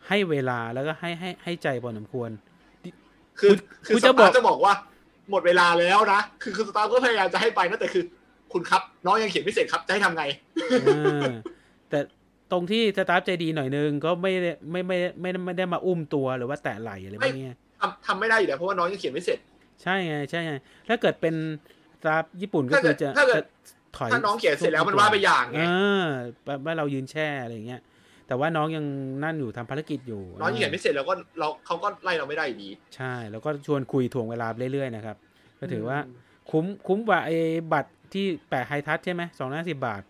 A: ให้เวลาแล้วก็ให้ให้ให้ใจพอสมควร
B: คือ
A: คุ
B: คือ
A: ณ
B: ส
A: จะบ
B: ตา
A: อก
B: ร์จะบอกว่าหมดเวลาแล้วนะคือคือสตาร์ก็พยายามจะให้ไปนะแต่คือ คุณครับ น้องยังเขียนไม่เสร็จครับจะให้ทำไง
A: อ่า [laughs] แต่ตรงที่สตาฟใจดีหน่อยนึงก็ไม่ได้ไม่ไม่ไม่ไม่ไม่ได้มาอุ้มตัวหรือว่าแตะไหล่อะไรพวกเนี้ย
B: ทำทำไม่ได้อยู่แล้วเพราะว่าน้องยังเขียนไม่เสร็จ
A: ใช่ไงใช่ไงถ้าเกิดเป็นสตาฟญี่ปุ่นก็คือจะ
B: ถ้าเกิด
A: จะถอย
B: ถ้าน้องเขียนเสร็จแล้วมันว่าไปอย่างไง
A: เออแบบว่าเรายืนแช่อะไรอย่างเงี้ยแต่ว่าน้องยังนั่นอยู่ทำภารกิจอยู่
B: น้องยังเขียนไม่เสร็จแล้วก็เราเขาก็ไล่เราไม่ได้อยู่ดี
A: ใช่ แล้วก็ชวนคุยถ่วงเวลาไปเรื่อยๆนะครับก็ถือว่าคุ้มคุ้มกว่าไอ้บัตรที่แปะไฮทัชใช่ไหมสองร้อยสิบบาท
B: [laughs]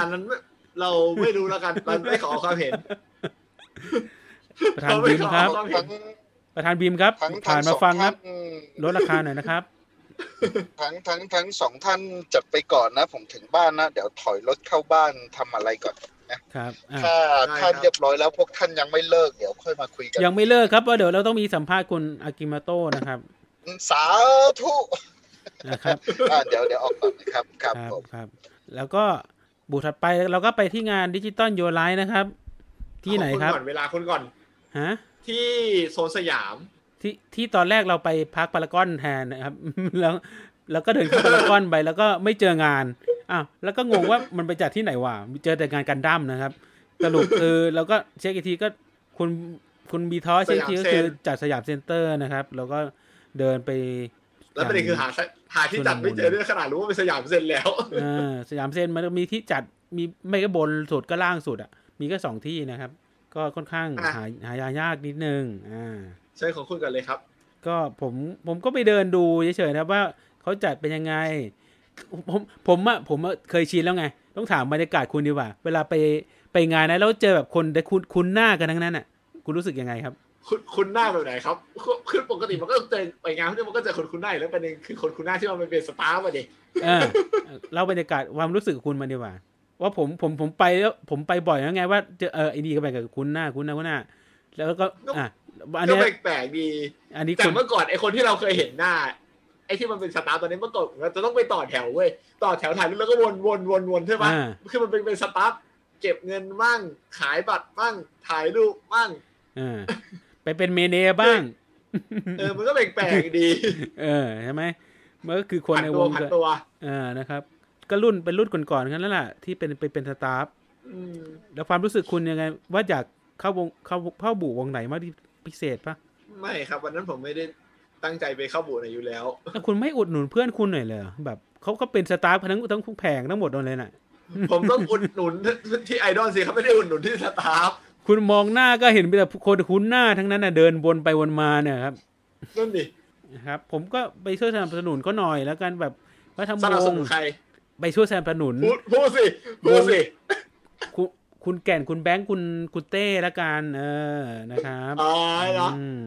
B: อันนั้นไม่เราไม่รู้แล้วกัน [laughs] เราไม่ขอความเห็น
A: ประธานบิมครับ
B: เาไม่ขอ
D: ทั้ง
A: ประธานบิมครับ
D: ทั้ง
A: ผ่านมาฟังครับ
D: ทั้สอท่าน
A: ลดราคาหน่อยนะครับ
D: ทั้งทั้งทั้งสองท่านจัดไปก่อนนะ ผมถึงบ้านนะ เดี๋ยวถอยรถเข้าบ้านทำอะไรก่อน
A: ครับอ่ะ
D: ถ้า
B: ได้
D: ท่าน
B: ครับ
D: เรียบร้อยแล้วพวกท่านยังไม่เลิกเดี๋ยวค่อยมาคุยกัน
A: ยังไม่เลิกครับเพราะเดี๋ยวเราต้องมีสัมภาษณ์คุณอากิมาโต้นะครับ
D: สาธุ
A: นะครับ
D: อ่าเดี๋ยวเดี๋ยวออกก่อนนะครับครับ
A: ครับ
D: ผม
A: ครับ แล้วก็บูธถัดไปเราก็ไปที่งานดิจิตอลโยไลน์นะครับ ที่ไหนครับ
B: ขอณก่อนเวลาคนก่อน
A: ฮะ
B: ที่โซนสยาม
A: ที่ที่ตอนแรกเราไปพักพารากอนแทนนะครับ [laughs] แล้วแล้วก็เดินเข้าพารากอนไปแล้วก็ไม่เจองานอ้าวแล้วก็งงว่ามันไปจัดที่ไหนวะเจอแต่งานกันดั้มนะครับสรุปคือเราก็เช็คอีกทีก็คุณคุณบีทอสเช็คอีกทีก็คือจัดสยามเซ็นเตอร์นะครับ แล้วก็เดินไป
B: แล้วประเด็นคือหาสหาที่จัดไม่เจอด้วยขนาดรู้ว่าเป็นสยามเซ็นแล้ว [laughs]
A: เออสยามเซ็นมันมีที่จัดมีไม่ก็บนสุดก็ล่างสุดอ่ะ มีก็สองที่นะครับ ก็ค่อนข้าง
B: อ่ะ
A: หาหายายากนิดนึงอ่า
B: ใช่ของคุณกันเลยครับ
A: ก็ผมผมก็ไปเดินดูเฉยๆนะครับว่าเขาจัดเป็นยังไง ผมผมอะผมอะเคยชินแล้วไง ต้องถามบรรยากาศคุณดีกว่า เวลาไปไปงานนะแล้วเจอแบบคนแต่คุณคุณหน้ากันทั้งนั้นอ่ะ คุณรู้สึกยังไงครับ
B: คุณคุณหน้าแบบไหนครับคือคือปกติมันก็เจอไปงานพวกนี้มันก็เจอคนคุณหน้าอยู่แล้วประเด็นคือคนคุณหน้าที่มันเป็นสตาร์มาดิ
A: เออเล่าบรรยากาศความรู้สึกของคุณมาดีกว่า ว่าผมผมผมไปแล้วผมไปบ่อยแล้วไงว่าเจอเออไอ้นี่ก็ไปกับคุณหน้าคุณหน้าคุณหน้า แล้วก็อ่ะอัน
B: ก็
A: เนี้ย
B: แปลกๆดี
A: อันนี้
B: แต่
A: คุณ
B: เมื่อก่อนไอคนที่เราเคยเห็นหน้า ไอที่มันเป็นสตาร์ตอนนี้เมื่อก่อนเราจะต้องไปต่อแถวเว้ยต่อแถวถ่ายรูปแล้วก็วนวนวนวนใช่ไหม
A: อ่า
B: คือมันเป็นเป็นสตาร์ทเก็บเงินมั่ง ขายบัตรมั่งถ่ายรูปมั่ง
A: อ่าไปเป็นเมเนบ้าง
B: เออมันก็แปลกๆดี
A: [laughs] เออใช่ไหมมันก็คือคน
B: ผัน
A: ใน
B: ตัว
A: วง
B: ผัน
A: การ
B: ตัว
A: เออนะครับ ก็รุ่นเป็นรุ่นก่อนๆกันแล้วล่ะที่เป็นไปเป็นสตาฟ
B: อืม
A: แล้วความรู้สึกคุณยังไง ว่าอยากเข้าวงเข้าเข้าบู่วงไหนมากที่พิเศษปะ
B: ไม่ครับวันนั้นผมไม่ได้ตั้งใจไปเข้าบูธอยู่แล้ว
A: [laughs] แล้วคุณไม่อุดหนุนเพื่อนคุณหน่อยเลยเหรอแบบเขาก็เป็นสตาฟทั้งทั้งแผงทั้งหมดเลยน่ะ
B: ผมต้องอุดหนุนที่ไอดอลสิครับไม่ได้อุดหนุนที่สตาร์ฟ
A: คุณมองหน้าก็เห็นมีแต่คนคุ้นหน้าทั้งนั้นน่ะเดินวนไปวนมาเนี่ยครับ
B: นั่นดิ
A: นะครับ ผมก็ไปช่วยสนับสนุนก็หน่อยแล้วกันแบบว่าทำ
B: สนับ
A: ว
B: ส
A: ง
B: นุนใคร
A: ไปช่วยสนับสนุน
B: พูดพูดสิพูดสิ
A: คุณคุณแก่นคุณแบงค์คุณคุณเต้ละกันเออนะครับ
B: อ๋อเหรอ
A: อืม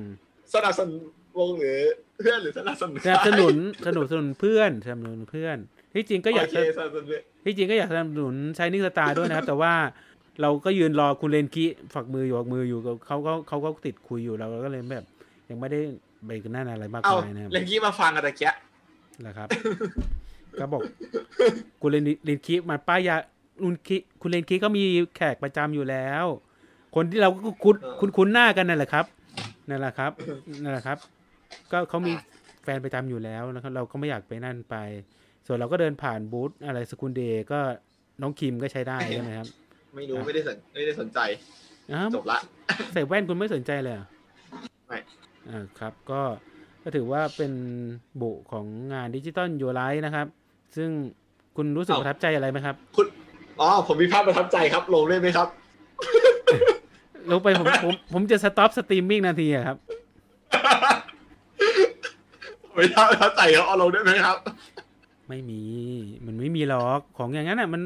B: สนับสนุนวงหรือเพื่อนหรือสนับสนุน
A: สนับสนุนสนับสนุนเพื่อนสนับสนุนเพื่อนที่จริงก็อยาก
B: โเค
A: จะ
B: สนับสนุน
A: ที่จริงก็อยากสนับสนุนชายนิสตาด้วยนะครับ แต่ว่าเราก็ยืนรอคุณเลนกิฝักมืออยู่ฝักมืออยู่กับเขาก็เขาก็ติดคุยอยู่เราก็เลยแบบ ยังไม่ได้ไปกันหน้าอะไรมาก
B: เอา
A: มายนะครับ
B: เลนกี้มาฟังกันตะเกียะ
A: นะครับ ก็บอกคุณเลนเลนกิมาป้ายยาลุนกิคุณเลนกิก็มีแขกประจำอยู่แล้ว คนที่เราก็คุ้นคุ้นคุ้นหน้ากันนั่นแหละครับนั่นแหละครับนั่นแหละครับ ก็เขามีแฟนประจำอยู่แล้วนะครับ เราก็ไม่อยากไปนั่นไป ส่วนเราก็เดินผ่านบูธอะไรสกุลเดย์ก็น้องคิมก็ใช้ได้ใช่ไหมครับ
B: ไม่รู้ไม่ได้สนไม่ได้สนใจ
A: อ้าว
B: จบละ
A: ใส่แว่นคุณไม่สนใจเลยเหรอ
B: ไม่
A: อ่าครับ ก็ก็ถือว่าเป็นบุของงานดิจิตอลยูไลท์นะครับ ซึ่งคุณรู้สึกประทับใจอะไรไหมครับ
B: คุณอ๋อผมมีภาพประทับใจครับลงได้ไหมครับ
A: ลงไปผมผมผมจะสต็อปสตรีมมิ่งนาทีอะครับ
B: ผมมีภาพประทับใจครับเอาลงได้ไหมครับ
A: ไม่มี มันไม่มีหรอก ของอย่างนั้นอ่ะ มัน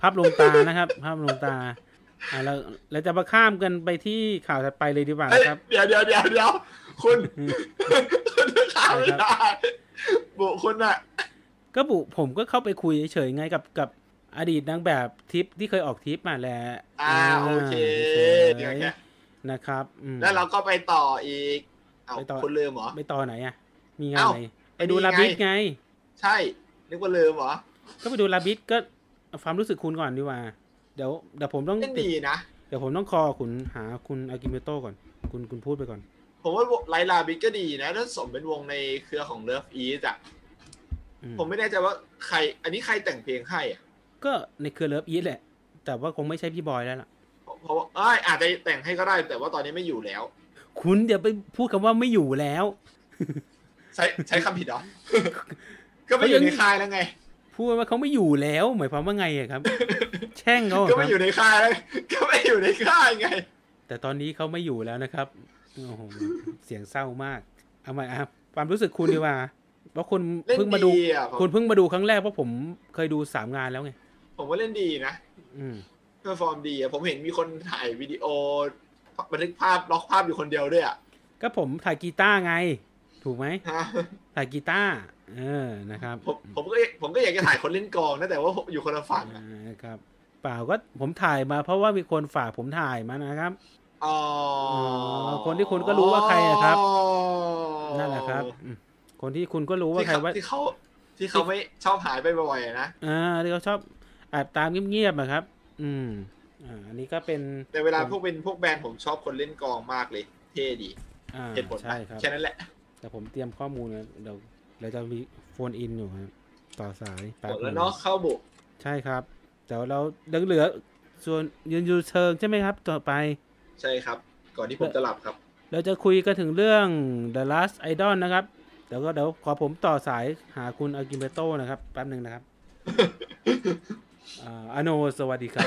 A: ภาพลวงตานะครับ ภาพลวงตาอ่าเราเราจะมาข้ามกันไปที่ข่าวถัดไปเลยดีกว่า
B: เอ้ย
A: นะครับ
B: เดี๋ยวเดี๋ยวเดี๋ยวเดี๋ยวคุณ
A: อืม [laughs]
B: คุณจะข้ามไม่ได้บุคุณน่ะ
A: ก็บุผมก็เข้าไปคุยเฉยๆไงกับกับอดีตนางแบบทริปที่เคยออกทริปมาแหล้ว
B: อ่าโอเคเดี๋ยวแค่
A: นะครับอืม
B: แล้วเราก็ไปต่ออีก เอา
A: ไปต่อ
B: คุณลืมเหรอ
A: ไปต่อไหนอ่ะ มีงาน
B: เอ้า
A: อะไรไปดู
B: นี่ไง
A: ลาบิสไง
B: ใช่ นึกว่าลืมเหรอ
A: ก็ไปดูลาบิสก็เอาความรู้สึกคุณก่อนดีกว่า เดี๋ยวเดี๋ยวผมต้อง
B: นั่น
A: ติด
B: ดีนะ
A: เดี๋ยวผมต้องคอคุณหาคุณอากิเมโตก่อน คุณคุณพูดไปก่อน
B: ผมว่าไลลาบิกก็ดีนะถ้าสมเป็นวงในเครือของเลิฟอีสอ่ะ
A: อืม
B: ผมไม่แน่ใจว่าใคร อันนี้ใครแต่งเพลงให้อ่ะ
A: ก็ในเครือเลิฟอีทแหละ แต่ว่าคงไม่ใช่พี่บอยแล้วล่ะ
B: เพราะเพราะว่าเอ้ยอาจจะแต่งให้ก็ได้ แต่ว่าตอนนี้ไม่อยู่แล้ว
A: คุณอย่าไปพูดคำว่าไม่อยู่แล้ว
B: ใช้ใช้คำผิดเหรอ [laughs] ก็ไม่อยู่ในค่ายแล้วไง
A: พูดว่าเขาไม่อยู่แล้ว หมายความว่าไง
B: [laughs]
A: อะครับ แช่งเขาอะค
B: ก็
A: รั
B: ไม่
A: บ
B: อยู่ในค่าย [laughs] แล้วก็ไม่อยู่ในค่ายไง
A: แต่ตอนนี้เขาไม่อยู่แล้วนะครับโอ้โหเสียงเศร้ามากเอาใหม่ครับความรู้สึกคุณดีกว่าว่าคุณ
B: เล่น
A: เพิ่งมาดู
B: ดีอะผม
A: คุณเพิ่งมาดูครั้งแรกเพราะผมเคยดูสามงานแล้วไง
B: ผมว่าเล่นดีนะ
A: อืม
B: เพอร์ฟอร์มดีอะผมเห็นมีคนถ่ายวิดีโอบันทึกภาพล็อกภาพอยู่คนเดียวด้วยอะ [laughs]
A: ก็ผมถ่ายกีตาร์ไง ถูกไหม
B: ฮะ
A: ถ่ายกีตาร์เออนะครับ
B: ผมผมก็ผมก็อยากจะถ่ายคนเล่นกลองนะแต่ว่าผมอยู่คนละฝั่งอะ
A: อ่าครับเปล่าก็ผมถ่ายมาเพราะว่ามีคนฝากผมถ่ายมานะครับ
B: อ๋อ
A: คนที่คุณก็รู้ว่าใครอะครับ
B: อ๋อ
A: นั่นแหละครับอืมคนที่คุณก็รู้ว่า
B: ที่
A: ใคร
B: เขา
A: ว่า
B: ที่เขาที่เขาไม่ชอบหายไปบ่อยๆอะนะ
A: อ่าที่เขาชอบแอบตามเงียบๆนะครับ อืมอ่าอันนี้ก็เป็น
B: แต่เวลาพวกเป็นพวกแบรนด์ผมชอบคนเล่นกลองมากเลย เท่ดี
A: อ่า
B: เหตุผลนะ
A: ใช่ครับ
B: แค่นั้นแหละ
A: แต่ผมเตรียมข้อมูลนะเดี๋ยวเดี๋ยวจะมีโฟนอินอยู่ครับต่อสายแป๊บ
B: หมดแล้ว
A: ห
B: เนาะเข้าบุก
A: ใช่ครับแต่เรายังเหลือส่วนยืนอยู่เชิงใช่ไหมครับ ต่อไป
B: ใช่ครับ ก่อนที่ผมจะหลับครับ
A: เราจะคุยกันถึงเรื่อง The Last Idol นะครับ เดี๋ยวก็เดี๋ยวขอผมต่อสายหาคุณอากิเบโตนะครับ แป๊บหนึ่ง
B: [laughs]
A: นะครับอ่าอาโนสวัสดีครับ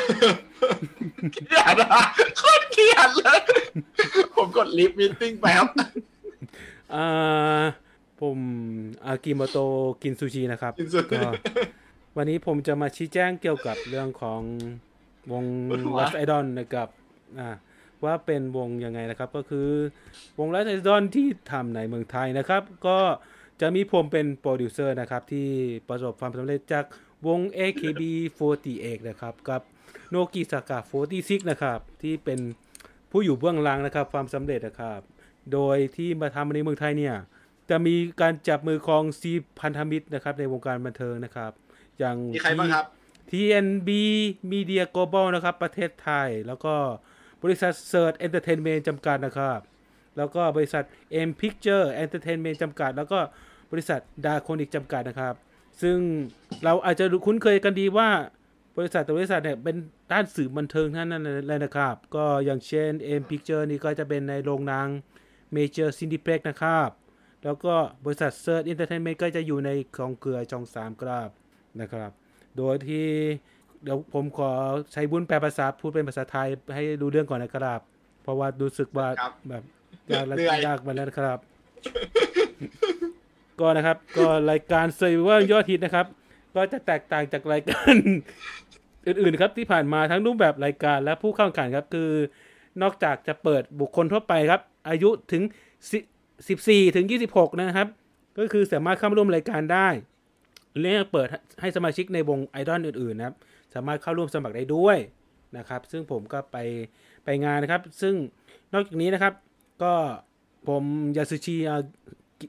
B: เกลียดอะโคนเกลียดเลย ผมกดลิฟต์มิทติ้งแป๊บ
A: อ่าผมอากิโมโตกินซูชินะครับ
B: อินสุด
A: ก็ วันนี้ผมจะมาชี้แจงเกี่ยวกับเรื่องของวง
B: วะ
A: Last Idol นะครับอ่าว่าเป็นวงยังไงนะครับ ก็คือวง Last Idol ที่ทำในเมืองไทยนะครับ ก็จะมีผมเป็นโปรดิวเซอร์นะครับ ที่ประสบความสำเร็จจาก วง AKB48 นะครับ กับโนกิสากะ46 นะครับ ที่เป็นผู้อยู่เบื้องหลังนะครับ ความสำเร็จนะครับ โดยที่มาทำในเมืองไทยเนี่ย จะมีการจับมือของซีพันธมิตรนะครับ ในวงการบันเทิงนะครับ อย่าง
B: มีใครบ้างครับ
A: TNB Media Global นะครับ ประเทศไทย แล้วก็บริษัท Search Entertainment จำกัดนะครับ แล้วก็บริษัท M Picture Entertainment จำกัด แล้วก็บริษัทดาโคนิกจำกัดนะครับ ซึ่งเราอาจจะรู้คุ้นเคยกันดีว่าบริษัทแต่บริษัทเนี่ยเป็นด้านสื่อบันเทิงท่านนั้นเลยนะครับ ก็อย่างเช่น M Picture นี่ก็จะเป็นในโรงหนัง Major Cineplex นะครับ แล้วก็บริษัท Search Entertainment ก็จะอยู่ในของเกลือจองสามกราบนะครับ โดยที่เดี๋ยวผมขอใช้บุญแปลภาษาพูดเป็นภาษาไทยให้ดูเรื่องก่อนนะครับ เพราะว่ารู้สึกว่า
B: ครับ
A: แบบยากและ
B: เหนื่อย
A: ยากมาแล้วนะครับ ก็นะครับ ก็รายการเซอร์ว่ายอดฮิตนะครับ ก็จะแตกต่างจากรายการ อื่นๆครับที่ผ่านมาทั้งรูปแบบรายการและผู้เข้าแข่งขันครับ คือนอกจากจะเปิดบุคคลทั่วไปครับ อายุถึง14ถึง26 นะครับ ก็คือสามารถเข้าร่วมรายการได้เรียกเปิดให้สมาชิกในวงไอดอลอื่นๆนะครับ สามารถเข้าร่วมสมัครได้ด้วยนะครับ ซึ่งผมก็ไปไปงานนะครับ ซึ่งนอกจากนี้นะครับ ก็ผมยาสุชิอากิ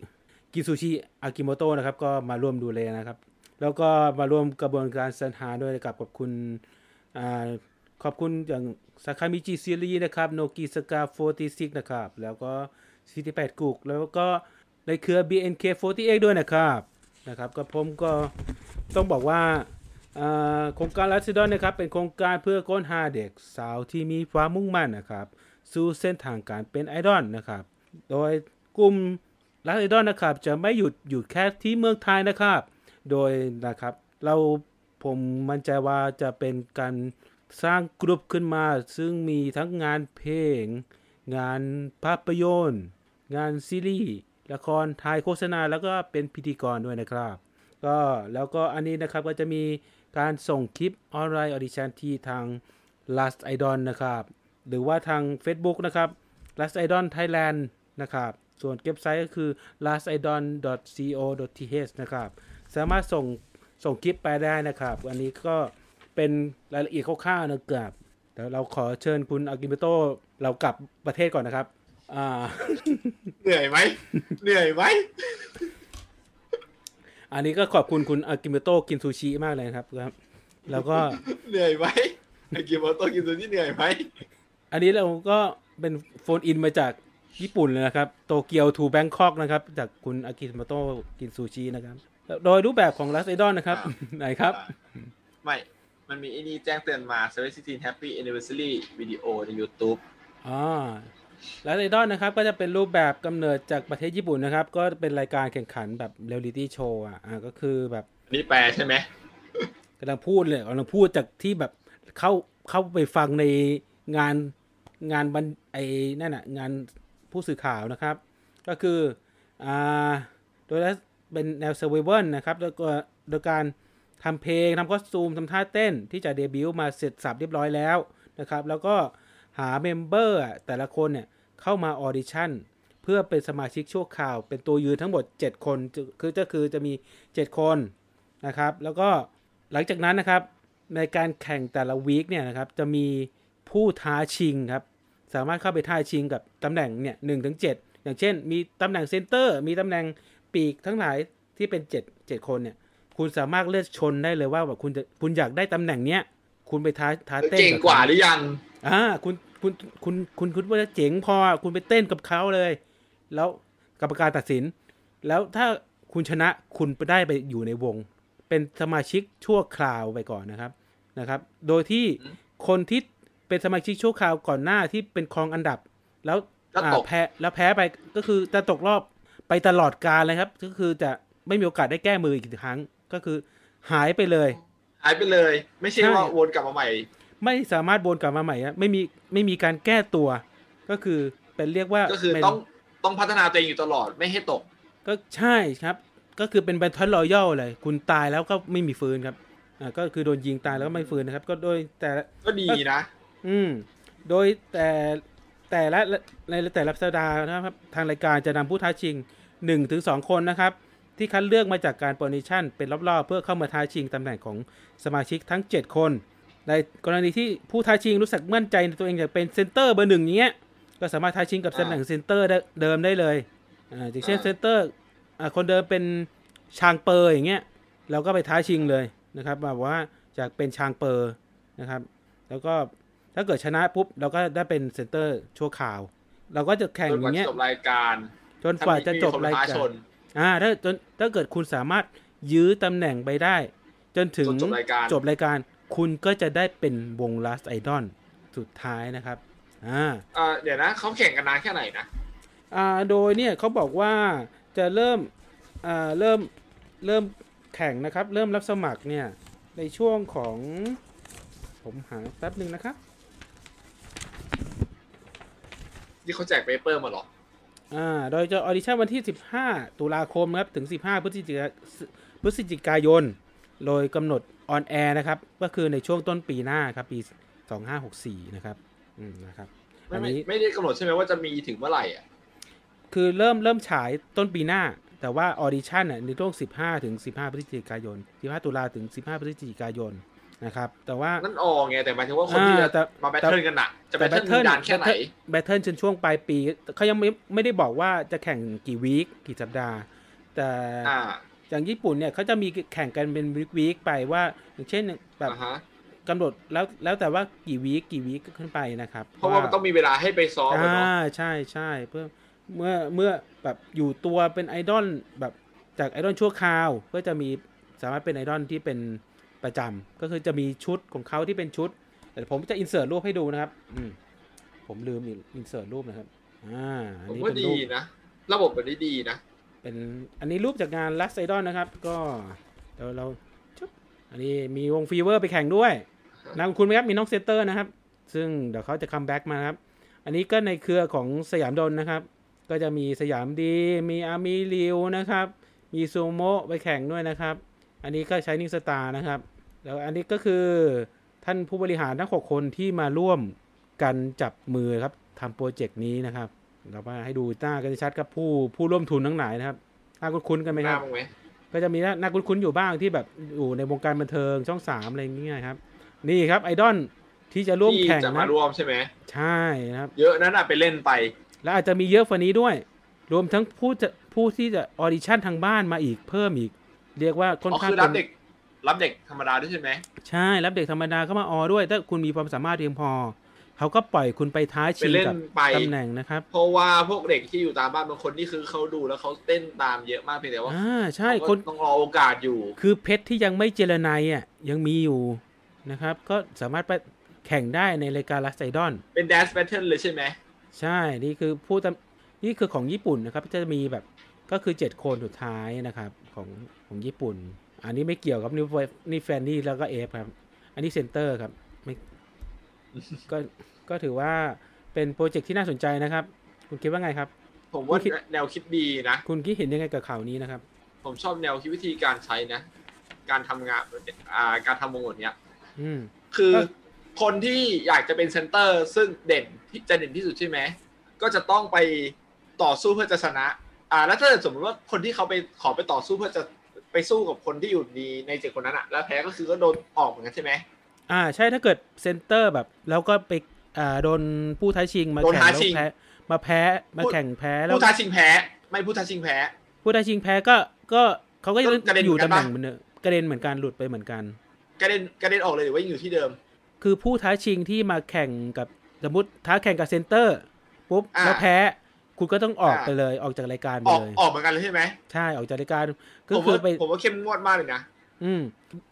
A: กิซูชิอากิโมโตะนะครับ ก็มาร่วมดูแลนะครับ แล้วก็มาร่วมกระบวนการสรรหาด้วยกับขอบคุณอ่าขอบคุณอย่างสาขามิจิซีรีส์นะครับโนกิสกา46 นะครับ แล้วก็ 48กุกแล้วก็ในเครือ BNK48 ด้วยนะครับนะครับก็ผมก็ต้องบอกว่าอ่าโครงการลัสซิดอนนะครับ เป็นโครงการเพื่อค้นหาเด็กสาวที่มีความมุ่งมั่นนะครับ สู่เส้นทางการเป็นไอดอลนะครับ โดยกลุ่มลัสซิดอนนะครับ จะไม่หยุดหยุดแค่ที่เมืองไทยนะครับ โดยนะครับเราผมมั่นใจว่าจะเป็นการสร้างกรุ๊ปขึ้นมา ซึ่งมีทั้งงานเพลง งานภาพยนตร์ งานซีรีส์ละครถ่ายโฆษณาแล้วก็เป็นพิธีกรด้วยนะครับ ก็แล้วก็อันนี้นะครับก็จะมีการส่งคลิปออนไลน์ออดิชันที่ทาง Last Idol นะครับ หรือว่าทาง Facebook นะครับ Last Idol Thailand นะครับ ส่วนเว็บไซต์ก็คือ lastidol.co.th นะครับ สามารถส่งส่งคลิปไปได้นะครับ อันนี้ก็เป็นรายละเอียดคร่าวๆนะครับเดี๋ยวเราขอเชิญคุณอากิเมโตะเรากลับประเทศก่อนนะครับ อ่า [laughs]
B: เหนื่อยไหม เหนื่อยไหม
A: อันนี้ก็ขอบคุณคุณอากิเมโตะกินซูชิมากเลยนะครับครับ แล้วก็
B: เหนื่อยไหมไอ้กิโมโตะกินซูชิเหนื่อยไหม
A: อันนี้เราก็เป็นโฟนอินมาจากญี่ปุ่นเลยนะครับ โตเกียวทูแบงคอกนะครับ จากคุณอากิมโตะกินซูชินะครับ โดยรูปแบบของลัสไอดอนนะครับ [laughs]
B: อ่า
A: ไหนครับ
B: ไม่ มันมีไอ้นี่แจ้งเตือนมา s e v e n t e e n Happy Anniversary Video ใน YouTube
A: อ่าแล้วไอดอลนะครับก็จะเป็นรูปแบบกำเนิดจากประเทศญี่ปุ่นนะครับ ก็เป็นรายการแข่งขันแบบเรียลลิตี้โชว์อ่ะอ่าก็คือแบบ
B: อันนี้แปลใช่ไหม
A: กำลังพูดเลยกำลังพูดจากที่แบบเข้าเข้าไปฟังในงานงานบันไอนั่นน่ะงานผู้สื่อข่าวนะครับ ก็คืออ่าโดยแล้วเป็นแนวเซอร์ไวเวนะครับแล้วก็โดยการทำเพลงทำคอสตูมทำท่าเต้นที่จะเดบิวต์มาเสร็จสับเรียบร้อยแล้วนะครับ แล้วก็ หาเมมเบอร์อะแต่ละคนเนี่ยเข้ามาออดิชั่น เพื่อเป็นสมาชิกชั่วคราว เป็นตัวยืนทั้งหมด 7 คนจะคือก็คือจะมี 7 คนนะครับ แล้วก็หลังจากนั้นนะครับในการแข่งแต่ละวีคเนี่ยนะครับจะมีผู้ท้าชิงครับ สามารถเข้าไปท้าชิงกับตำแหน่งเนี่ยหถึงเอย่างเช่น มีตำแหน่งเซนเตอร์ มีตำแหน่งปีกทั้งหลายที่เป็น 7 7 คนเนี่ยคุณสามารถเลือกชนได้เลยว่าแบบคุณจะคุณอยากได้ตำแหน่งเนี้ยคุณไปท้าท้าเต้นบ
B: เก่ง
A: ข
B: กว่าหรือยัง
A: อ่าคุณคุณคุณคุณคุณว่าเจ๋งพอคุณไปเต้นกับเขาเลย แล้วกรรมการตัดสิน แล้วถ้าคุณชนะคุณไปได้ไปอยู่ในวง เป็นสมาชิกชั่วคราวไปก่อนนะครับนะครับ โดยที่
B: อืม
A: คนที่เป็นสมาชิกชั่วคราวก่อนหน้าที่เป็นครองอันดับ แล้ว
B: ก็ต
A: อ่า
B: ก
A: แพ้แล้วแพ้ไปก็คือจะตกรอบไปตลอดกาลเลยครับ ก็คือจะไม่มีโอกาสได้แก้มืออีกครั้ง ก็คือหายไปเลย
B: หายไปเลย ไม่ใช่
A: ใช่
B: ว่าวนกลับมาใหม่
A: ไม่สามารถวนกลับมาใหม่นะไม่มีไม่มีการแก้ตัว ก็คือเป็นเรียกว่า
B: ก็คือ
A: เป็น
B: ต้องต้องพัฒนาตัวเองอยู่ตลอดไม่ให้ตก
A: ก็ใช่ครับ ก็คือเป็นแบทเทิลรอยัลเลย คุณตายแล้วก็ไม่มีฟื้นครับอ่าก็คือโดนยิงตายแล้วก็ไม่ฟื้นนะครับ ก็โดยแต่ละ
B: ก็ดีนะ
A: อืมโดยแต่แต่ละในแต่ละสัปดาห์นะครับ ทางรายการจะนำผู้ท้าชิง1-2ถึงสองคนนะครับ ที่คัดเลือกมาจากการโปรนิชั่น เป็นรอบๆ เพื่อเข้ามาท้าชิงตำแหน่งของสมาชิกทั้ง 7 คน ในกรณีที่ผู้ท้าชิงรู้สึกมั่นใจในตัวเองอยากเป็นเซนเตอร์เบอร์หนึ่งอย่างเงี้ยก็สามารถท้าชิงกับ
B: อ่า
A: ตำแหน่งเซนเตอร์ได้เดิมได้เลยอ่าอย่างเช่น
B: อ่า
A: เซนเตอร์อ่าคนเดิมเป็นชางเปอร์อย่างเงี้ยเราก็ไปท้าชิงเลยนะครับแบบว่าจากเป็นชางเปอร์นะครับ แล้วก็ถ้าเกิดชนะปุ๊บเราก็ได้เป็นเซนเตอร์ชั่วข่าว เราก็จะแข่ง
B: จน
A: อก
B: ว่า
A: ย่าง
B: จะ
A: เงี้ย
B: จบรายการ
A: จนกว่าจะจบ
B: ถ้มีคนม
A: ราย
B: ท้
A: กา
B: ช
A: ร
B: น
A: อ่าถ้าจนถ้าเกิดคุณสามารถยื้อตำแหน่งไปได้ จนถึง
B: จนจบรายการ
A: จบรายการ คุณก็จะได้เป็นวง Last Idol สุดท้ายนะครับอ่า
B: เอ่อเดี๋ยวนะเขาแข่งกันนานแค่ไหนนะ
A: อ่าโดยเนี่ยเขาบอกว่าจะเริ่มอ่าเริ่มเริ่มแข่งนะครับ เริ่มรับสมัครเนี่ย ในช่วงของผมหาแป๊บหนึ่งนะครับ
B: ที่เขาแจกเปเปอร์มาเหรอ
A: อ่าโดยจะออดิชั่นวันที่ 15 ตุลาคมครับถึง 15 พฤศจิกาพฤศจิกายน โดยกำหนดออนแอร์นะครับ ก็คือในช่วงต้นปีหน้าครับ ปี 2564 นะครับ อืมนะครับ
B: ไม่
A: อัน
B: ไม่
A: นี้
B: ไม่ได้กำหนดใช่ไหมว่าจะมีถึงเมื่อไหร่อ่ะ
A: คือเริ่มเริ่มฉายต้นปีหน้า แต่ว่าออดิชั่นน่ะในช่วง 15 ถึง 15 พฤศจิกายน 15 ตุลาถึง 15 พฤศจิกายนนะครับ แต่ว่า
B: นั่นออไงแต่หมายถึงว่าคนที่
A: อ่า
B: จะ
A: แต่
B: มาแบท
A: แต่
B: เทิลกันน่ะจะแบทเทิลนานแค่ไหน
A: แบทเทิลจนช่วงปลายปีเขายังไม่ไม่ได้บอกว่าจะแข่งกี่วีคกี่สัปดาห์ แต่
B: อ่า
A: อย่างญี่ปุ่นเนี่ยเขาจะมีแข่งกันเป็นวีควีคไปว่าอย่างเช่นแบบ
B: อ่าฮะ
A: กำหนดแล้วแล้วแต่ว่ากี่วีคกี่วีคขึ้นไปนะครับ
B: เพราะว่ามันต้องมีเวลาให้ไปซ้อมอะ
A: อ่า
B: เนาะ
A: ใช่ใช่เพื่อเมื่อเมื่อแบบอยู่ตัวเป็นไอดอลแบบจากไอดอลชั่วคราวก็จะมีสามารถเป็นไอดอลที่เป็นประจำก็คือจะมีชุดของเขาที่เป็นชุดแต่ผมจะอินเสิร์ตรูปให้ดูนะครับอืมผมลืมอินเสิร์ตรูปนะครับอ่าอัน
B: ผม
A: นี้
B: ว่า
A: เป็น
B: ดี
A: รูป
B: นะ ระบบแบบนี้ดีนะ
A: เป็นอันนี้รูปจากงานลัสไซดอนนะครับ ก็เดี๋ยวเราจุ๊บอันนี้มีวงฟีเวอร์ไปแข่งด้วยนำคุณไหมครับ มีน้องเซนเตอร์นะครับ ซึ่งเดี๋ยวเขาจะคัมแบ็กมานะครับ อันนี้ก็ในเครือของสยามดนนะครับ ก็จะมีสยามดี มีอามีริวนะครับ มีซูโมะไปแข่งด้วยนะครับ อันนี้ก็ใช้นิสตาร์นะครับ แล้วอันนี้ก็คือท่านผู้บริหารทั้ง 6 คนที่มาร่วมกันจับมือครับทำโปรเจกต์นี้นะครับ เรามาให้ดูหน้ากันชัดครับผู้ผู้ร่วมทุนทั้งหลายนะครับหน้าคุ้นๆกันไหม
B: ห
A: ค
B: น้า
A: รับ
B: มั้างไหม
A: ก็จะมีหน้าหน้าคุ้นๆอยู่บ้างที่แบบอยู่ในวงการบันเทิงช่องสามอะไรอย่างเงี้ยครับ นี่ครับไอดอลที่จะร่วม
B: ที่
A: แข่ง
B: จะมา
A: นะ
B: ร่วมใช่ไหม
A: ใช่นะครับ
B: เยอะนั่นน่ะไปเล่นไป
A: และอาจจะมีเยอะกว่านี้ด้วย รวมทั้งผู้จะผู้ที่จะออดิชั่นทางบ้านมาอีกเพิ่มอีก เรียกว่าค่อน
B: อ๋อ
A: ข้าง
B: คือรับ
A: ป็น
B: เด็ก รับเด็กธรรมดาด้วยใช่ไหม
A: ใช่ รับเด็กธรรมดาเข้ามาออด้วย ถ้าคุณมีความสามารถเพียงพอ เขาก็ปล่อยคุณไปท้าชิง
B: ไปเล่น
A: กับ
B: ไป
A: ตำแหน่งนะครับ
B: เพราะว่าพวกเด็กที่อยู่ตามบ้านบางคนนี่คือเขาดูแล้วเขาเต้นตามเยอะมากเพียงแต่ว่า
A: อ่าใช่
B: เขา
A: ค
B: ก็
A: น
B: ต้องรอโอกาสอยู่
A: คือเพชรที่ยังไม่เจรไนยอ่ะยังมีอยู่นะครับ ก็สามารถไปแข่งได้ในรายการลัสไซดอน
B: เป็นแดนซ์แบทเทิลเลยใช่ไหม
A: ใช่ นี่คือผู้ตำนี่คือของญี่ปุ่นนะครับ จะมีแบบ ก็คือ 7 คนสุดท้ายนะครับของของญี่ปุ่น อันนี้ไม่เกี่ยวครับนี่นี่แฟนนี่แล้วก็เอฟครับ อันนี้เซนเตอร์ครับไม่ก็ก็ถือว่าเป็นโปรเจกต์ที่น่าสนใจนะครับ คุณคิดว่าไงครับ
B: ผมว่า
A: คิด
B: แนวคิดดีนะ
A: คุณคิดเห็นยังไงกับข่าวนี้นะครับ
B: ผมชอบแนวคิดวิธีการใช้นะ การทำงานอ่าการทำวงกลเนี้ย
A: อืม
B: คือ
A: ก็
B: คนที่อยากจะเป็นเซนเตอร์ซึ่งเด่นที่จะเด่นที่สุดใช่ไหมก็จะต้องไปต่อสู้เพื่อจะชนะ อ่าแล้วถ้าเกิดสมมติว่าคนที่เขาไปขอไปต่อสู้เพื่อจะไปสู้กับคนที่อยู่ดีในเจ็ดคนนั้นอะแล้วแพ้ก็คือก็โดนออกเหมือนกันใช่ไหม
A: อ่าใช่ถ้าเกิดเซนเตอร์แบบ แล้วก็ไปอ่าโดนผู้ท้าชิงมาแข่งแล้วแพ้มาแพ้มาแข่งแพ้แล้ว
B: ผู้ท้าชิงแพ้ ไม่ผู้ท้าชิงแพ้
A: ผู้ท้าชิงแพ้ก็ก็เขาก็ยัง
B: กระเด็น
A: อยู่
B: เหมือน
A: ตำแห
B: กันปะ
A: น่งเหมือนเดิมกระเด็นเหมือนกันหลุดไปเหมือนกัน
B: กระเด็นกระเด็นออกเลยหรือว่ายังอยู่ที่เดิม
A: คือผู้ท้าชิงที่มาแข่งกับสมมติท้าแข่งกับเซนเตอร์ปุ๊บ
B: อ่า
A: แล้วแพ้ คุณก็ต้องออก
B: อ่า
A: ไปเลยออกจากรายการไป
B: ออก
A: เลย
B: ออกเหมือนกันเลยใช่ไหม
A: ใช่ออกจากรายการ
B: ผ
A: ก็
B: ม
A: คือ
B: ว่า
A: ไป
B: ผมว่าเข้มงวดมากเลยนะ
A: อืม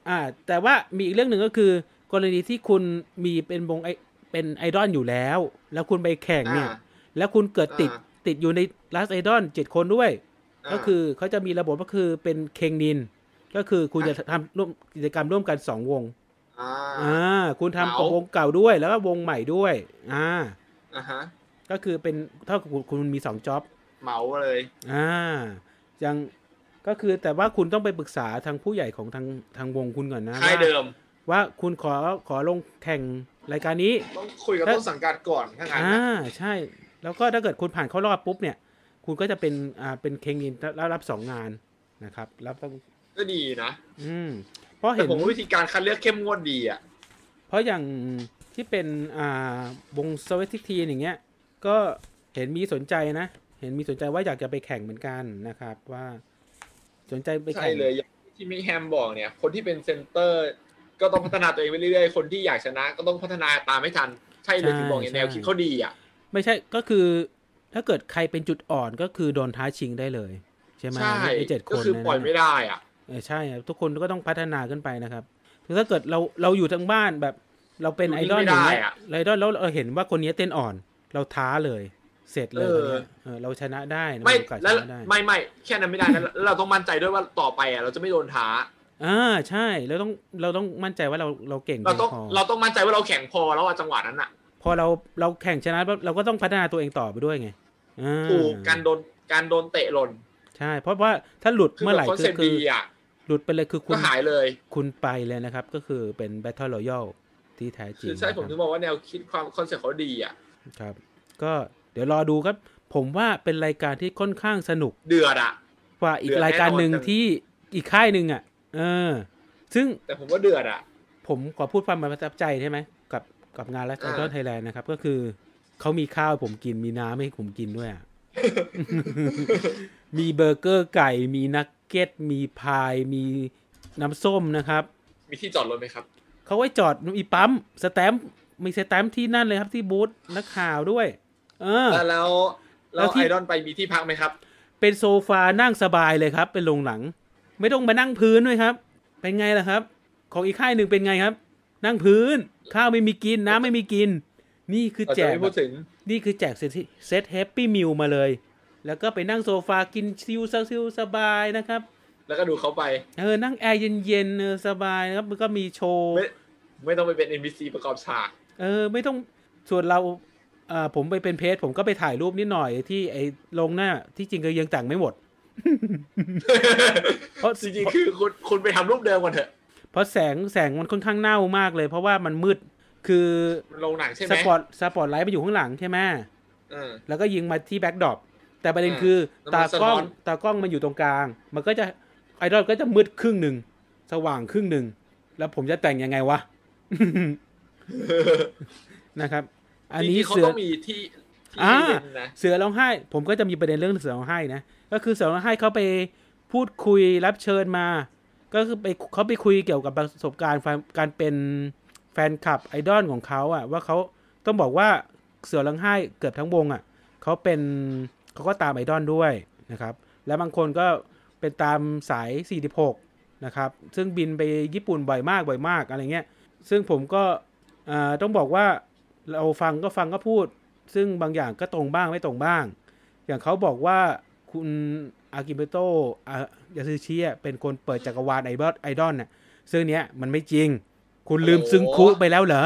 A: อ่า แต่ว่ามีอีกเรื่องหนึ่งก็คือ กรณีที่คุณมีเป็นวงไอเป็นไอดอลอยู่แล้ว แล้วคุณไปแข่งเนี่ย
B: อ่า
A: แล้วคุณเกิดติด
B: อ่า
A: ติดอยู่ในลัสไอดอลเจ็ดคนด้วย
B: อ่า
A: ก็คือเขาจะมีระบบก็คือเป็นเคงนิน ก็คือคุณจะ
B: อ่ะ
A: ทำร่วมกิจกรรมร่วมกันสองวง
B: อ่า
A: อ่า คุณทำกับ
B: เอา
A: วงเก่าด้วยแล้วก็วงใหม่ด้วย อ่า
B: อ่าฮะ
A: ก็คือเป็นเท่ากับคุณคุณมีสองจ็อบ
B: เหมาเลย
A: อ่ายังก็คือแต่ว่าคุณต้องไปปรึกษาทางผู้ใหญ่ของทางทางวงคุณก่อนนะ
B: ค่าย
A: ว่า
B: เดิม
A: ว่าคุณขอขอลงแข่งรายการนี้
B: ต้องคุยกับต้นสังกัดก่อนถ้างั้น
A: อ่า
B: นะ
A: ใช่ แล้วก็ถ้าเกิดคุณผ่านเข้ารอบปุ๊บเนี่ย คุณก็จะเป็นอ่าเป็นเคงยินแล้วรับสองงาน นะครับ แล้วต้อง
B: ก็ดีนะ
A: อืมเพราะ
B: แต่
A: เห็น
B: ผมว่าวิธีการคัดเลือกเข้มงวดดีอ่ะ
A: เพราะอย่างที่เป็นอ่าวงสวิติทีอย่างเงี้ย ก็เห็นมีสนใจนะ เห็นมีสนใจว่าอยากจะไปแข่งเหมือนกันนะครับ ว่าสนใจไป
B: ใช่
A: แข่ง
B: เลยอย่างที่มิกแฮมบอกเนี่ย คนที่เป็นเซนเตอร์ ก็ต้องพัฒนาตัวเองไปเรื่อยๆ คนที่อยากชนะก็ต้องพัฒนาตามให้ทัน ใช่เลยถึงบอกไงแนวคิดเขาดีอ่ะ
A: ไม่ใช่ก็คือ ถ้าเกิดใครเป็นจุดอ่อนก็คือโดนท้าชิงได้เลย ใช่ไหม
B: ใช่
A: ไอ้เจ็ดคน
B: ก็คือ
A: เนี่
B: ปล่อยไม่ได้อ่ะ
A: เออใช่ครับทุกคนก็ต้องพัฒนาขึ้นไปนะครับคือถ้าเกิดเราเราอยู่ทางบ้านแบบ เราเป็น
B: อยู่
A: ไอด
B: นิ่ง
A: อลอย่างเงี้ย
B: ไม่ได้อะ
A: ไอดอลแล้วเราเห็นว่าคนนี้เต้นอ่อน เราท้าเลย เสร็จเลย
B: เออ
A: คนเนี้ยเออเราชนะได้นะ
B: ไม่
A: มีโอกาส
B: แล้ว
A: ชนะได้
B: ไม่ไม่แค่นั้นไม่ได้นะแล้วเราต้องมั่นใจด้วยว่าต่อไปอ่ะเราจะไม่โดนท้า
A: อ่าใช่เราต้องเราต้องมั่นใจว่าเราเราเก่ง
B: เราต้อง
A: พอ
B: เราต้องมั่นใจว่าเราแข็งพอแล้วอ่ะจังหวะนั้นอ่ะ
A: พอเราเราแข่งชนะปุ๊บเราก็ต้องพัฒนาตัวเองต่อไปด้วยไงอ่า
B: ถูกการโดนการโดนเตะหล่น
A: ใช่ เพราะว่าถ้าหลุด
B: คือ
A: เมื่อ
B: แบ
A: ไหร่
B: บคอน
A: คื
B: เซ็
A: อ
B: ปต์
A: คือ
B: ดีอ่ะ
A: หลุดไปเลยคือคุ
B: ก็
A: ณ
B: หายเลย
A: คุณไปเลยนะครับ ก็คือเป็น Battle Royale ที่แท้จริ
B: คื
A: ง
B: อใช่ผมถึ
A: นะ
B: ง
A: ครับ
B: บอกว่าแนวคิดความคอนเซ็ปต์เขาดีอ่ะ
A: ครับ ก็เดี๋ยวรอดูครับ ผมว่าเป็นรายการที่ค่อนข้างสนุก
B: เดือดอ่ะ
A: กว่าอี
B: เดื
A: ก
B: อด
A: รายการหนึ่ง
B: แน่นอนจัง
A: ที่อีกค่ายหนึ่งอ่ะ เออ ซึ่ง
B: แต่ผมว่าเดือดอ่ะ
A: ผมขอพูดความประทับใจใช่ไหมกับกับงานรัฐไทย
B: อ่า
A: ไทยแลนด์นะครับ ก็คือเขามีข้าวให้ผมกินมีน้ำให้ผมกินด้วยอะ มีเบอร์เกอร์ไก่ มีนักเก็ต มีพาย มีน้ำส้มนะครับ
B: [laughs] มีที่จอดรถไหมครับ
A: เขาไว้จอดมีปั๊มสแตมป์มีสแตมป์ที่นั่นเลยครับที่บูธนักข่าวด้วย เออ
B: แล้วแล้ว
A: แล้
B: แล้วว
A: ที่
B: ไอดอลไปมีที่พักไหมครับ
A: เป็นโซฟานั่งสบายเลยครับ เป็นโรงหลัง ไม่ต้องมานั่งพื้นด้วยครับ เป็นไงล่ะครับ ของอีกค่ายหนึ่งเป็นไงครับ นั่งพื้น ข้าวไม่มีกิน น้ำไม่มีกิน นี่คือ
B: เรา
A: แจ
B: จะ
A: ก
B: ไม่พูดถึง
A: นี่คือแจกเซตเซตแฮปปี้มิลมาเลย แล้วก็ไปนั่งโซฟากินชิวๆชิวๆสบายนะครับ
B: แล้วก็ดูเขาไป
A: เออนั่งแอร์เย็นๆเออสบายนะครับมันก็มีโชว์
B: ไม่ไม่ต้องไปเป็น NPC ประกอบ
A: [laughs]
B: ฉาก
A: เออไม่ต้องส่วนเราเอ่อผมไปเป็นเพจผมก็ไปถ่ายรูปนิดหน่อยที่ไอ้ลงหน้าที่จริงก็ยังแต่งไม่หมด เพราะ
B: จริงๆคือคุณคุณไปทำรูปเดิมก่อนเถอะ
A: เพราะแสงแสงมันค่อนข้างเน่ามากเลย เพราะว่ามันมืดคือ
B: มันลงหนังใช่ไห
A: ส
B: ม
A: ปอตสปอตไลท์ไปอยู่ข้างหลังใช่ไหม
B: เออ
A: แล้วก็ยิงมาที่แบ็กดรอปแต่ประเด็น
B: อ่า
A: คือ
B: แล้ว
A: ตา
B: มันสะ
A: กล้
B: ท้
A: อ
B: อง น
A: ตากล้องมันอยู่ตรงกลาง มันก็จะไอดอลก็จะมืดครึ่งหนึ่งสว่างครึ่งหนึ่งแล้วผมจะแต่งยังไงวะ นะครับ อันนี้
B: จริงๆเขา
A: เสือ
B: ต้องมีที่ที่
A: อ่า
B: เล่นนะ
A: เสือร้องไห้ ผมก็จะมีประเด็นเรื่องเสือร้องไห้นะ ก็คือเสือร้องไห้เขาไปพูดคุยรับเชิญมา ก็คือไปเขาไปคุยเกี่ยวกับประสบการณ์แฟนการเป็นแฟนคลับไอดอลของเขาอะว่าเขาต้องบอกว่าเสือร้องไห้เกือบทั้งวงอะเขาเป็นเขาก็ตามไอดอลด้วยนะครับ และบางคนก็เป็นตามสาย 46 นะครับ ซึ่งบินไปญี่ปุ่นบ่อยมากบ่อยมากอะไรเงี้ย ซึ่งผมก็อ่าต้องบอกว่าเราฟังก็ฟังก็พูด ซึ่งบางอย่างก็ตรงบ้างไม่ตรงบ้าง อย่างเขาบอกว่าคุณอากิเบโตะยาซูชิอะเป็นคนเปิดจักรวาลไอดอลไอดอลน่ะซึ่งเนี้ยมันไม่จริง คุณลืมซึงคุไปแล้วเหรอ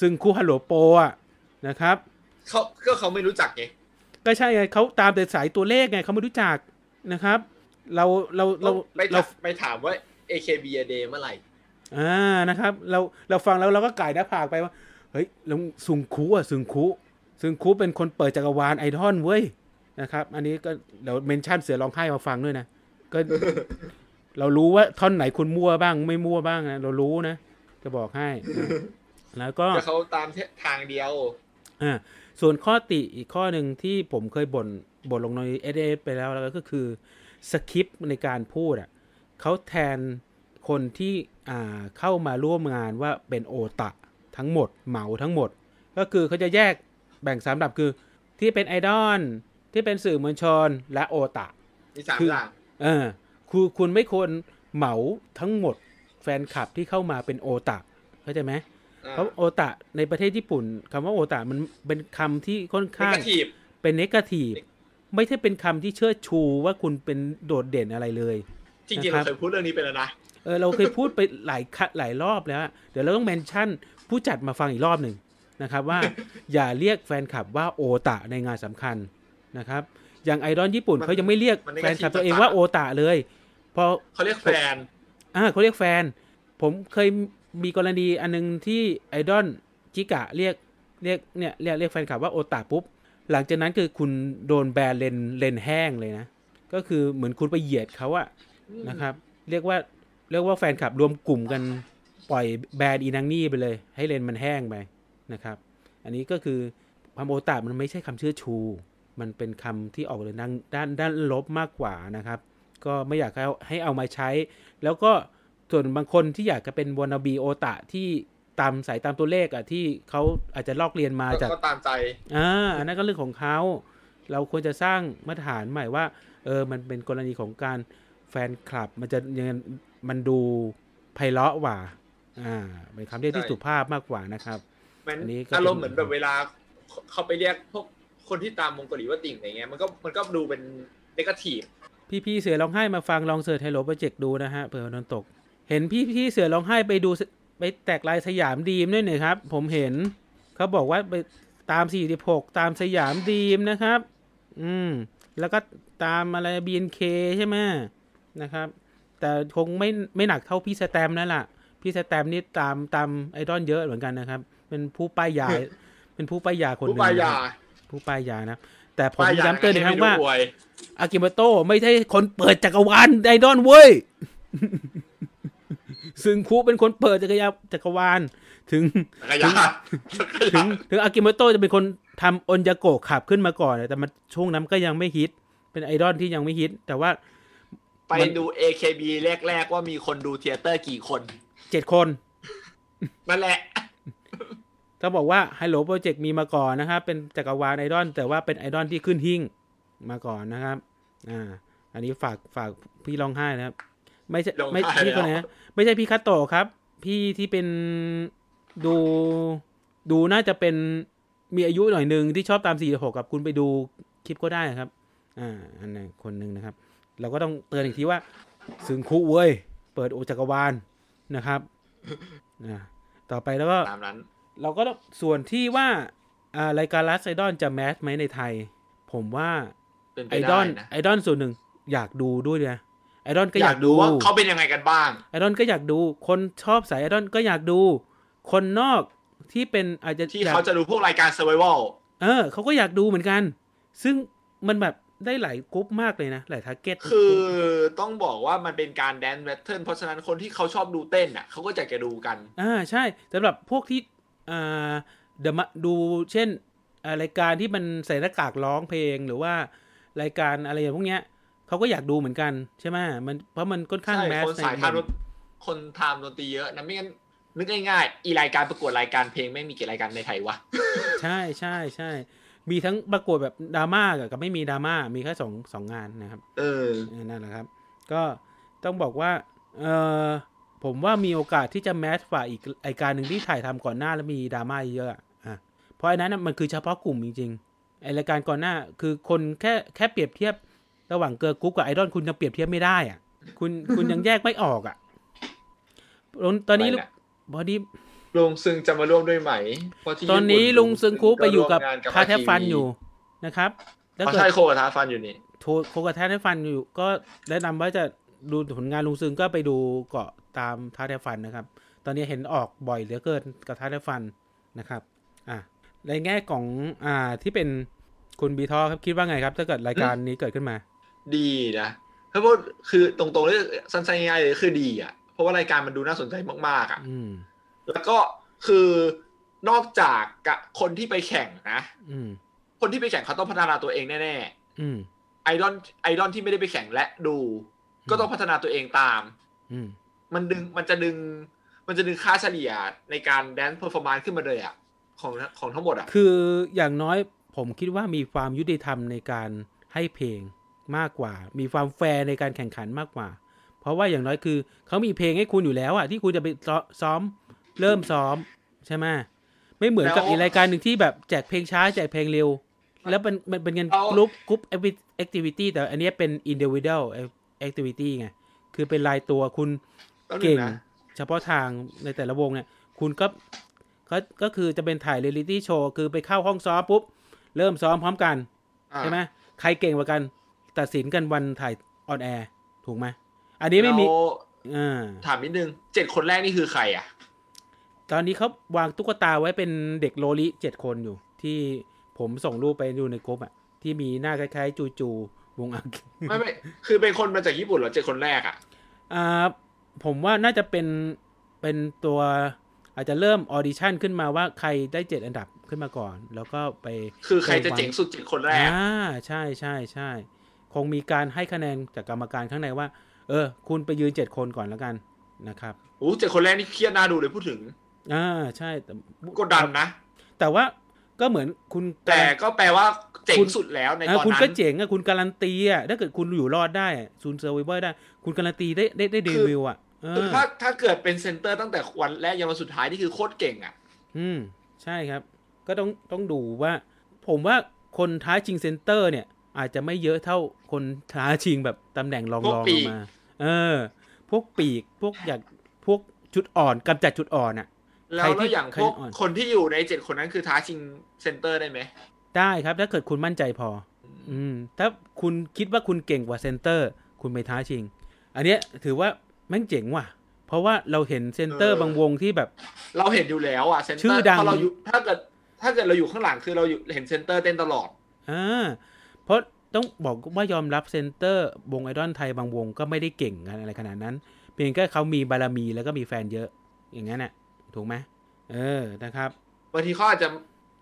A: ซึงคุฮัลโหลโปอะนะครับ
B: เขาก็เขาไม่รู้จักไง
A: ก็ใช่ไงเขาตามแต่สายตัวเลขไงเขาไม่รู้จักนะครับ เราเราเรา
B: ไป
A: เรา
B: ถามไปถามว่า AKB a day เมื่อไหร่
A: อ่านะครับเราเราฟังแล้วเราก็ก่ายหน้าผากไปว่า เฮ้ยแลงซุงคูอ่ะซุงคูซุงคูเป็นคนเปิดจักรวาลไอดอลเว้ยนะครับ อันนี้ก็เดี๋ยวเมนชั่นเสือร้องไห้มาฟังด้วยนะก็ [laughs] เรารู้ว่าท่อนไหนคุณมั่วบ้างไม่มั่วบ้างนะเรารู้นะ จะบอกให้นะแล้วก็
B: ก็เขาตามทางเดียว
A: อ่าส่วนข้อติอีกข้อหนึ่งที่ผมเคยบน่นบ่นลงในเอเไปแล้วแล้วก็คือสคริปต์ในการพูดอ่ะเขาแทนคนที่อ่าเข้ามาร่วมงานว่าเป็นโอตะทั้งหมดเหมาทั้งหมด ก็คือเขาจะแยกแบ่งสามระดับคือที่เป็นไอดอลที่เป็นสื่อมวลชนและโอตะ
B: มีสาม
A: คือ
B: อย่าง
A: เออคือคุณไม่ควรเหมาทั้งหมดแฟนคลับที่เข้ามาเป็นโอตะเข้าใจไหม
B: อ่า
A: เพราะโอตะในประเทศญี่ปุ่นคำว่าโอตะมันเป็นคำที่ค่อน
B: นิ
A: ข้าง
B: เกทีฟ
A: เป็นเนกาทีฟไม่ใช่เป็นคำที่เชิดชูว่าคุณเป็นโดดเด่นอะไรเลย
B: จริงๆ
A: นะครับ
B: เราเคยพูดเรื่องนี้ไปแล้วนะ
A: เออเราเคยพูดไปหลายครั้ง [laughs] หลายรอบแล้วอะเดี๋ยวเราต้องเมนชั่นผู้จัดมาฟังอีกรอบหนึ่งนะครับว่า [laughs] อย่าเรียกแฟนคลับว่าโอตะในงานสำคัญนะครับ อย่างไอดอลญี่ปุ่น
B: มัน
A: เขายังไม่เรียก
B: มัน negative
A: แฟนคลับตัวเองว่าโอตะเลยพอ
B: เขาเรียกแฟน
A: อ่าเขาเรียกแฟน ผมเคยมีกรณีอันนึงที่ไอดอลจิกะเรียกเรียกเนี่ยเรียกเรียกแฟนคลับว่าโอตะปุ๊บ หลังจากนั้นคือคุณโดนแบนเลนเลนแห้งเลยนะ ก็คือเหมือนคุณไปเหยียดเขาอะ
B: อืม
A: นะครับ เรียกว่าเรียกว่าแฟนคลับรวมกลุ่มกันปล่อยแบรนด์อีนังนี่ไปเลย ให้เลนส์มันแห้งไปนะครับ อันนี้ก็คือพามโอตามันไม่ใช่คำเชื่อชู มันเป็นคำที่ออกเลยด้านด้านด้านลบมากกว่านะครับ ก็ไม่อยากให้เอาให้เอามาใช้ แล้วก็ส่วนบางคนที่อยากจะเป็นวานาบีโอตะที่ตามสายตามตัวเลขอะที่เขาอาจจะลอกเรียนมาจาก
B: ก็ตามใจ
A: อ่าอันนั้นก็เรื่องของเขา เราควรจะสร้างมาตรฐานใหม่ว่า เออ มันเป็นกรณีของการแฟนคลับ มันจะยังไงมันดูไพเราะกว่า อ่า เป็นคำเรียกที่สุภาพมากกว่านะครับ
B: เหมัน
A: อันนี้ก็
B: อารมณ์เหมือนแบบเวลาเขาไปเรียกพวกคนที่ตามมงกลีว่าติ่งอะไรเงี้ยมันก็มันก็ดูเป็นเนกาทีฟ
A: พี่ๆเสือร้องไห้มาฟังลองเสิร์ชไฮโลโปรเจกต์ดูนะฮะเผื่อมันโดนตก เห็นพี่ๆเสือร้องไห้ไปดูไปแตกลายสยามดีมด้วยเนี่ยครับ ผมเห็นเขาบอกว่าไปตาม 46 ตามสยามดีมนะครับ อืม แล้วก็ตามอะไร BNK ใช่ไหมนะครับ แต่คงไม่ไม่หนักเท่าพี่สแตมนั่นแหละพี่สแตมนี่ตามตามไอดอลเยอะเหมือนกันนะครับ เป็นผู้ป้ายยา
B: [laughs]
A: เป็นผู้ป้ายยาคนห
B: ผู้
A: นึ่ง
B: ปาย
A: นะค
B: ยา
A: รับผู้ป้ายยานะ แต่ผม
B: ปายยา
A: ย้ำเตือนอีกครั้งว่า
B: ให้ไม่รู้อย
A: อากิโมโตะไม่ใช่คนเปิดจักรวาลไดดอนเว้ [laughs] ย ซึ่งคุเป็นคนเปิดจักรยานจักรวาล ถึง
B: ปายยา
A: ถึงถึงอากิโมโตะจะเป็นคนทำอนยาโกะขับขึ้นมาก่อน แต่มันช่วงนั้นก็ยังไม่ฮิต เป็นไอดอลที่ยังไม่ฮิต แต่ว่า
B: ไปดู AKB แรก ๆ ว่ามีคนดูเทยเตอร์กี่คน
A: เจ็ดคน
B: นั่นแหละ
A: เขาบอกว่าไฮโลโปรเจกต์มีมาก่อนนะครับ เป็นจักรวาลไอดอลแต่ว่าเป็นไอดอลที่ขึ้นหิ้งมาก่อนนะครับ อ่า อันนี้ฝากฝากพี่ร้องไห้นะครับ ไม่ใช่
B: ร้องไห้
A: ไม่พี่คนไหน
B: แล้ว
A: นะไม่ใช่พี่คาโตะครับ พี่ที่เป็นดูดูน่าจะเป็นมีอายุหน่อยหนึ่งที่ชอบตามสี่หกกับคุณไปดูคลิปก็ได้ครับ อ่า อันนั้นคนหนึ่งนะครับ เราก็ต้องเตือนอีกทีว่าซึงคุเว้ย เปิดโอจักรวาลนะครับอ่าต่อไปแล้วก็
B: ตามนั้น
A: เราก็ต้องส่วนที่ว่าอ่ารายการลัสไอดอนจะแมสไหมในไทย ผมว่า
B: เป็นไป
A: ไอด
B: ได้
A: อล
B: นะ
A: ไอดอลส่วนหนึ่งอยากดูด้วยนะไอดอลก็อ
B: อาย
A: ยาก ก
B: ดู
A: ดู
B: ว่าเขาเป็นยังไงกันบ้าง
A: ไอดอลก็อยากดู คนชอบสายไอดอลก็อยากดู คนนอกที่เป็นอาจจะ
B: ที่
A: อยก
B: เขาจะดูพวกรายการ Survival
A: เออเขาก็อยากดูเหมือนกัน ซึ่งมันแบบได้หลายกรุ๊ปมากเลยนะหลายทาร์เก็ต
B: คือต้องบอกว่ามันเป็นการแดนซ์แ a ทเทิร์นเพราะฉะนั้นคนที่เขาชอบดูเต้นอ่ะเขาก็จะจะดูกัน
A: อ่าใช่สำหรับพวกที่อ่าเดยวมาดูเช่นอ่ารายการที่มันใส่หน้ากากร้องเพลงหรือว่ารายการอะไรอย่างพวกเนี้ยเขาก็อยากดูเหมือนกันใช่ไหมมันเพราะมันค่อนข้าง
B: ใช่
A: แมส
B: คนสาย
A: ใน
B: ทำคนทำดนตรีเยอะนะไม่งั้นนึกง่ายๆ อีรายการประกวดรายการเพลงไม่งมีกี่รายการในไทยวะ
A: ใช่ใช่ใช่ มีทั้งประกวดแบบดราม่ากับไม่มีดราม่ามีแค่สองสองงานนะครับ
B: เออ
A: เออนั่นแหละครับ ก็ต้องบอกว่า เออผมว่ามีโอกาสที่จะแมสฝ่าอีกรายการหนึ่งที่ถ่ายทำก่อนหน้าแล้วมีดราม่าเยอะอะอ่ะ เพราะอันนั้นน่ะมันคือเฉพาะกลุ่มจริงๆ ไอรายการก่อนหน้าคือคนแค่แค่เปรียบเทียบ ระหว่างเกิร์ลกรุ๊ปกับไอดอลคุณยังเปรียบเทียบไม่ได้อ่ะ คุณคุณยังแยกไม่ออกอ่ะ ตอนนี้
B: อะไรนะ
A: พอดี
B: ลุงซึงจะมาร่วมด้วยไหมเพราะที่
A: ตอนนี้
B: ญี่ปุ่
A: ลุงซึงคูไปอยู่กับ
B: ก็ร่วมงน
A: คาเทฟฟันอยู่นะครับถ้า
B: อ๋อ
A: เกิด
B: ใช่โคกับทาฟันอยู่นี่
A: โทรโคกาแทสให้ฟันอยู่ก็แนะนำว่าจะดูผลงานลุงซึงก็ไปดูเกาะตามท้าแทสฟันนะครับ ตอนนี้เห็นออกบ่อยเหลือเกินกับท้าแทสฟันนะครับอ่ะในแง่ของอ่าที่เป็นคุณบีทอครับคิดว่าไงครับ ถ้าเกิดรายการนี้เกิดขึ้นมา
B: ดีนะเพราะว่าคือตรงๆเลยสั้นๆง่ายๆเลยคือดีอ่ะ เพราะว่ารายการมันดูน่าสนใจมากๆอ่ะ
A: อืม
B: แล้วก็คือนอกจากกะคนที่ไปแข่งนะ
A: อืม
B: คนที่ไปแข่งเขาต้องพัฒนาตัวเองแน่
A: อืม
B: ๆไอดอลไอดอลที่ไม่ได้ไปแข่งและดู ก็ต้องพัฒนาตัวเองตาม
A: อืม
B: มันดึงมันจะดึง มันจะดึงค่าเฉลี่ยในการแดนซ์เพอร์ฟอร์มานซ์ขึ้นมาเลยอ่ะของของทั้งหมดอ่ะ
A: คืออย่างน้อยผมคิดว่ามีความยุติธรรมในการให้เพลงมากกว่า มีความแฟร์ในการแข่งขันมากกว่า เพราะว่าอย่างน้อยคือเขามีเพลงให้คุณอยู่แล้วอะที่คุณจะไปซ้อซ้อมเริ่มซ้อมใช่ไหมไม่เหมือนกับ
B: แล้ว
A: อีกรายการหนึ่งที่แบบแจกเพลงช้าแจกเพลงเร็ว แล้วมันมันเป็นงาน
B: เอา
A: กรุ๊ปกรุ๊ปแอคทิวิตี้แต่อันเนี้ยเป็น individual activity ไงคือเป็นรายตัวคุณ
B: แป๊บนึ
A: เก่ง
B: นะ
A: เฉพาะทางในแต่ละวงเนี่ย คุณก็ก็ก็คือจะเป็นถ่ายเรียลิตี้โชว์คือไปเข้าห้องซ้อมปุ๊บ เริ่มซ้อมพร้อมกัน ใช่ไหมใครเก่งกว่ากัน ตัดสินกันวันถ่ายออนแอร์ถูกไหมอันนี้ไม่มี
B: แล้ว
A: อ่า
B: ถามนิดนึงเจ็ดคนแรกนี่คือใคร
A: [laughs]
B: อ่ะ
A: ตอนนี้เขาวางตุ๊กตาไว้เป็นเด็กโลลิเจ็ดคนอยู่ ที่ผมส่งรูปไปดูในกรุ๊ปอะที่มีหน้าคล้ายๆ จูจู วงอังกฤษ
B: ไม่ไม่คือเป็นคนมาจากญี่ปุ่นเหรอเจอคนแรกอ่ะ
A: อ่าผมว่าน่าจะเป็นเป็นตัวอาจจะเริ่มออดิชั่นขึ้นมาว่าใครได้เจ็ดอันดับขึ้นมาก่อน แล้วก็ไป
B: คือใครจะเจ๋งสุดเจ็ดคนแรก
A: อ่าใช่ใช่ใช่คงมีการให้คะแนนจากกรรมการข้างในว่า เออ คุณไปยืนเจ็ดคนก่อนแล้วกันนะครับ
B: โอ้เจ็ดคนแรกนี่เครียดน่าดูเลยพูดถึง
A: อ่าใช่แต่
B: กดดันนะ
A: แต่ว่าก็เหมือนคุณ
B: แต่
A: การัน
B: ก็แปลว่าเจ๋ง
A: คุณ
B: สุดแล้วใน
A: อ่า
B: ตอน
A: คุณ
B: นั้
A: ก็
B: น
A: เจ๋งอะคุณการันตีอะถ้าเกิดคุณอยู่รอดได้ซูนเซอร์ไวเวอร์ได้ คุณการันตีได้ได้ได้เดวิวอะเออ
B: ถ้าถ้าเกิดเป็นเซนเตอร์ตั้งแต่วันแรกยันวันสุดท้ายนี่คือโคตรเก่งอ่ะ
A: อืมใช่ครับ ก็ต้องต้องดูว่า ผมว่าคนท้าชิงเซนเตอร์เนี่ย อาจจะไม่เยอะเท่าคนท้าชิงแบบตำแหน่งรอง
B: พว
A: ร
B: ก
A: อง
B: ปี
A: ล
B: ก
A: งมา เออ พวกปีกพวกอยากพวกจุดอ่อนกำจัดจุดอ่อนอะ
B: แล้ว
A: ใครที่
B: แล้วอย่าง
A: ใคร
B: พวก
A: อ่อน
B: คนที่อยู่ในเจ็ดคนนั้นคือท้าชิงเซนเตอร์ได้ไหม
A: ได้ครับ ถ้าเกิดคุณมั่นใจพอ อืม ถ้าคุณคิดว่าคุณเก่งกว่าเซนเตอร์ คุณไปท้าชิง อันเนี้ยถือว่าแม่งเจ๋งว่ะ เพราะว่าเราเห็นเซนเตอร์
B: เออ
A: บางวงที่แบบ
B: เราเห็นอยู่แล้วอ่ะเซน
A: ชื่
B: เตอ
A: อ
B: ร์
A: ดัง
B: ถ้าเราอยู่ถ้าเกิดถ้าเกิดเราอยู่ข้างหลังคือเราอยู่เห็นเซนเตอร์เต้นตลอด
A: อ่า เพราะต้องบอกว่ายอมรับเซนเตอร์วงไอดอลไทยบางวงก็ไม่ได้เก่งอะไรขนาดนั้น เพียงแค่เขามีบารมีแล้วก็มีแฟนเยอะ อย่างนั้นน่ะ ถูกไหมเออ นะครับ
B: บางทีเขาอาจจะ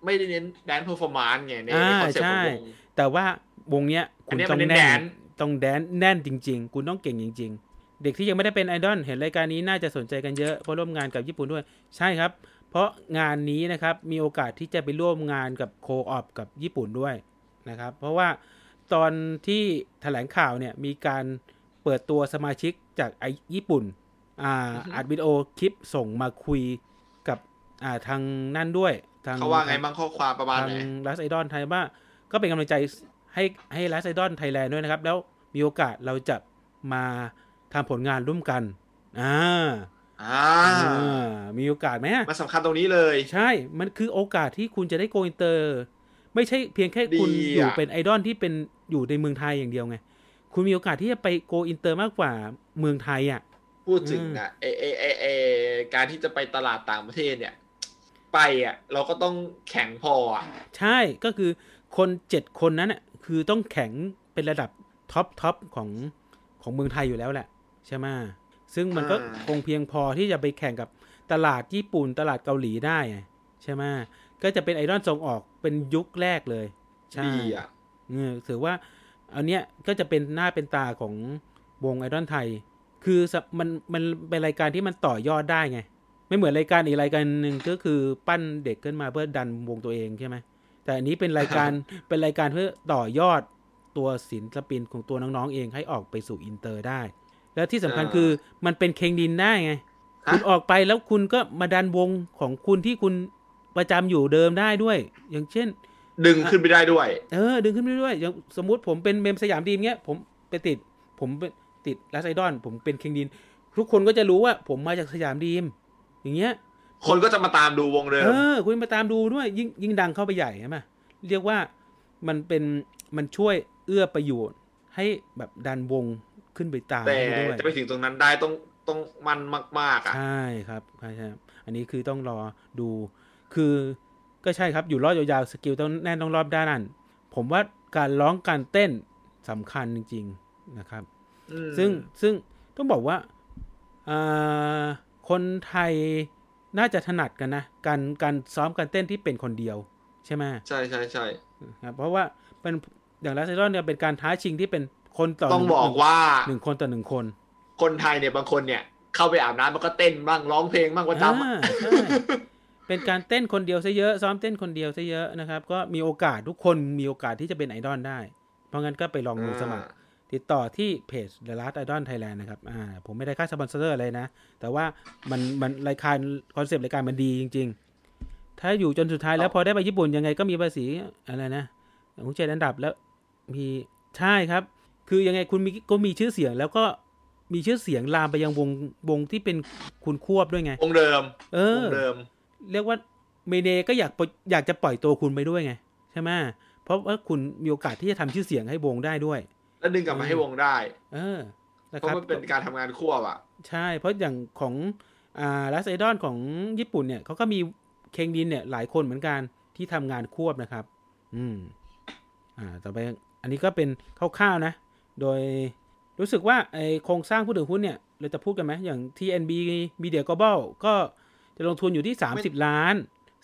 B: ไม่ได้เน้นแดนเพอร์ฟอร์มานซ์ไงใน
A: อ่า
B: คอนเซ็ปต์ของ
A: ใช่
B: วง
A: แต่ว่าวงเนี้ย
B: อั
A: คุ
B: น
A: ณต้อง
B: เนี้ยมันเน้น
A: แน่
B: แด
A: น
B: น
A: ต้องแดนแน่นจริง ๆ คุณต้องเก่งจริง ๆ เด็กที่ยังไม่ได้เป็นไอดอลเห็นรายการนี้น่าจะสนใจกันเยอะเพราะร่วมงานกับญี่ปุ่นด้วย ใช่ครับ เพราะงานนี้นะครับมีโอกาสที่จะไปร่วมงานกับโคออปกับญี่ปุ่นด้วยนะครับ เพราะว่าตอนที่แถลงข่าวเนี่ยมีการเปิดตัวสมาชิกจากไอญี่ปุ่นอ่าอัดวิดีโอคลิปส่งมาคุยกับอ่าทางนั่นด้วยทาง
B: เขาว่าไงบ้างข้อความประมาณ
A: ทาง
B: ไหน
A: รัสไอดอนไทยว่าก็เป็นกำลังใจให้ให้รัสไอดอนไทยแลนด์ด้วยนะครับ แล้วมีโอกาสเราจะมาทำผลงานร่วมกันอ่า
B: อ่า
A: อ่ามีโอกาสไหมอะ
B: มันสำคัญตรงนี้เลย
A: ใช่ มันคือโอกาสที่คุณจะได้โกอินเตอร์ ไม่ใช่เพียงแค่คุณ
B: ดีอะ
A: อยู่เป็นไอดอลที่เป็นอยู่ในเมืองไทยอย่างเดียวไง คุณมีโอกาสที่จะไปโกอินเตอร์มากกว่าเมืองไทยอ่ะ
B: พูดถึง
A: อืม
B: นะเอเอเอเอการที่จะไปตลาดต่างประเทศเนี่ย ไปอ่ะ เราก็ต้องแข็งพออ่ะ
A: ใช่ก็คือคนเจ็ดคนนั้นน่ะคือต้องแข็งเป็นระดับท็อปท็อปของของเมืองไทยอยู่แล้วแหละ ใช่ไหมะซึ่งมันก็
B: อ่า
A: คงเพียงพอที่จะไปแข่งกับตลาดญี่ปุ่นตลาดเกาหลีได้ไงใช่ไหมะก็จะเป็นไอดอลส่งออกเป็นยุคแรกเลยใช่
B: ดีอ่ะ
A: เออถือว่าอันเนี้ยก็จะเป็นหน้าเป็นตาของวงไอดอลไทย คือสะมันมันเป็นรายการที่มันต่อยอดได้ไง ไม่เหมือนรายการอีกรายการหนึ่งก็คือปั้นเด็กขึ้นมาเพื่อดันวงตัวเองใช่ไหมแต่อันนี้เป็นรายการ [laughs] เป็นรายการเพื่อต่อยอดตัวศิลปินของตัวน้องๆเองให้ออกไปสู่อินเตอร์ได้ แล้วที่สำคัญ
B: อ่า
A: คือมันเป็นเคงดินได้ไง
B: ฮะ
A: คุณออกไปแล้วคุณก็มาดันวงของคุณที่คุณประจำอยู่เดิมได้ด้วย อย่างเช่น
B: ดึงขึ้นไปได้ด้วย
A: เออดึงขึ้นไปด้วยอย่างสมมุติผมเป็นเมมสยามดีมเงี้ยผมไปติด ผมไปติดลัสไอดอน ผมเป็นเคงดิน ทุกคนก็จะรู้ว่าผมมาจากสยามดีม อย่างเงี้ย
B: คนก็จะมาตามดูวงเดิม
A: เออ คุณมาตามดูด้วย ยิ่งยิ่งดังเข้าไปใหญ่ใช่ไหมเรียกว่ามันเป็นมันช่วยเอื้อประโยชน์ ให้แบบดันวงขึ้นไปตาม
B: แต่
A: ให้ด้วย
B: จะไปถึงตรงนั้นได้ต้องต้องมันมาก ๆ อ่ะ
A: ใช่ครับใช่ครับ อันนี้คือต้องรอดู คือก็ใช่ครับอยู่รอดยาวๆสกิลต้องแน่นต้องรอบด้านนั้นผมว่าการร้องการเต้นสำคัญจริง ๆนะครับ
B: อืม
A: ซึ่งซึ่งต้องบอกว่าอ่าคนไทยน่าจะถนัดกันนะ การการซ้อมการเต้นที่เป็นคนเดียวใช่ไหม
B: ใช่ใช่ใช่
A: ครับเพราะว่าเป็นอย่างลาเซดอนเนี่ยเป็นการท้าชิงที่เป็นคนต่อ
B: ต้อง
A: หนึ่
B: บอกว่า
A: หนึ่งคนต่อหนึ่งคน
B: คนไทยเนี่ยบางคนเนี่ย เข้าไปอาบน้ำมันก็เต้นบ้างร้องเพลงบ้างประจำ
A: อ่า
B: อะ
A: ใช่เป็นการเต้นคนเดียวซะเยอะ ซ้อมเต้นคนเดียวซะเยอะนะครับ ก็มีโอกาสทุกคนมีโอกาสที่จะเป็นไอดอลได้ เพราะงั้นก็ไปลองลงสมัคร ติดต่อที่เพจ The Last Idol Thailand นะครับ อ่า ผมไม่ได้ค่าสปอนเซอร์อะไรนะ แต่ว่ามันมันรายการคอนเซปต์รายการมันดีจริง ๆ ถ้าอยู่จนสุดท้ายแล้วพอได้ไปญี่ปุ่นยังไงก็มีภาษีอะไรนะของเจ็ดอันดับแล้วมีใช่ครับ คือยังไงคุณมีก็มีชื่อเสียงแล้วก็มีชื่อเสียงลามไปยังวงวงที่เป็นคุณควบด้วยไง
B: วงเดิม
A: เอ
B: ว
A: อ
B: งเดิม
A: เรียกว่าเมเนก็อยากปล่อยอยากจะปล่อยตัวคุณไปด้วยไง ใช่ไหมเพราะว่าคุณมีโอกาสที่จะทำชื่อเสียงให้วงได้ด้วย
B: แล้วดึงกลับมาให้วงได้
A: เออนะ
B: เพ
A: ค
B: ราะ
A: รับ
B: มันเป็นการทำงานควบอ่ะ
A: ใช่ เพราะอย่างของอ่าลัสไอดอนของญี่ปุ่นเนี่ยเขาก็มีเคงดินเนี่ยหลายคนเหมือนกันที่ทำงานควบนะครับ อืม อ่า ต่อไปไอ อันนี้ก็เป็นคร่าวๆนะ โดยรู้สึกว่าไอโครงสร้างผู้ถือหุ้นเนี่ย เราจะพูดกันไหมอย่าง TNB Media Global ก็จะลงทุนอยู่ที่ 30 ล้าน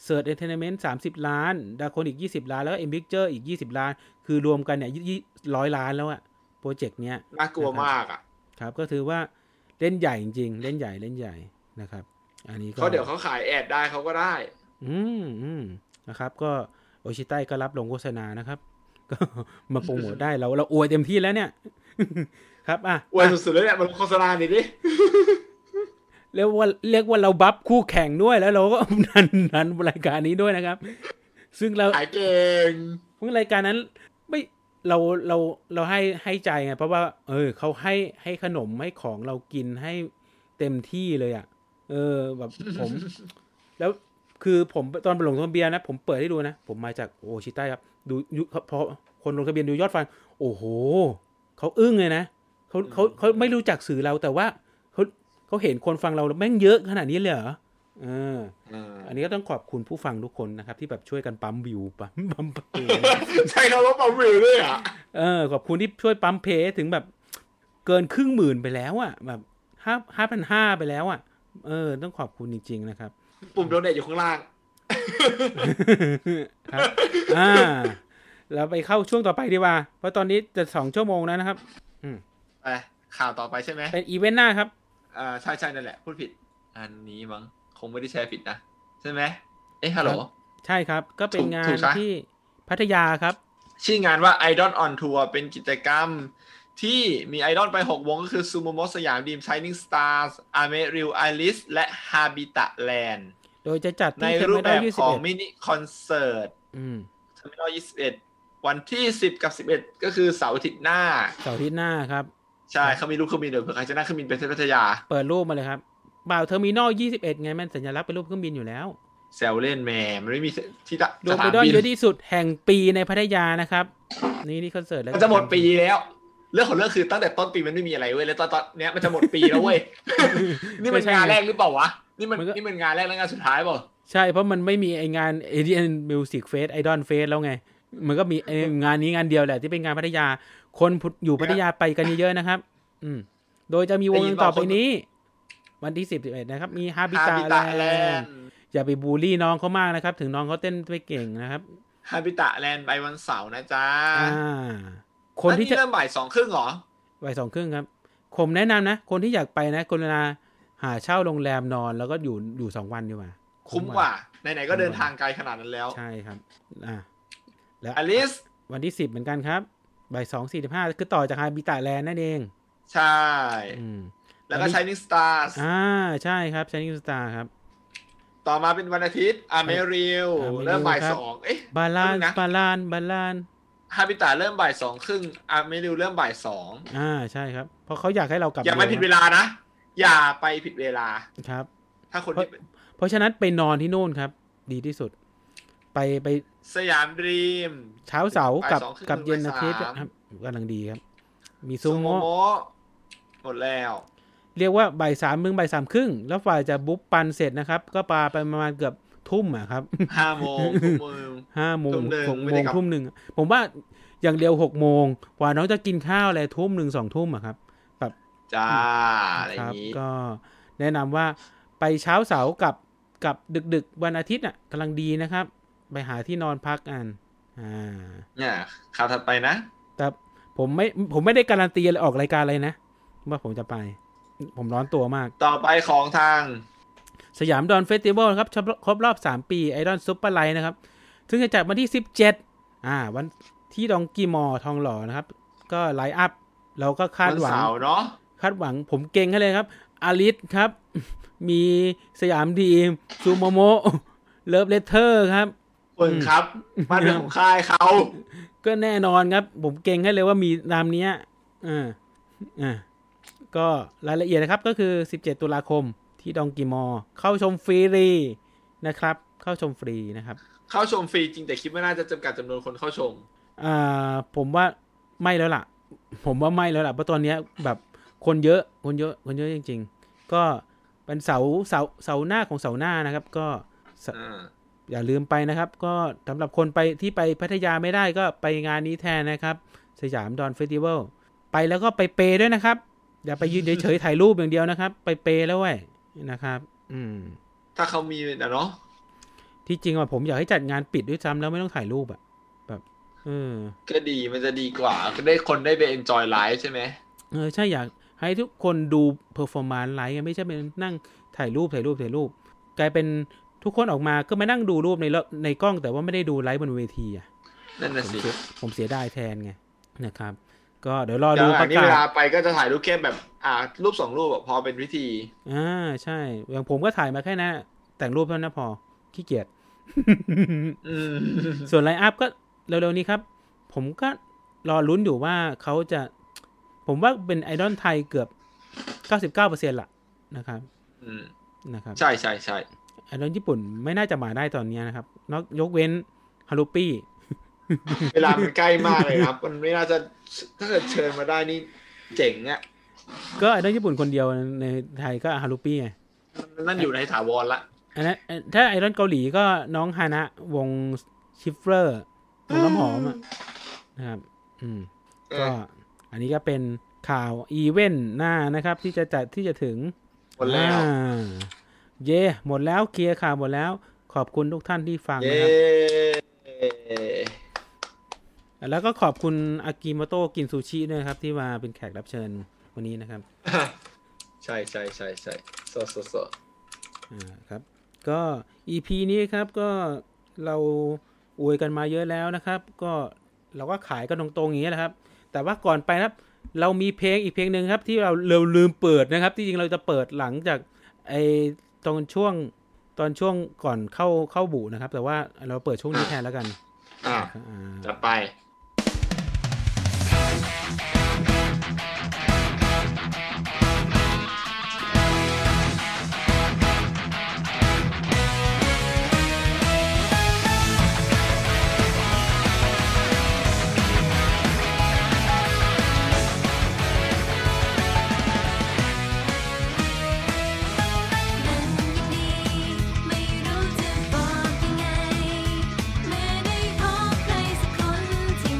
A: s e a r c h Entertainment 30 ล้าน d a c o n อีก 20 ล้าน แล้วก็ M Picture อีก 20 ล้าน คือรวมกันเนี่ยยี่ร้อยล้านแล้วอะโปรเจกต์เนี้ย
B: น่ากลัวมากอ่ะ
A: ครับก็ถือว่าเล่นใหญ่จริงๆเล่นใหญ่เล่นใหญ่นะครับ อันนี้ก็
B: เขาเดี๋ยวเขาขายแอดได้เขาก็ได้
A: อืมอืมนะครับ ก็โอชิไต้ก็รับลงโฆษณานะครับ [laughs] ก็ มาโปรโมทได้เราเราอวยเต็มที่แล้วเนี่ย [laughs] ครับอ่ะ
B: อวยสุดๆเลยเนี่ยมันโฆษณาหน่อยดิ
A: เรียกว่าเรียกว่าเราบัฟคู่แข่งด้วยแล้วเราก็ [laughs] นันนันรายการนี้ด้วยนะครับ ซึ่งเรา
B: ขายเก่ง
A: เพิ่งรายการนั้นไม่เราเราเราให้ให้ใจไงเพราะว่า เออเขาให้ให้ขนมให้ของเรากินให้เต็มที่เลยอะ่ะ เออแบบผม แล้วคือผมตอนไปลงทะเบียนนะ ผมเปิดให้ดูนะ ผมมาจากโอชิต้าครับ ดูยุพอคนลงทะเบียนดูยอดฟัง โอ้โหเขาอึ้งเลยนะเขาเขาเขาไม่รู้จักสื่อเราแต่ว่าเขาเขาเห็นคนฟังเราแล้วแม่งเยอะขนาดนี้เลยเหรอเออ อันนี้ก็ต้องขอบคุณผู้ฟังทุกคนนะครับ ที่แบบช่วยกันปั๊มวิวปั๊มปั๊มเพลง
B: ใช่เขาว่าปั๊มวิวด้วยอ่ะ
A: เออขอบคุณที่ช่วยปั๊มเพย์ถึงแบบเกินครึ่งหมื่นไปแล้วอะ่ะ แบบห้าห้าพันห้าไปแล้วอะ่ะ เออ ต้องขอบคุณจริง ๆ นะครับ [laughs]
B: ปุ่มโดเนทอยู่ข้างล่าง
A: ครับอ่าเราไปเข้าช่วงต่อไปดีกว่า เพราะตอนนี้จะสองชั่วโมงแล้วนะครับ
B: ไป ข่าวต่อไปใช่ไหม
A: เป็นอีเวนต์หน้าครับ
B: อ่าใช่ใช่นั่นแหละ พูดผิด อันนี้มั้ง คงไม่ได้แชร์ผิดนะ ใช่ไหม เอ๊ะฮัลโหล
A: ใช่ครับ ก็เป็นงา
B: ถู
A: น
B: กใช่
A: ที่พัทยาครับ
B: ชื่องานว่า Idol on Tour เป็นกิจกรรมที่มีไอดอลไป 6 วงก็คือซูโมโมสยามดีมชายนิ่งสตาร์สอาเมริลไอริสและฮาบิตะแลนด์
A: โดยจะจัด
B: ใน
A: ที่เท
B: รู
A: ม
B: ป
A: เด
B: แบ
A: อบ ยี่สิ
B: ข
A: บ
B: อง
A: เอ็ด
B: มินิคอนเสิร์ต
A: อืม
B: เทอร์มินอล21 วันที่ 10 กับ 11 ก็คือเสาร์อาทิตย์หน้า
A: เสาร์อาทิตย์หน้าครับ
B: ใช่เขามีลูกเครื่องบินเดี๋ยวเผื่อใครจะนั่งเครื่องบินไปที่พัทยา
A: เปิดรูปมาเลยครับบ่าวเทอร์มินอลยี่สิบเอ็ดไงมันสัญลักษณ์เป็นรูปเครื่องบินอยู่แล้ว
B: แซวเล่นแหม่มันไม่มีที่ตะ
A: โด
B: ส
A: ม
B: ถา
A: ไอน ดอล
B: บิน
A: เยอะที่สุดแห่งปีในพัทยานะครับ นี่นี่คอนเสิร์ตแล้ว
B: มันจะหมดปีแล้ว เรื่องของเรื่องคือตั้งแต่ต้นปีมันไม่มีอะไรเว้ยแล้วตอนตอนเนี้ยมันจะหมดปีแล้วเว้ย
A: [laughs]
B: นี่มันงานแรกหรือเปล่าวะ นี่มันนี่มันงานแรกแล้วงานสุดท้ายเปล่า
A: ใช่เพราะมันไม่มีไองาน ADN Music Fest Idol Fest แล้วไง มันก็มีไอ้งานนี้งานเดียวแหละที่เป็นงานพัทยา คนพุทอยู่พัทยาไปกันเยอะๆนะครับ อืม โดยจะมีวงดังต่อไปนี้ วันที่สิบสิบเอ็ดนะครับ มีฮาบิ
B: ฮา
A: ตา
B: บิ
A: แล
B: ตะแลน
A: นด์
B: ด์
A: อย่าไปบูลลี่น้องเขามากนะครับ ถึงน้องเขาเต้นไม่เก่งนะครับ
B: ฮาบิตะแลนด์ไปวันเสาร์นะจ๊ะ
A: อ่า คนที่จะ
B: เริ่มบ่ายสองครึ่งเหรอ
A: บ่ายสองครึ่งครับ ผมแนะนำนะ คนที่อยากไปนะกรุณาหาเช่าโรงแรมนอนแล้วก็อยู่อยู่สองวันดีกว่า
B: คุ้มกว่าไหนๆก็เดินทางไกลขนาดนั้นแล้ว
A: ใช่ครับ อ่ะแล้ว
B: อลิส
A: วันที่สิบเหมือนกันครับ บ่ายสองสี่สิบห้าคือต่อจากฮาบิตาแลนด์นั่นเอง
B: ใช่
A: อืม
B: แล้วก็
A: Alice
B: Shining Stars
A: อ่า ใช่ครับชานิสตาครับ
B: ต่อมาเป็นวันอาทิตย์อาเมริล
A: Amaryl
B: เริ่มบ่าย
A: ครับ
B: สองเอ๊ะ
A: บาลาน
B: แป๊บนึงนะ
A: บาลานบาลาน
B: ฮาบิตาเริ่มบ่ายสองครึ่งอาเมริลเริ่มบ่ายสอง
A: อ่า ใช่ครับ เพราะเขาอยากให้เรากลับ
B: อย่าไป
A: ร็
B: ผิดเวลานะ อย่าไปผิดเวลา
A: ครับ
B: ถ้าคนที่
A: เพราะฉะนั้นไปนอนที่โน่นครับ ดีที่สุด ไปไป
B: สยามดีม
A: เช้าเสาร์กับ
B: บ่ายสองครึ่ง
A: กับเย็น
B: ถึง
A: อา
B: บ่าย
A: ทิตย์
B: สาม
A: ครับกำลังดีครับ มี
B: ซู
A: ซู
B: โม
A: โม่
B: โมหมดแล้ว
A: เรียกว่าบ่ายสามถึงบ่ายสามครึ่ง แล้วฝ่ายจะบุ๊บปันเสร็จนะครับ ก็ปาไปประมาณเกือบทุ่มอะครับ [laughs]
B: ห้าโมงหกโมง
A: ห้าโมง
B: ทุ่มหนึ่ง
A: หก
B: ไม่
A: โม
B: ได้
A: ง
B: กลับ
A: ทุ่มหนึ่งผมว่าอย่างเร็วหกโมงกว่าน้องจะกินข้าวอะไรทุ่มหนึ่งสองทุ่มอะครับ
B: จ้า อะไรอ
A: ครั
B: ย่างนี้
A: ก็แนะนำว่าไปเช้าเสาร์กับกับดึกดึกๆวันอาทิตย์อ่ะกำลังดีนะครับ ไปหาที่นอนพักอันอ่า
B: เนี่ยข่าวถัดไปนะ
A: แต่ผมไม่ผมไม่ได้การันตีอะไรออกรายการอะไรนะ ว่าผมจะไป ผมร้อนตัวมาก
B: ต่อไปของทาง
A: สยามดอนเฟสติวัลครับครบครบรอบ 3 ปีไอดอนซุปเปอร์ไลท์นะครับ ซึ่งจะจัดวันที่ 17 อ่า วันที่ดองกีมอทองหล่อนะครับ ก็ไลฟ์อัพ เราก็คา
B: วั
A: ด
B: น
A: หวัง
B: เสาร์เนาะ
A: คาดหวังผมเก่งให้เลยครับ อาริสครับ [laughs] มีสยามดีมซูโม [laughs] โมเลิฟเลเทอร์ครับ
B: คนครับ มันเป็นของค่ายเขา
A: ก็แน่นอนครับ ผมเก่งให้เลยว่ามีนามเนี้ยอ่าอ่าก็รายละเอียดนะครับก็คือ 17 ตุลาคมที่ดองกีมอ เข้าชมฟรีนะครับ เข้าชมฟรีนะครับ
B: เข้าชมฟรีจริงแต่คิดว่าน่าจะจำกัดจำนวนคนเข้าชม
A: อ่าผมว่าไม่แล้วล่ะ ผมว่าไม่แล้วล่ะเพราะตอนเนี้ยแบบคนเยอะคนเยอะคนเยอะจริง ๆ ก็เป็นเสาเสาเสาหน้าของเสาหน้านะครับ ก็ส
B: อ่า
A: อย่าลืมไปนะครับ ก็สำหรับคนไปที่ไปพัทยาไม่ได้ก็ไปงานนี้แทนนะครับ สยามดอนเฟสติวัลไปแล้วก็ไปเปย์ด้วยนะครับ อย่าไปยืนเฉยๆถ่ายรูปอย่างเดียวนะครับ ไปเปย์แล้วเว้ยนะครับ อืม
B: ถ้าเขามีนะเนาะ
A: ที่จริงอ่ะผมอยากให้จัดงานปิดด้วยซ้ำแล้วไม่ต้องถ่ายรูปอ่ะแบบเออ
B: ก็ดีมันจะดีกว่าได้คนได้ไปเอนจอยไลฟ์ใช่ไหม
A: เออใช่อยากให้ทุกคนดูเพอร์ฟอร์มานซ์ไลฟ์ไม่ใช่เป็นนั่งถ่ายรูปถ่ายรูปถ่ายรูป กลายเป็นทุกคนออกมาก็มานั่งดูรูปในละในกล้องแต่ว่าไม่ได้ดูไลฟ์บนเวทีอ่ะ
B: นั่น
A: ผ
B: น่ะ
A: ม
B: สิ
A: เสียผมเสียดายแทนไงนะครับ ก็เดี๋ยวรอดู
B: เดี๋ยว
A: ป
B: อัน
A: ระ
B: นี้เว
A: กา
B: ลา
A: ศ
B: ไปก็จะถ่ายรูปแค่แบบ อ่า รูปสองรูปอะพอเป็นวิธี
A: อ่าใช่อย่างผมก็ถ่ายมาแค่นั้นอะแต่งรูปเท่านั้นพอขี้เกียจ
B: อืม
A: ส่วนไลน์อัพก็เร็วๆนี้ครับ ผมก็รอลุ้นอยู่ว่าเขาจะ ผมว่าเป็นไอดอลไทยเกือบ 99%ละนะครับ
B: อืม
A: นะครับ
B: ใช่ใช่ใช่
A: ไอดอลญี่ปุ่นไม่น่าจะมาได้ตอนเนี้ยนะครับ นอกยกเว้นฮารุปี้
B: เวลามันใกล้มากเลย [laughs] นะครับ มันไม่น่าจะถ้าเกิดเชิญมาได้นี่เจ๋งอะ
A: ก็ไอดอลญี่ปุ่นคนเดียวในไทยก็ฮารุปี้ไง
B: มันนั่นอยู่ในถาวรละ
A: อันนั้นเอ่อถ้าไอดอลเกาหลีก็น้องฮานะวงชิฟเฟอร์วงน้ำหอมอะนะครับ อืม
B: เออ
A: ก็อันนี้ก็เป็นข่าวอีเวนต์หน้านะครับ ที่จะจัดที่จะถึง
B: หมดแล้ว
A: อ่าเย่หมดแล้วเคลียร์ข่าวหมดแล้ว ขอบคุณทุกท่านที่ฟัง
B: เย้
A: นะครับ แล้วก็ขอบคุณอากิโมโตะกินซูชิด้วยนะครับ ที่มาเป็นแขกรับเชิญวันนี้นะครับ
B: ใช่ใช่ใช่ใช่โซโซโซ
A: อ่าครับ ก็ EP นี้ครับก็เราอวยกันมาเยอะแล้วนะครับ ก็เราก็ขายกันตรงๆอย่างนี้ยแหละครับ แต่ว่าก่อนไปนะครับ เรามีเพลงอีกเพลงหนึ่งครับ ที่เราเราลืมเปิดนะครับ ที่จริงเราจะเปิดหลังจากไอตอนช่วงตอนช่วงก่อนเข้าเข้าบูนะครับ แต่ว่าเราเปิดช่วงนี้แทนแล้วกัน
B: อ่ะ
A: อ่า
B: จัดไป
C: มันยังดีไม่รู้จะบอกยังไง เมื่อได้พบใครสักคนที่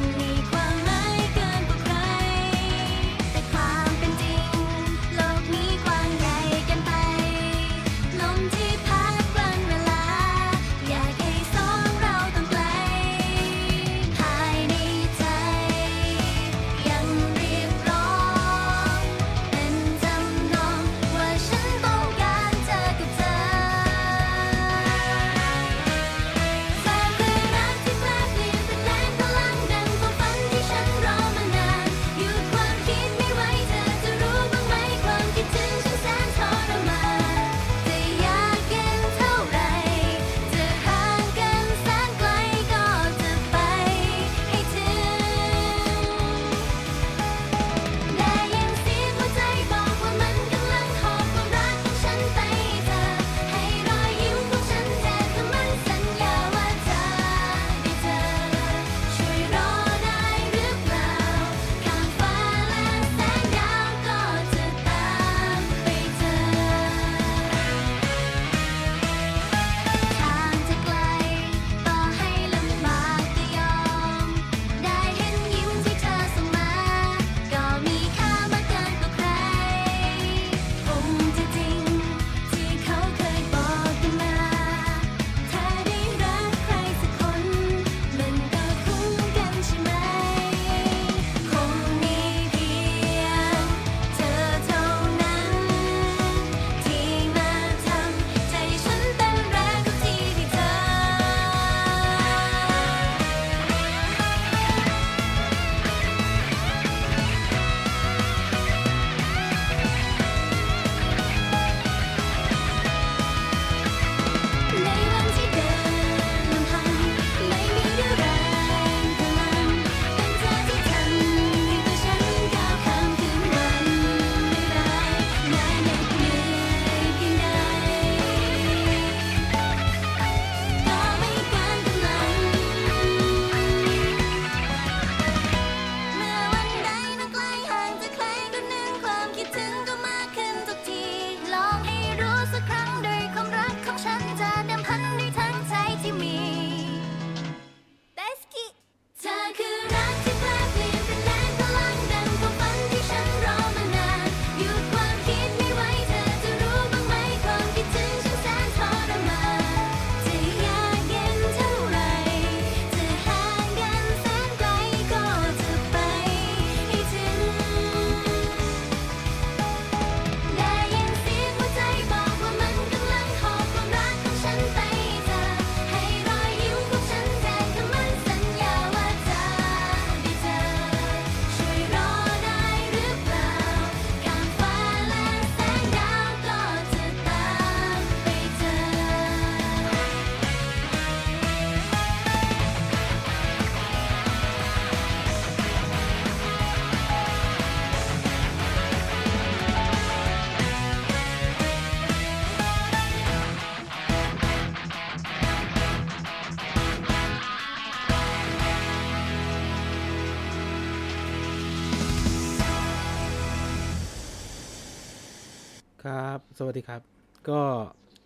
A: ครับ สวัสดีครับ ก็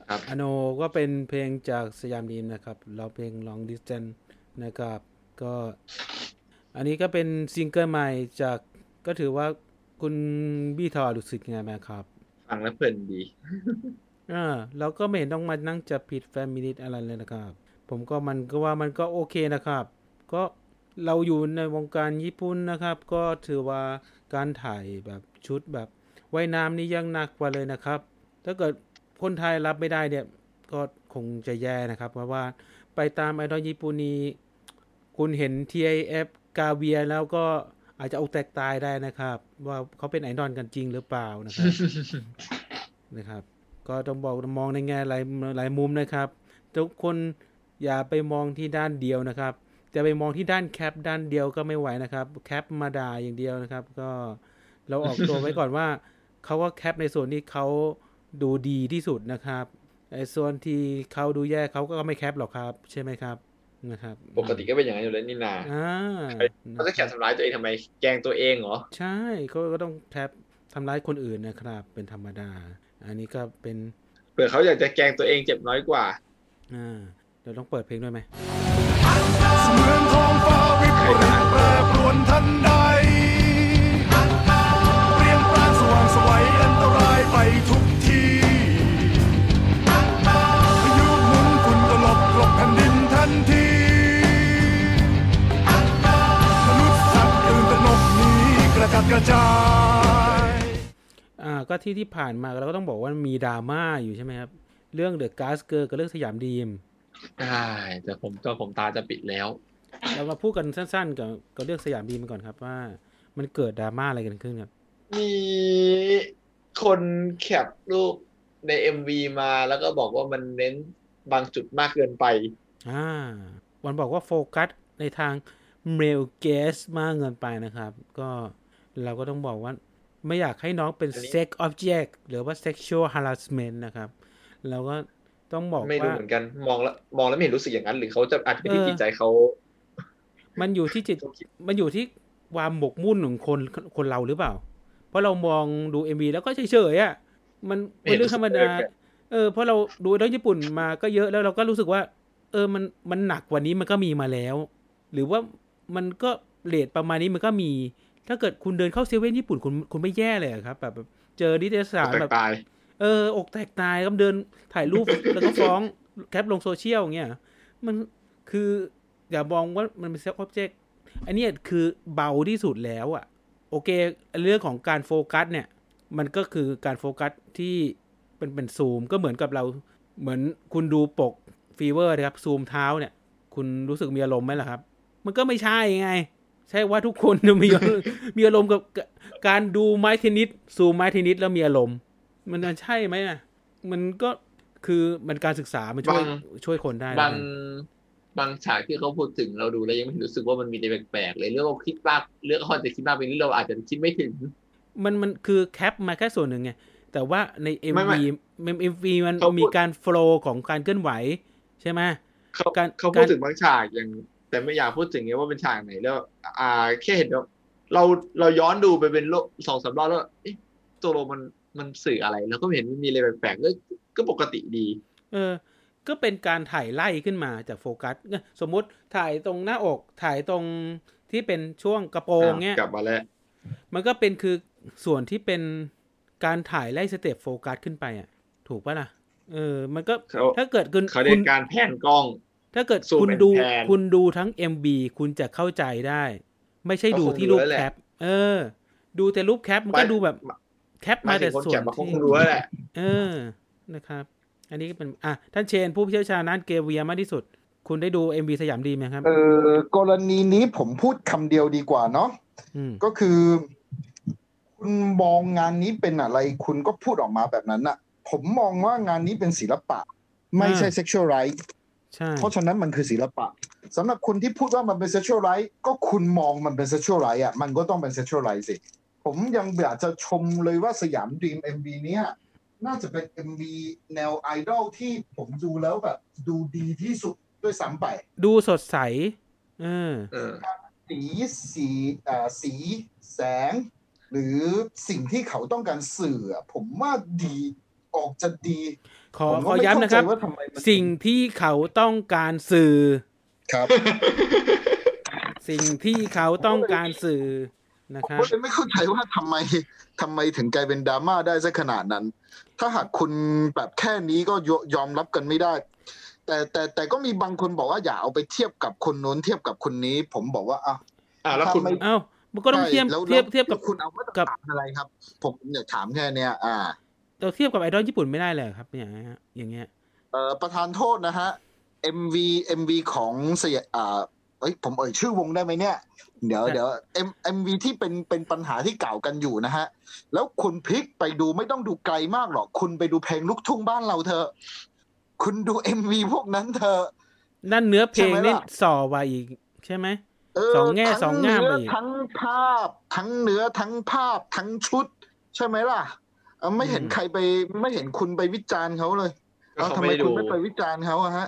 B: ครับ
A: อโนก็เป็นเพลงจากสยามดีมนะครับ เราเพลง Long Distance นะครับ ก็ อันนี้ก็เป็นซิงเกิลใหม่จากก็ถือว่าคุณบี้ทอรู้สึกยังไงบ้างครับ
B: ฟังแล้วเพลินดี [laughs]
A: อ่าแล้วก็ไม่เห็นต้องมานั่งจะผิดแฟมินิตอะไรเลยนะครับ ผมก็มันก็ว่ามันก็โอเคนะครับ ก็เราอยู่ในวงการญี่ปุ่นนะครับ ก็ถือว่าการถ่ายแบบชุดแบบว่ายน้ำนี่ยังหนักกว่าเลยนะครับ ถ้าเกิดคนไทยรับไม่ได้เนี่ยก็คงจะแย่นะครับ เพราะว่าไปตามไอดอลญี่ปุ่นนี้คุณเห็น TIF กาเวียแล้วก็อาจจะเอาแตกตายได้นะครับ ว่าเขาเป็นไอดอลกันจริงหรือเปล่านะครับ นะครับ ก็ต้องบอกมองในแง่หลายหลายมุมนะครับ ทุกคนอย่าไปมองที่ด้านเดียวนะครับ จะไปมองที่ด้านแคปด้านเดียวก็ไม่ไหวนะครับ แคปมาด่าอย่างเดียวนะครับ ก็เราออกตัวไว้ก่อน [laughs] ว่าเขาก็แคปในส่วนที่เขาดูดีที่สุดนะครับไอ้ส่วนที่เขาดูแย่เขาก็ไม่แคปหรอกครับ ใช่ไหมครับนะครับ
B: ปกติก็เป็นอย่างนั้นอยู่แล้วนี่นา
A: อ่า
B: เขาจะแข่งทำร้ายตัวเองทำไมแกล้งตัวเองเหรอ
A: ใช่เขาก็ต้องแท็บทำร้ายคนอื่นนะครับ เป็นธรรมดา อันนี้ก็เป็น
B: เผื่อเขาอยากจะแกล้งตัวเองเจ็บน้อยกว่า
A: อ่าเดี๋ยวต้องเปิดเพลงด้วยไหม
E: เสมือนท้องฟ้าวิปริตแปรปรวนทันใด เปลี่ยนแปลงสว่างไสวัยอันตรายไปทุกทีพายุหมุนฝุ่นตลบกลบแผ่นดินทันที มนุษย์สัตว์ตื่นตระหนกหนีกระจัดกระจาย
A: อ่าก็ที่ที่ผ่านมาเราก็ต้องบอกว่ามีดราม่าอยู่ใช่ไหมครับ เรื่องเดอะกาสเกอร์กับเรื่องสยามดีม
B: ได้แต่ผมก็ผมตาจะปิดแล้ว
A: เรามาพูดกันสั้นๆกับกับเรื่องสยามดีมกันก่อนครับว่า มันเกิดดราม่าอะไรกันขึ้นครับ
B: มีคนแคปรูปใน MV มาแล้วก็บอกว่ามันเน้นบางจุดมากเกินไป
A: อ่าวันบอกว่าโฟกัสในทางเมลเกสมากเกินไปนะครับ ก็เราก็ต้องบอกว่าไม่อยากให้น้องเป็น
B: อันนี้
A: sex object หรือว่า sexual harassment นะครับเราก็ต้องบอก
B: ไม่รู้
A: ว่า
B: เหมือนกัน มองแล้วมองแล้วไม่เห็นรู้สึกอย่างนั้น หรือเขาจะอาจจะเป็นที่
A: เออ
B: จิตใจเขา
A: มันอยู่ที่จิต
B: เขาคิด
A: มันอยู่ที่ความหมกมุ่นของคนคนเราหรือเปล่า เพราะเรามองดูเอ็มวีแล้วก็เฉยๆอ่ะ มันเป็นเรื่องธรรมดา เออเพราะเราดูเรื่องญี่ปุ่นมาก็เยอะแล้วเราก็รู้สึกว่า เออมันมันหนักกว่านี้มันก็มีมาแล้ว หรือว่ามันก็เลทประมาณนี้มันก็มี ถ้าเกิดคุณเดินเข้าเซเว่นญี่ปุ่นคุณคุณไม่แย่เลยเหรอครับแบบแบบเจอนิตยสาร
B: แปล
A: แบ
B: ก
A: บ
B: ตาย
A: เอออกแตกตายก็เดินถ่ายรูป แล้วก็ฟ้องแคปลงโซเชียลอย่างเงี้ยมันคืออย่ามองว่ามันเป็นเซ็กอ็อบเจกต์อันเนี้ยคือเบาที่สุดแล้วอะโอเค เรื่องของการโฟกัสเนี่ย มันก็คือการโฟกัสที่เป็นเป็นซูมก็เหมือนกับเราเหมือนคุณดูปกฟีเวอร์นะครับซูมเท้าเนี่ย คุณรู้สึกมีอารมณ์ไหมล่ะครับ มันก็ไม่ใช่ไง ใช่ว่าทุกคนจะมี
B: [laughs]
A: มีอารมณ์กับการดูไม้เทนนิสซูมไม้เทนนิสแล้วมีอารมณ์ มันจะใช่ไหมอ่ะ มันก็คือมันการศึกษามันช่วยช่วยคนได้นะ
B: บางบางฉากที่เขาพูดถึงเราดูแล้วยังไม่เห็นรู้สึกว่ามันมีอะไรแปลกๆเลยเรื่องเราคิดมากเรื่องคอนจะคิดมากไปนี้เราอาจจะคิดไม่ถึง
A: มันมันคือแคปมาแค่ส่วนหนึ่งไง แต่ว่าในเอ็ม
B: ไม่ไม่
A: วีเอ็มวีมัน
B: เขาพูด
A: มีการโฟล์ของการเคลื่อนไหว ใช่ไหม
B: เขา
A: การ
B: เขาพูด
A: การ
B: ถึงบางฉากอย่าง แต่ไม่อยากพูดถึงไงว่าเป็นฉากไหนแล้ว อ่าแค่เห็นว่าเราเราย้อนดูไปเป็นโลกสองสามรอบแล้วเอ๊ะตัวลงมันมันสื่ออะไร แล้วก็ไม่เห็นมีอะไรแปลกๆก็ก็ปกติดี
A: เออ ก็เป็นการถ่ายไล่ขึ้นมาจากโฟกัสเนี่ยสมมุติถ่ายตรงหน้าอก ถ่ายตรงที่เป็นช่วงกระโปรงเนี้ย
B: กลับมาแล้ว
A: มันก็เป็นคือส่วนที่เป็นการถ่ายไล่สเต็ปโฟกัสขึ้นไปอ่ะ ถูกปะล่ะ เออ มันก็
B: เขา
A: ถ้าเกิดคุณ
B: เขาเรีย
A: คุ
B: ก
A: ณ
B: การแผนกล้อง
A: ถ้าเกิด
B: ซูม
A: คุณ
B: เป็น
A: ดู
B: แพน
A: คุณดูทั้ง MB คุณจะเข้าใจได้ ไม่ใช่
B: ก็
A: ดู
B: คง
A: ที่รู
B: รู้
A: ป
B: แล้วแห
A: แค
B: ละ
A: ป เออ ดูแต่รูปแคปมันก็
B: ไม่
A: ดูแบบแคป
B: หมา
A: มา
B: ถึ
A: แต่
B: งคน
A: ส่ว
B: แก่
A: น
B: มาคง
A: ที่
B: รู้แล้วแหละ
A: เออนะครับ อันนี้ก็เป็นอ่ะท่านเชนผู้เชี่ยวชาญด้านเกมเวียมากที่สุด คุณได้ดู MB สยามดีไหมครับ
D: เออกรณีนี้ผมพูดคำเดียวดีกว่าเนาะ
A: อืม
D: ก็คือคุณมองงานนี้เป็นอะไร คุณก็พูดออกมาแบบนั้นน่ะ ผมมองว่างานนี้เป็นศิลปะ ไม่ใช่ sexual right
A: ใช่
D: เพราะฉะนั้นมันคือศิลปะสำหรับคนที่พูดว่ามันเป็น sexual right ก็คุณมองมันเป็น sexual right อ่ะมันก็ต้องเป็น sexual right สิ ผมยังอยากจะชมเลยว่าสยามดีม MV เนี้ยน่าจะเป็น MV แนวไอดอลที่ผมดูแล้วแบบ ดูดีที่สุดด้วยซ้ำไป
A: ดูสดใส เออ
B: เออ
D: สีสีอ่าสีแสง
F: หรือสิ่งที่เขาต้องการสื่ออะผมว่าดีออกจะดี
A: ขอ
F: ผม
A: ข
F: ก็
A: อ
F: ไม่
A: ย้ำนะครับ
F: เข้าใจว่าทำไมมัน
A: สิ่งที่เขาต้องการสื่อ
F: ครับ
A: สิ่งที่เขาต้องการสื่อนะ
F: ผม
A: ครับ
F: ก็เลยไม่เข้าใจว่าทำไมทำไมถึงกลายเป็นดราม่าได้ซะขนาดนั้น ถ้าหากคุณแบบแค่นี้ก็ยยอมรับกันไม่ได้ แต่แต่แต่ก็มีบางคนบอกว่าอย่าเอาไปเทียบกับคนโน้นเทียบกับคนนี้ ผมบอกว่าอ่ะ
B: อ่าแล้วคุณ
F: ทำไม
A: เอ้ามันก็ต้องเทียบ
F: ใช่แล้ว
A: เทียบเทียบกับ
F: คุณเอามาตรฐานอะไรครับ ผมเนี่ยถามแค่เนี้ยอ่า
A: เราเทียบกับไอดอลญี่ปุ่นไม่ได้เลยเหรอครับอย่างเงี้ยฮะอย่างเงี้ย
F: เอ่อประธานโทษนะฮะ MV MV ของเสียอ่าเอ้ยผมเอ่ยชื่อวงได้ไหมเนี่ย เดี๋ยว
A: ได้
F: เดี๋ยว M MV ที่เป็นเป็นปัญหาที่กล่าวกันอยู่นะฮะ แล้วคุณพลิกไปดูไม่ต้องดูไกลมากหรอก คุณไปดูเพลงลูกทุ่งบ้านเราเถอะ คุณดู MV พวกนั้นเถอะ
A: นั่นเนื้อเพลง
F: ใช่ไหมล่ะ
A: นี่ส่อไว้อีกใช่ไหม
F: เ
A: สองแง่
F: ทั้
A: สองงาม
F: เนื้
A: อีก
F: ทั้งภาพ ทั้งเนื้อทั้งภาพ ทั้งชุด ใช่ไหมล่ะเอ่อไม่เห็น
A: อืม
F: ใครไป ไม่เห็นคุณไปวิจารณ์เขาเลย
B: ก็เขา
F: เอ้าทำ
B: ไม่
F: ไม
B: ได้
F: คุณ
B: ดู
F: ไม่ไปวิจารณ์เขาอะฮะ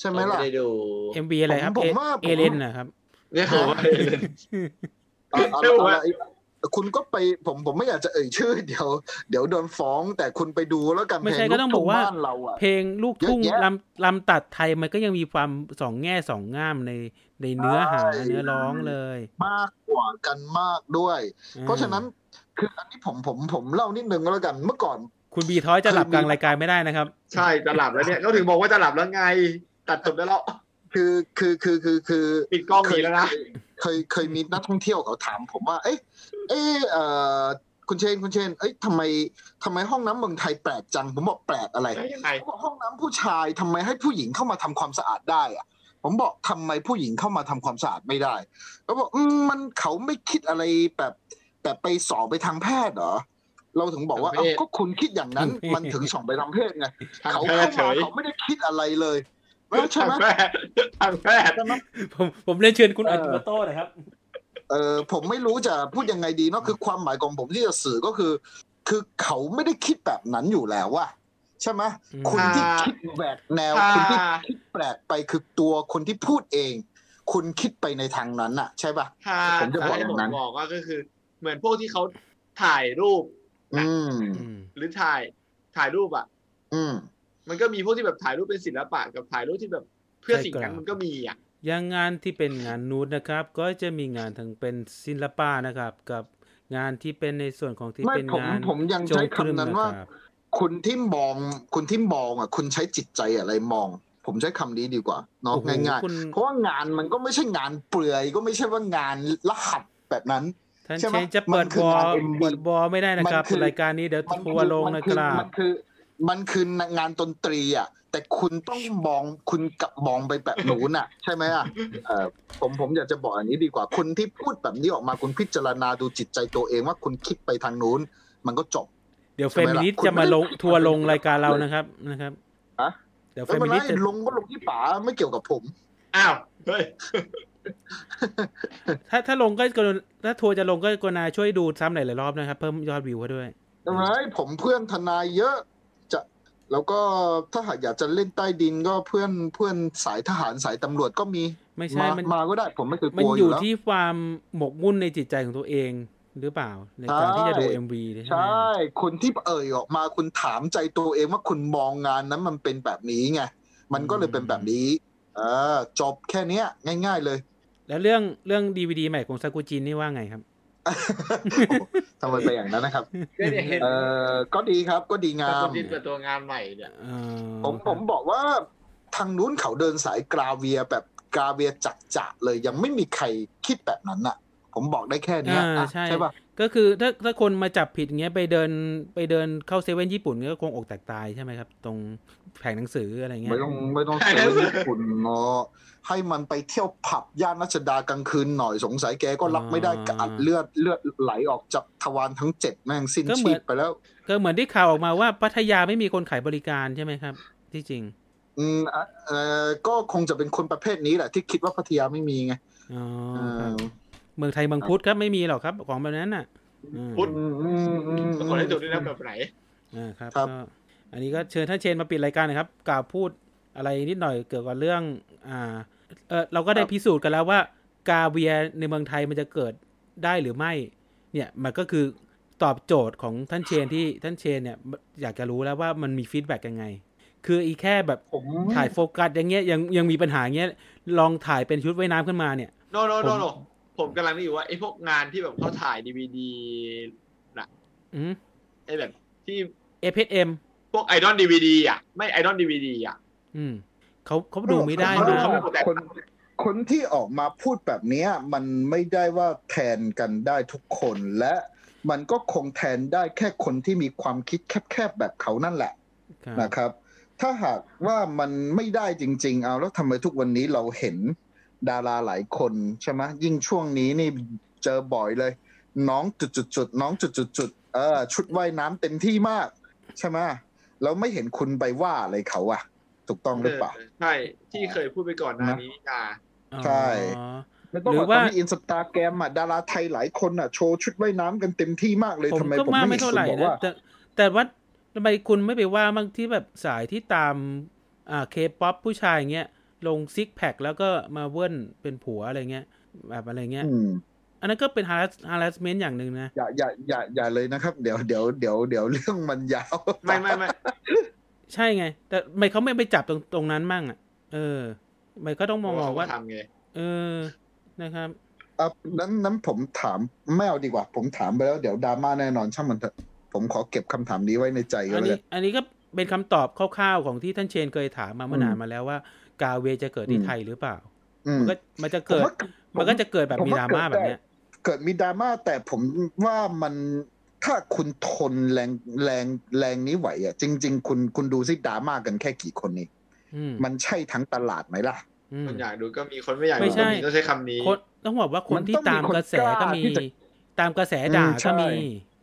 F: ใช่ไหมล่ะ
B: ไม่ได้ดู
A: เอ็มบีอะไรครับ
F: ผม
A: เอ
F: ว่าผม
A: เอเลนนะครับ
B: เนี่ยผมว่า [laughs]
F: เอาเอา
B: ไม่ผมว่า
F: เอาเอาคุณก็ไปผมผมไม่อยากจะเอ่ยชื่อ เดี๋ยว เดี๋ยวโดนฟ้องแต่คุณไปดูแล้วกัน
A: ไม่ใช่
F: เพล
A: ก็ต้องบอกว่า
F: ลูบ้นเราอะ
A: เพลงลูกทุ่ง
F: เยอะแยะ
A: ลำลำตัดไทยมันก็ยังมีความสองแง่สองง่ามในในเนื้อหาเนื้อร้องเลย
F: มากกว่ากันมากด้วย
A: อ่
F: เพราะฉะนั้นคืออันนี้ผมผมผมเล่านิดนึงก็แล้วกันเมื่อก่อน
A: คุณบีท้อยจะหลับกลางรายการไม่ได้นะครับ [laughs]
B: ใช่จะหลับแล้วเนี่ยก็ถึงบอกว่าจะหลับแล้วไง ตัดจบได้แล้ว
F: คือคือคือคือคือ
B: ปิดกล้องหนีแล้วนะ
F: เคยเคยมีนักท่องเที่ยวเขาถามผมว่า เอ๊ะเอ๊ะเอ่อคุณเชนคุณเชน เอ้ยทำไมทำไมห้องน้ำเมืองไทยแปลกจัง ผมบอกแปลกอะไร
B: แล้วยังไง
F: เขาบอกห้องน้ำผู้ชายทำไมให้ผู้หญิงเข้ามาทำความสะอาดได้อะผมบอกทำไมผู้หญิงเข้ามาทำความสะอาดไม่ได้เขาบอกอืมมันเขาไม่คิดอะไรแบบแบบไปสอบไปทางแพทย์เหรอ เราถึงบอกว่า
B: ทาง
F: เอ้า
B: เพศ
F: ก็คุณคิดอย่างนั้น
B: [laughs]
A: ทางเพศ
F: มันถึงส่องไปทางเพศไง
B: ทาง
F: เขา
B: แพ
F: เข้า
B: ทย์เฉ
F: มาย เขาไม่ได้คิดอะไรเลยใช่
B: ทาง
F: ไหม
B: แพทย์ทางแพทย์
A: ผมผมเล่นเชิญคุณ
F: เอ
A: อั
F: อ
A: จิโมโต้หนะครับ
F: เออผมไม่รู้จะพูดยังไงดีเนาะคือความหมายของผมที่จะสื่อก็คือ คือเขาไม่ได้คิดแบบนั้นอยู่แล้วว่ะใช่ไหม
A: อืม
F: คนที่
B: อ่า
F: คิดแหวกแนว
B: อ่า
F: คนที่คิดแปลกไปคือตัวคนที่พูดเอง คุณคิดไปในทางนั้นน่ะ ใช่ปะ
B: ถ้า
F: ผมจะบอก
B: ให้
F: อย่าง
B: ผม
F: นั้น
B: บอกว่าก็คือ เหมือนพวกที่เขาถ่ายรูป
F: อืม
A: อืม
B: หรือถ่ายถ่ายรูปอ่ะ
F: อืม
B: มันก็มีพวกที่แบบถ่ายรูปเป็นศิลปะกับถ่ายรูปที่แบบเพื่อสิ่งนั้นมันก็มีอ่ะ
A: อย่างงานที่เป็นงานนูดนะครับ ก็จะมีงานทั้งเป็นศิลปะนะครับ กับงานที่เป็นในส่วนของที่
F: ไม่
A: เป็น
F: ผม
A: งาน
F: ผมยัง
A: จ
F: ใช้
A: เครื่อง
F: คำนั้น
A: นะ
F: ว่า
A: ครับ
F: คุณที่มองคุณที่มองอ่ะ คุณใช้จิตใจอะไรมอง ผมใช้คำนี้ดีกว่าเนาะ
A: โอ้โห
F: ง่าย
A: คุณ
F: ๆเพราะว่างานมันก็ไม่ใช่งานเปลือย ก็ไม่ใช่ว่างานรหัสแบบนั้น
A: ท่าน
F: ใช่
A: เช
F: ไหม
A: นจะเปิด
F: มันคื
A: บ
F: อ
A: อล
F: งาน MB
A: เปิดบอลไม่ได้นะครับ
F: มันคือ
A: รายการนี้เดี๋ยว
F: มัน
A: ทัวร์ลงนะค
F: อ
A: รับ
F: มันคือ มันคืองานดนตรีอ่ะ แต่คุณต้องมองคุณกลับมองไปแบบนู้นอ่ะ [laughs] ใช่ไหมอ่ะเอ่อผมผมอยากจะบอกอันนี้ดีกว่าคุณที่พูดแบบนี้ออกมาคุณพิจารณาดูจิตใจตัวเองว่าคุณคิดไปทางนู้น มันก็จบ
A: เดี๋ยวเฟ
F: ใช่ไหม
A: มิ
F: ล่ะ
A: นิสต์
F: คุณ
A: จะมาลง
F: ไม่ได้
A: ทัวร์ลงรายการเรานะครับนะครับ
F: ฮะ
A: เดี๋ยวเฟ
F: แล้ว
A: มิ
F: มัน
A: นิส
F: ไล่
A: ต์จะ
F: ลงก็ลงที่ป๋าไม่เกี่ยวกับผม
B: อ้าวเฮ้ย
A: ถ้าถ้าลงก็กรุณาถ้าทัวร์จะลงก็กรุณาช่วยดูซ้ำหลายๆรอบนะครับ เพิ่มยอดวิวให้ด้วย
F: ใช่ไหมผมเพื่อนทนายเยอะจะแล้วก็ถ้าหากอยากจะเล่นใต้ดินก็เพื่อนเพื่อนสายทหารสายตำรวจก็มี
A: ไม่ใช่
F: มา
A: มัน
F: มาก็ได้ผมไม่เคยก
A: มัน
F: ลัว
A: อ
F: อยู่ ยู่แล้ว
A: ที่ความหมกมุ่นในจิตใจของตัวเองหรือเปล่า ในการที่จะดู
F: ใช่
A: MV ใช่ไหม
F: ใช่ คุณที่เอ่ยออกมาคุณถามใจตัวเองว่าคุณมองงานนั้นมันเป็นแบบนี้ไงมันก็เลยเป็นแบบนี้ เออจบแค่เนี้ย ง่าย ๆ เลย
A: แล้วเรื่องเรื่องดีวดีใหม่ของซากุจินนี่ว่าไงครับ
F: ทำไมไปอย่างนั้นนะครับ
B: ก็เนี่ยเห็น
F: เออก็ดีครับก็ดีงา
B: การ
F: ม
B: ดินเปิดตัวงานใหม่เนี่ย
A: เอ่อ
F: ผมผมบอกว่าทางนู้นเขาเดินสายกราเวียแบบกราเวียจักจะๆเลยยังไม่มีใครคิดแบบนั้นน่ะ ผมบอกได้แค่เนี้ย
A: อ่า
F: อ่ะ
A: ใช่
F: ใช่ปะ
A: ก็คือถ้าถ้าคนมาจับผิดเงี้ยไปเดินไปเดินเข้าเซเว่นญี่ปุ่นก็คงอกแตกตายใช่ไหมครับ ตรงแผงหนังสืออะไรเงี้ย
F: ไม่ต้องไม่ต้อง
B: ใช่
F: เซ
B: ครับ
F: เว่นญี่ปุ่นเนาะให้มันไปเที่ยวผับย่านรัชดากลางคืนหน่อยสงสัยแกก็รับไม่ได้กระอัดเลือดเลือดไหลออกจากทวารทั้งเจ็ดแม่งสิ้น
A: ก็เหมื
F: ชี
A: อน
F: พไปแล้ว
A: ก็เหมือนที่ข่าวออกมาว่าพัทยาไม่มีคนขายบริการใช่ไหมครับ ที่จริง
F: อืมอ่ะเออก็คงจะเป็นคนประเภทนี้แหละ ที่คิดว่าพัทยาไม่มีไง
A: อ๋อ
F: เอ
A: ครั
F: อบ
A: เมืองไทยเมืองพุทธครับไม่มีหรอกครับ ของแบบนั้นน่ะอืม
B: พุทธ
F: อืมอืมอืม
B: ปรากฏให้ดูด้วยนะแบบไหน
A: อ่าครับ
F: ครับ
A: ก็อันนี้ก็เชิญท่านเชนมาปิดรายการหนะครับกล่าวพูดอะไรนิดหน่อยเกี่ยวกับเรื่อง อ่าเออเราก็ได้พิสูจน์กันแล้วว่า กาเวียในเมืองไทยมันจะเกิดได้หรือไม่ เนี่ยมันก็คือตอบโจทย์ของท่านเชนที่ท่านเชนเนี่ยอยากจะรู้แล้วว่ามันมีฟีดแบ็กยังไง คืออีแค่แบบ
G: ผม
A: ถ่ายโฟกัสอย่างเงี้ยยังยังมีปัญหาเงี้ยลองถ่ายเป็นชุดว่ายน้ำขึ้นมาเนี่ย
B: โนโนโนโนผมกำลังนึกอยู่ว่าไอ้พวกงานที่แบบเขาถ่ายดีวีดี
A: อืม
B: ไอ้แบบที่
A: เอพเอ็ม
B: พวกไอดอลดีวีดีอ่ะ ไม่ไอดอลดีวีดีอ่ะ
A: อืมเขาเขาดูไม่ได้
B: เขาดู
A: นะ
B: เขาไม่
G: คน
F: คนที่ออกมาพูดแบบเนี้ยมันไม่ได้ว่าแทนกันได้ทุกคนและมันก็คงแทนได้แค่คนที่มีความคิดแคบๆแบบเขานั่นแหละ
A: ครับ
F: นะครับ ถ้าหากว่ามันไม่ได้จริง ๆ เอาแล้วทำไมทุกวันนี้เราเห็นดาราหลายคนใช่ไหมยิ่งช่วงนี้นี่เจอบ่อยเลย น้องจุดๆๆน้องจุดๆๆเออชุดว่ายน้ำเต็มที่มาก ใช่ไหมเราไม่เห็นคุณไปว่าอะไรเขาอะถูกต้องหรือเปล่า
B: เออใช่ ที่เคยพูดไปก่อนหน้านี้อ่า
A: อ๋อ
F: ใช่
G: ไม่ต้อง
A: หรื
G: บ
A: อ
G: อก
A: ว่า
F: ตนนี้อินสตาแกรมอะดาราไทยหลายคนอะโชว์ชุดว่ายน้ำกันเต็มที่มากเลย
A: ผม
F: ทำไม
A: ก็
F: ผม
A: ว่า
F: ไม่
A: ไม่
F: เห็น
A: เท่า
F: คุณ
A: ไหร่
F: บอก
A: นะ
F: ว่า
A: แต่แต่ว่าทำไมคุณไม่ไปว่าบ้างที่แบบสายที่ตามอ่าเคป๊อปผู้ชายเงี้ยลงซิกแพคแล้วก็มาเวิ้นเป็นผัวอะไรเงี้ยแบบอะไรเงี้ย
F: อืม
A: อันนั้นก็เป็น harass harassment อย่างหนึ่งนะ
F: อย่าอย่าอย่าอย่าเลยนะครับ เดี๋ยวเดี๋ยวเดี๋ยวเดี๋ยวเรื่องมันยาว
B: ไม่ไม่ไม่
A: ใช่ไง แต่ทำไม่เขาไม่ไปจับตรงตรงนั้นมั่งอ่ะ เออทำไม่ก็ต้องมอง
B: เขา
A: ว่า
B: ทำไง
A: เออนะครับ
F: อ่ะนั้นนั้นผมถามไม่เอาดีกว่า ผมถามไปแล้วเดี๋ยวดราม่าแน่นอนช่างมันเถอะผมขอเก็บคำถามนี้ไว้ในใจก็
A: อันนี้
F: แล้วกัน
A: อันนี้ก็เป็นคำตอบคร่าวๆของที่ท่านเชนเคยถามมาเมื่อ
F: อืม
A: นานมาแล้วว่า กาเวจะเกิดที่
F: อืม
A: ไทยหรือเปล่า
F: อืม
A: มันก็มันจะเกิด
F: ผม
A: มัน
F: ว่า
A: ก็จะเกิดแบบ
F: ผม
A: มี
F: ว่า
A: ดราม่า
F: เกิ
A: แบบ
F: ดได้
A: เนี้ย
F: เกิดมีดราม่าแต่ผมว่ามันถ้าคุณทนแรงแรงแรงนี้ไหวอ่ะ จริง ๆ คุณคุณดูซิดราม่ากันแค่กี่คนนี่
A: อืม
F: มันใช่ทั้งตลาดไหมล่ะ
A: อืม
B: คนอยากดูก็มีคนไม่อยาก
A: ไม่
B: ดู
A: ใช่
B: ก็มีต้องใช้คำนี้
A: คนต้องบอกว่าคน
F: มัน
A: ที่
F: ต้องมี
A: ตามกระแส
F: คนกล้า
A: ก็มี
F: ที่จะ
A: ตามกระแส
F: อืม
A: ด่า
F: ใช่
A: ก็มี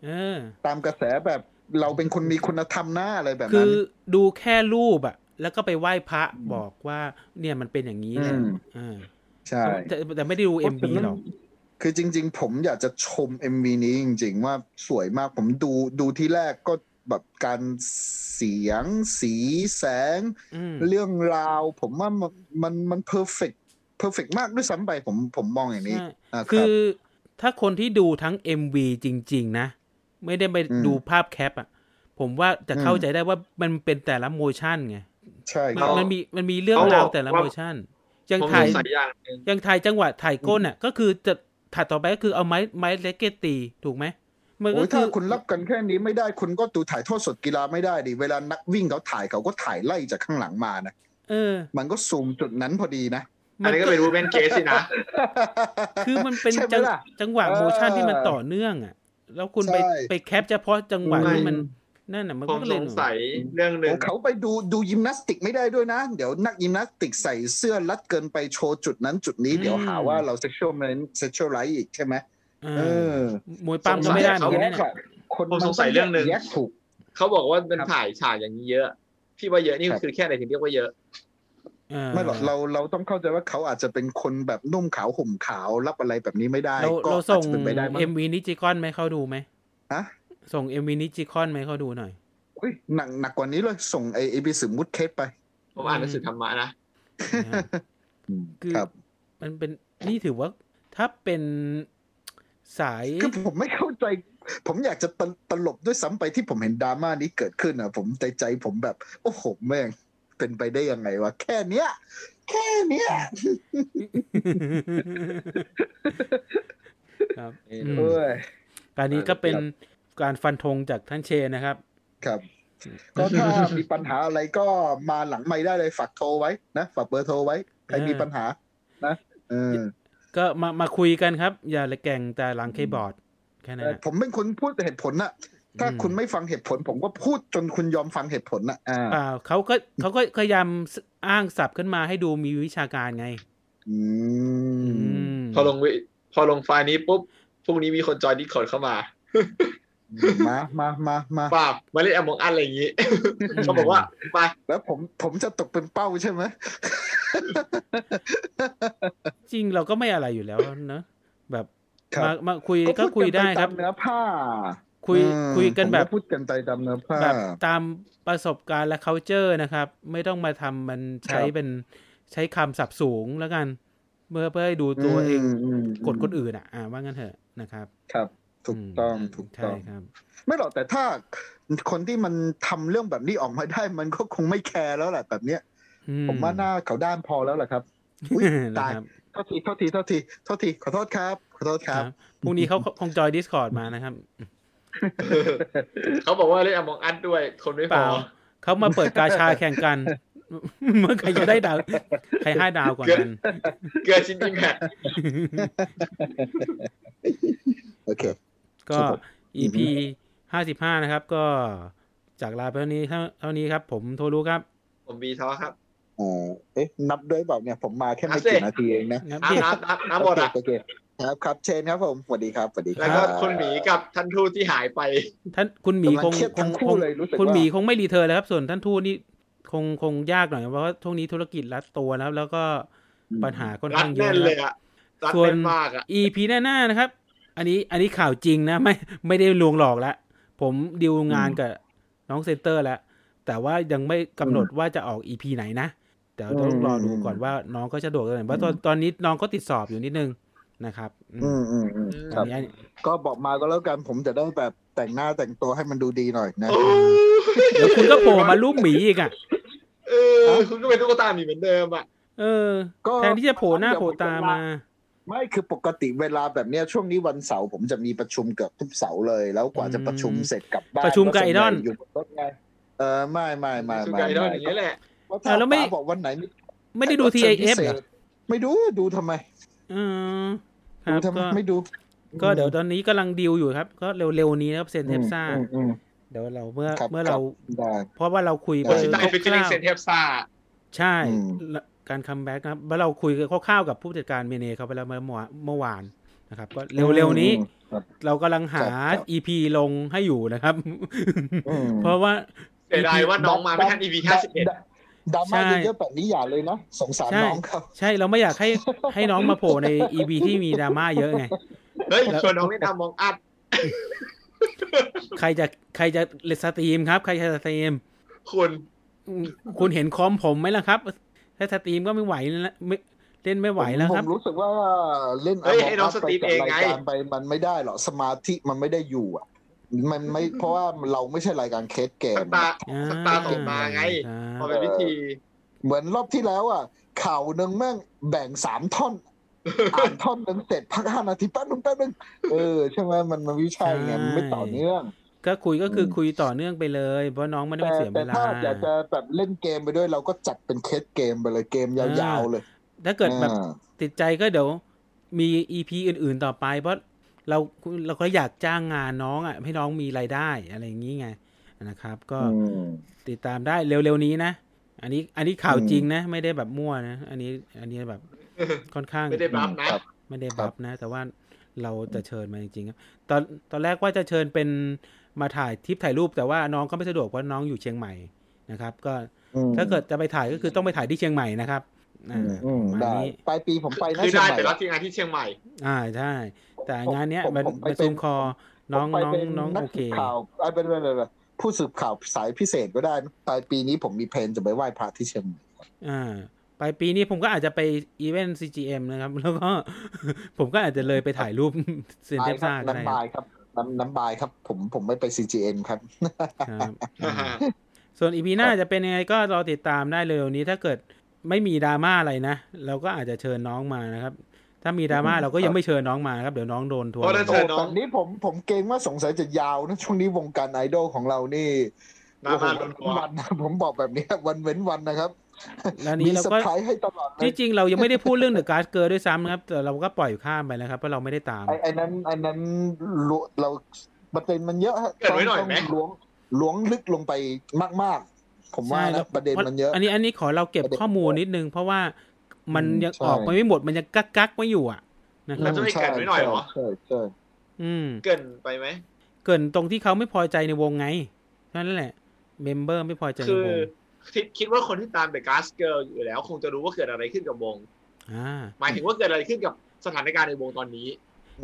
A: เออ
F: ตามกระแสแบบเราเป็นคนมีคุณธรรมหน้าอะไรแบบ
A: คื
F: นั้น
A: อดูแค่รูปอะแล้วก็ไปไหว้พระบอกว่าเนี่ยมันเป็นอย่างนี้แหละ
F: อืม
A: เออ
F: ใช่
A: แต่แต่ไม่ได้ดูเอ็มบีหรอก
F: คือจริง ๆ ผมอยากจะชม MV นี้จริง ๆ ว่าสวยมากผมดูดูที่แรกก็แบบการเสียง สีแสง
A: อืม
F: เรื่องราว ผมว่ามันมันมันเพอร์เฟกเพอร์เฟกมากด้วยซ้ำไปผมผมมองอย่างนี้
A: ใช่
F: อ่า
A: คื
F: รับ
A: อถ้าคนที่ดูทั้ง MV จริง ๆ นะ ไม่ได้ไป
F: อืม
A: ดูภาพแคปอะผมว่าจะเข้า
F: อืม
A: ใจได้ว่ามันเป็นแต่ละโมชั่นไง
F: ใช่ค
A: มัน
F: รับ
A: มันมีมันมีเรื่อง
B: เขาบอก
A: ราวแต่ละ
B: ว่า
A: โมชั่นยัง
B: ผมส
A: ถ่าย
B: งสัยอย่างหนึ่ง
A: ยังถ่ายจังหวะถ่ายก้นอ่ะ ก็คือจะถัดต่อไปก็คือเอาไม้ไม้เลกเกตตีถูกไหมมันก็
F: โอ้ย
A: คื
F: ถ้า
A: อ
F: คุณรับกันแค่นี้ไม่ได้คุณก็ดูถ่ายทอดสดกีฬาไม่ได้ดิเวลานักวิ่งเขาถ่ายเขาก็ถ่ายไล่จากข้างหลังมานะ
A: เออ
F: มันก็ซูมจุดนั้นพอดีนะ
B: อันนี้ก็เป็นรูเบนเกสสินะ
A: คือมันเป็น
F: ใช่ไหม
A: จัง
F: ล่ะ
A: จังหวะโมชั่น
F: เออ
A: ที่มันต่อเนื่องอ่ะ แล้วคุณไป
F: ใช่
A: ไปแคปเฉพาะจังหวะ
B: ไม่
A: ที่มันนั่นน่ะมัน
B: ผม
A: ก็เล
B: ส
A: ย
B: งสัยเรื่องหนึ่ง
F: เขาไปดูดูยิมนาสติกไม่ได้ด้วยนะ เดี๋ยวนักยิมนาสติกใส่เสื้อรัดเกินไปโชว์จุดนั้นจุดนี้เดี๋ยวหาว่าเราเซ็กชวลเซ็กชวลไลท์อีกใช่ไหม
A: เอ
F: เอ
A: อ
F: อ
A: มวยปั้มก็ไม่ได้เหมื
F: เขา
A: อนกัน
F: แย
A: นะเนี่ย
F: กอะคนมันต้แกแยกถูก
B: เขาบอกว่ามัน
F: ครับ
B: ถ่ายฉากอย่างนี้เยอะ พี่ว่าเยอะนี่คือแค่ไหนถึงเรียกว่าเยอะ
A: เออ
F: ไม่หรอกเราเราต้องเข้าใจว่าเขาอาจจะเป็นคนแบบนุ่มขาวห่มขาวรับอะไรแบบนี้ไม่ได้
A: เรา
F: ก็
A: เรา
F: อาจ
A: ส่ง
F: จะเป็นไปได้มั้ง
A: เอ็มวีนิจิคอนไหมเขาดูไหม
F: ฮะ
A: ส่งเอ็มวีนิจิคอนไหมเขาดูห
F: [laughs]
A: น่อย
F: อุ้ยหนักหนักกว่านี้เลยส่งไอเอพิสือมุดเคสไป
B: ผมอ่านหนังสือ
A: อืม
B: ธรรมะนะ
A: นะฮะ คือ
F: ครับ
A: มันเป็นนี่ถือว่าถ้าเป็นสาย
F: คือผมไม่เข้าใจ ผมอยากจะตลตลบด้วยซ้ำไปที่ผมเห็นดราม่านี้เกิดขึ้นอ่ะ ผมใจใจผมแบบ โอ้โหแม่งเป็นไปได้ยังไงวะแค่เนี้ย แค่เนี้ย
A: ครับ
B: เออ
A: อืม
F: เอ้ย
A: [laughs] การนี้ก็เป็น
F: ครับ
A: การฟันธงจากท่านเชนนะครับ
F: ครับ ก็ถ้ามีปัญหาอะไรก็มาหลังไม่ได้เลยฝากโทรไว้นะฝากเบอร์โทรไว้ ใครมีปัญหา นะเออ
A: ก็มามาคุยกันครับ อย่าละแก่งแต่หลังเคย์บอร์ด แค่นั้น
F: เอ่อ
A: นะ
F: ผมเป็นคนพูดเหตุผลน่ะ ถ้า
A: อืม
F: คุณไม่ฟังเหตุผล ผมก็พูดจนคุณยอมฟังเหตุผลน่ะอ่า
A: เปล่าเขาก็เขาก็พยายามอ้างศัพท์ขึ้นมาให้ดูมีวิชาการไง
F: อื
A: อื
F: ม
A: ม
B: พอลงวิพอลงไฟล์นี้ปุ๊บพรุ่งนี้มีคนจอยดิสคอร์ดเข้ามา
F: มามามามา
B: ป่าบมาเล่นแอมองอันอะไรอย่างนี้ เขาบอกว่า [laughs] ไป
F: แล้วผมผมจะตกเป็นเป้าใช่ไหม
A: จริงเราก็ไม่อะไรอยู่แล้วเนอะแบบ
F: ครับ
A: มามาคุยก็
F: พู
A: คุย
F: นป
A: ได้ครับ
F: ตามเนื้อผ้า
A: คุย
F: อืม
A: คุยกันแบบ
F: ผมพูดกันไปตามเนื้อผ้า
A: แบบตามประสบการณ์และ culture นะครับ ไม่ต้องมาทำมันใช้
F: ครับ
A: เป็นใช้คำศัพท์สูงแล้วกัน เพื่อเพื่อให้ดูตัวเอง
F: มม
A: กดคนอื่นอ่ะ อ่าว่างั้นเถอะนะครับ
F: ครับ ถูกต้อง
A: ม
F: ถูก
A: ใช่
F: ต้อง
A: ครับ
F: ไม่หรอกแต่ถ้าคนที่มันทำเรื่องแบบนี้ออกมาได้ มันก็คงไม่แคร์แล้วแหละแบบเนี้ย
A: อื
F: ผมว่าหน้าเขาด้านพอแล้วแหละครับ อุ๊ย
A: นะ
F: ตาย
A: ครับ
F: โทษทีโทษทีโทษทีโทษทีขอโทษครับ ขอโทษ
A: ค
F: ค
A: รั
F: รั
A: บบ พรุ่งนี้เขาคงจอย Discord มานะครับ
B: เขาบอกว่าเล่นอมองอัดด้วยคนไม่
A: เป
B: พ
A: ล่า
B: อ
A: เขามาเปิดกาชาแข่งกัน [laughs] เมื่อใครจะได้ดาว ใครให้ดาวก่อนกัน
B: เกลือชิ้นอิมแพค
F: โอเค
A: ก็
F: ครับผม
A: EP ห้าสิบห้านะครับ ก็จากลาไปเท่านี้เท่าเท่านี้ครับ ผมโทรู้ครับ
B: ผมบีท้อครับ
F: เอ่อเอ๊ะนับด้วยเปล่าเนี่ย ผมมาแค่ไม่กี่นาทีเองนะ
A: งั้น
B: น้ำน้ำน้ำน้ำหมดอ่ะ
F: โอเคโอเคครับครับเชนครับผมสวัสดีครับสวัสดีครั
B: แล้ว
F: บ
B: ก็คุณหมีกับท่านทูตที่หายไป
A: ท่านคุณหมีคง
F: กำลังเครียด
A: ค
F: ทั้
A: ง
F: งคู่
A: คง
F: เลยรู้สึก
A: คุณ
F: ว่า
A: หมีคงไม่รีเทิร์นแล้วครับ ส่วนท่านทูตนี่คงคงยากหน่อยเพราะว่าช่วงนี้ธุรกิจรัดตัวนะครับ แล้วก็ปัญหาค่อน
B: รัด
A: ข้างเย
B: แน่
A: อะ
B: น
A: นะ
B: เล
A: ครับ
B: ยอ่ะ รัด
A: ส่วน
B: แน่นมากอ่ะ
A: EP หน้าๆนะครับ อันนี้อันนี้ข่าวจริงนะ [laughs] ไม่ไม่ได้ลวงหลอกละผมดีลงานกับน้องเซนเตอร์แล้วแต่ว่ายังไม่กำหนดว่าจะออก EP ไหนนะแต่ต้องรอดูก่อนว่าน้องก็จะโดดตอนไหนว่าะตอนตอนนี้น้องก็ติดสอบอยู่นิดนึงนะครับอืม
F: อืมอืมอืมครับ
A: อันนี้
F: ก็บอกมาก็แล้วกันผมจะได้แบบแต่งหน้าแต่งตัวให้มันดูดีหน่อยนะ
B: โอ้ย
A: เดี๋ยวคุณก็โผล่มารูปหมีอีกอ่ะ
B: เออ คุณก็เป็นตุ๊กตาหมีเหมือนเดิมอ่ะ
A: เออ
F: ก็
A: แทนที่จะโผล่หน้าโผล่ตามา
F: ไม่คือปกติเวลาแบบเนี้ยช่วงนี้วันเสาร์ผมจะมีประชุมเกือบทุกเสาร์เลย แล้วกว่าจะประชุมเสร็จกลับบ้าน
A: ประชุมกับไอดอล
F: ส่วนใหญ่อยู่บนรถไงเออไม่ไม่ไม่
B: สุ
F: ไม่
B: กายดอนอย่าง
F: ไม่
B: เงี้ยแหละ
F: เพราะถ้า
A: อ่ะแล้วไม่
F: ป๋าบอกวันไหน
A: ไม่ได้ดู
F: ก็เชิญ
A: TIF
F: พิ
A: เหร
F: ศ
A: อ
F: ษไม่ดูดูทำไม
A: เออค
F: ดู
A: รับ
F: ทำไม
A: ก็
F: ไม่ดู
A: ก็เดี๋ยวตอนนี้กำลังดีลอยู่ครับ ก็เร็วๆนี้นะครับเซนเทปซ่า
F: อืมอืม
A: เดี๋ยวเราเมื่อ
F: ครับ
A: เมื่อ
F: ครั
A: เรา
F: บ ได้
A: เพราะว่าเราคุยไป
F: เออ
B: ได้ฟิชเชอร์ลิงเซนเทปซ่า
A: ใช่
F: อืม
A: และการคัมแบ็กนะครับแล้วเราคุยกันคร่าวๆกับผู้จัดการเมเนเขาไปแล้วเมื่อเมื่อวานเมื่อวานนะครับ ก็เร็วๆนี้
F: ครับ
A: เรากำลังหา
F: ครับ
A: EP ลงให้อยู่นะครับ
F: อืม
A: เพราะว่า
B: เสียดายว่าน้องมาไม่ทัน EP ห้าสิบเอ็ด
F: ดดราม่า
A: ใช่
F: เยอะๆแบบนี้อย่าเลยนะ สงสาร
A: ใช่
F: น้องเขา
A: ใช่เราไม่อยากให้ให้น้องมาโผล่ใน EP ที่มีดราม่าเยอะไง
B: เฮ้ยชวนน้องเล่นอมองอัด
A: ใครจะใครจะเลสตรีมครับ ใครจะสตรีม
B: คุณ
A: อืมคุณเห็นคอมผมไหมล่ะครับถ้าสตรีมก็ไม่ไหวแล้วไม่เล่นไม่ไหวแล้วครับ
F: ผมรู้สึกว่าเล่น
B: เฮ้ย
F: ะ
B: ให้น้อง
F: บ
B: สตรีม
F: กับ
B: เองไง
F: รายการไปมันไม่ได้หรอกสมาธิมันไม่ได้อยู่อ่ะ มันไม่เพราะว่าเราไม่ใช่รายการเคสเก
B: ส
F: ม
B: ตาร์
A: อ่
B: สตาร์สองตาไง
A: ใช่
B: พอเป็นวิธี
F: เหมือนรอบที่แล้วอ่ะข่าวหนึ่งแม่งแบ่งสาม
B: [laughs]
F: ท่อน อ่านท่อนหนึ่งเสร็จพักห้านาทีแป๊บนึงแป๊บนึงเออใช่ไหมมันมันวิชัยไงมันไม่ต่อเนื่อง
A: ก็คุยก็คืออ
F: ม
A: คุยต่อเนื่องไปเลย เพราะน้องไม่ได้
F: แต่
A: มาเสียเว
F: แต่
A: ลา
F: ถ้าอยากจะแบบเล่นเกมไปด้วย เราก็จัดเป็นเคสเกมไปเลยเกมยาวๆเลย
A: ถ้าเกิดแบบติดใจก็เดี๋ยวมีอีพีอื่นๆต่อไป เพราะเราเราก็อยากจ้างงานน้องอ่ะให้น้องมีรายได้อะไรอย่างนี้ไงนะครับ ก็
F: อืม
A: ติดตามได้เร็วๆนี้นะ อันนี้อันนี้ข่าว
F: อืม
A: จริงนะไม่ได้แบบมั่วนะ อันนี้อันนี้
B: [laughs]
A: แบบค่อนข้าง
B: ไม่ได้บัฟนะ
F: ครับ
A: ไม่ได้
F: ครับ
A: ั
F: บ
A: ฟนะ แต่ว่าเราจะเชิญมาจริงๆครับตอนตอนแรกว่าจะเชิญเป็นมาถ่ายทริปถ่ายรูป แต่ว่าน้องก็ไม่สะดวกเพราะน้องอยู่เชียงใหม่นะครับ ก็
F: อืม
A: ถ้าเกิดจะไปถ่ายก็คือต้องไปถ่ายที่เชียงใหม่นะครับ
F: อื
A: อ่าม
F: อืม
A: ประมาณ
F: ได้
A: นี้
F: ปลายปีผมไปนะ
B: คือได้
F: เชียงใหม่
B: แต่รับทีมงานที่เชียงใหม่
A: อ่าใช่แต่
F: ผม
A: งานเนี้ย
F: ผม
A: มัน
F: ผมไป
A: มัน
F: เป็
A: ซู
F: น
A: มคอน้อง
F: ผมไป
A: น้อง
F: เป็น
A: น้อง
F: นัก
A: โอเค
F: สืบข่าวไอ้เป็นอะไรผู้สืบข่าวสายพิเศษก็ได้นะปลายปีนี้ผมมีเพลนจะไปไหว้พระที่เชียงใหม่
A: อ่าปลายปีนี้ผมก็อาจจะไปอีเวนต์ CGM นะครับ [laughs] แล้วก็ ผมก็อาจจะเลยไปถ่ายรูป [laughs] เซนเทปซ่าก็ได้
F: น้ำ
A: ค
F: บา
A: รับ
F: ยครับน้ำน้ำบายครับ ผมผมไม่ไป CGN ครับ
A: ครับอ่า ส่วนอีพีหน้าจะเป็นยังไงก็รอติดตามได้เร็วๆนี้ถ้าเกิดไม่มีดราม่าอะไรนะ เราก็อาจจะเชิญน้องมานะครับ ถ้ามีดราม่าเราก็ยังไม่เชิญน้องมานะครับ เดี๋ยวน้องโดนทวง
B: เพราะฉะนั้น
F: โอ้แบบนี้ผมผมเกรงว่าสงสัยจะยาวนะ ช่วงนี้วงการไอดอลของเรานี่
B: ดราม่าล้นค
F: โอ้
B: อ
F: โหวันนะผมบอกแบบนี้วันเว้นวันนะครับ
A: แล้ว
F: มี
A: นี้เรา
F: เซอ
A: ก็
F: ร์ไพรส์ให้ตลอดเลย
A: ที่จริงเรายังไม่ได้พูดเรื่องเดอะการ์ดเกิร์ด้วยซ้ำนะครับ แต่เราก็ปล่อยข้ามไปแล้วครับเพราะเราไม่ได้ตาม
F: ไอ้ไอ้นั้นไอ้นั้นรู้เราประเด็นมันเยอะฮะ
B: เกิดไว้หน่อยไหม
F: ล้วงล้วงลึกลงไปมาก ๆ ผมว่า
A: ใช่แล้ว
F: นะประเด็นมันเยอะ
A: อันนี้อันนี้ขอเราเก็บ
F: ประเด็น
A: ข้อมูลนิดนึง เพราะว่ามัน
F: อืม
A: ยัง
F: ใช่
A: ออกไปไม่หมดมันยังกักกักๆไว้อยู่อ่ะนะครั
B: เรา
A: บ
B: จะไม่เกิดไว้หน่อยเหรอ
F: ใช่ใช่
A: อืม
B: เกินไปไหม
A: เกินตรงที่เขาไม่พอใจในวงไงเท่านั่นแหละเมมเบอร์ไม่พอใจใน
B: คือ
A: วง
B: คิดคิดว่าคนที่ตามเดอะก a สเกิลอยู่แล้ว คงจะรู้ว่าเกิดอะไรขึ้นกับวง
A: อ่า
B: หมายถึงว่าเกิดอะไรขึ้นกับสถานการณ์ในวงตอนนี้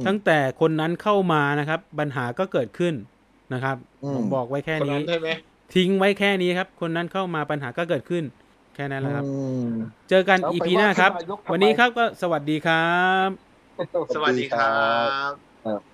A: ตั้งแต่คนนั้นเข้ามานะครับ ปัญหาก็เกิดขึ้นนะครับผมบอกไว้แค่
B: คน
A: นี้
B: นั้นใช่ไหม
A: ทิ้งไว้แค่นี้ครับ คนนั้นเข้ามาปัญหาก็เกิดขึ้น แค่นั้นแหละครับ
F: อืม
A: เจอกัน
F: เอาไป
A: อีพีหน้าครับ
F: ว่าขึ้นมายกทำไม
A: วันนี้ครับก็สวัสดีครับ
B: สวัสดีครับ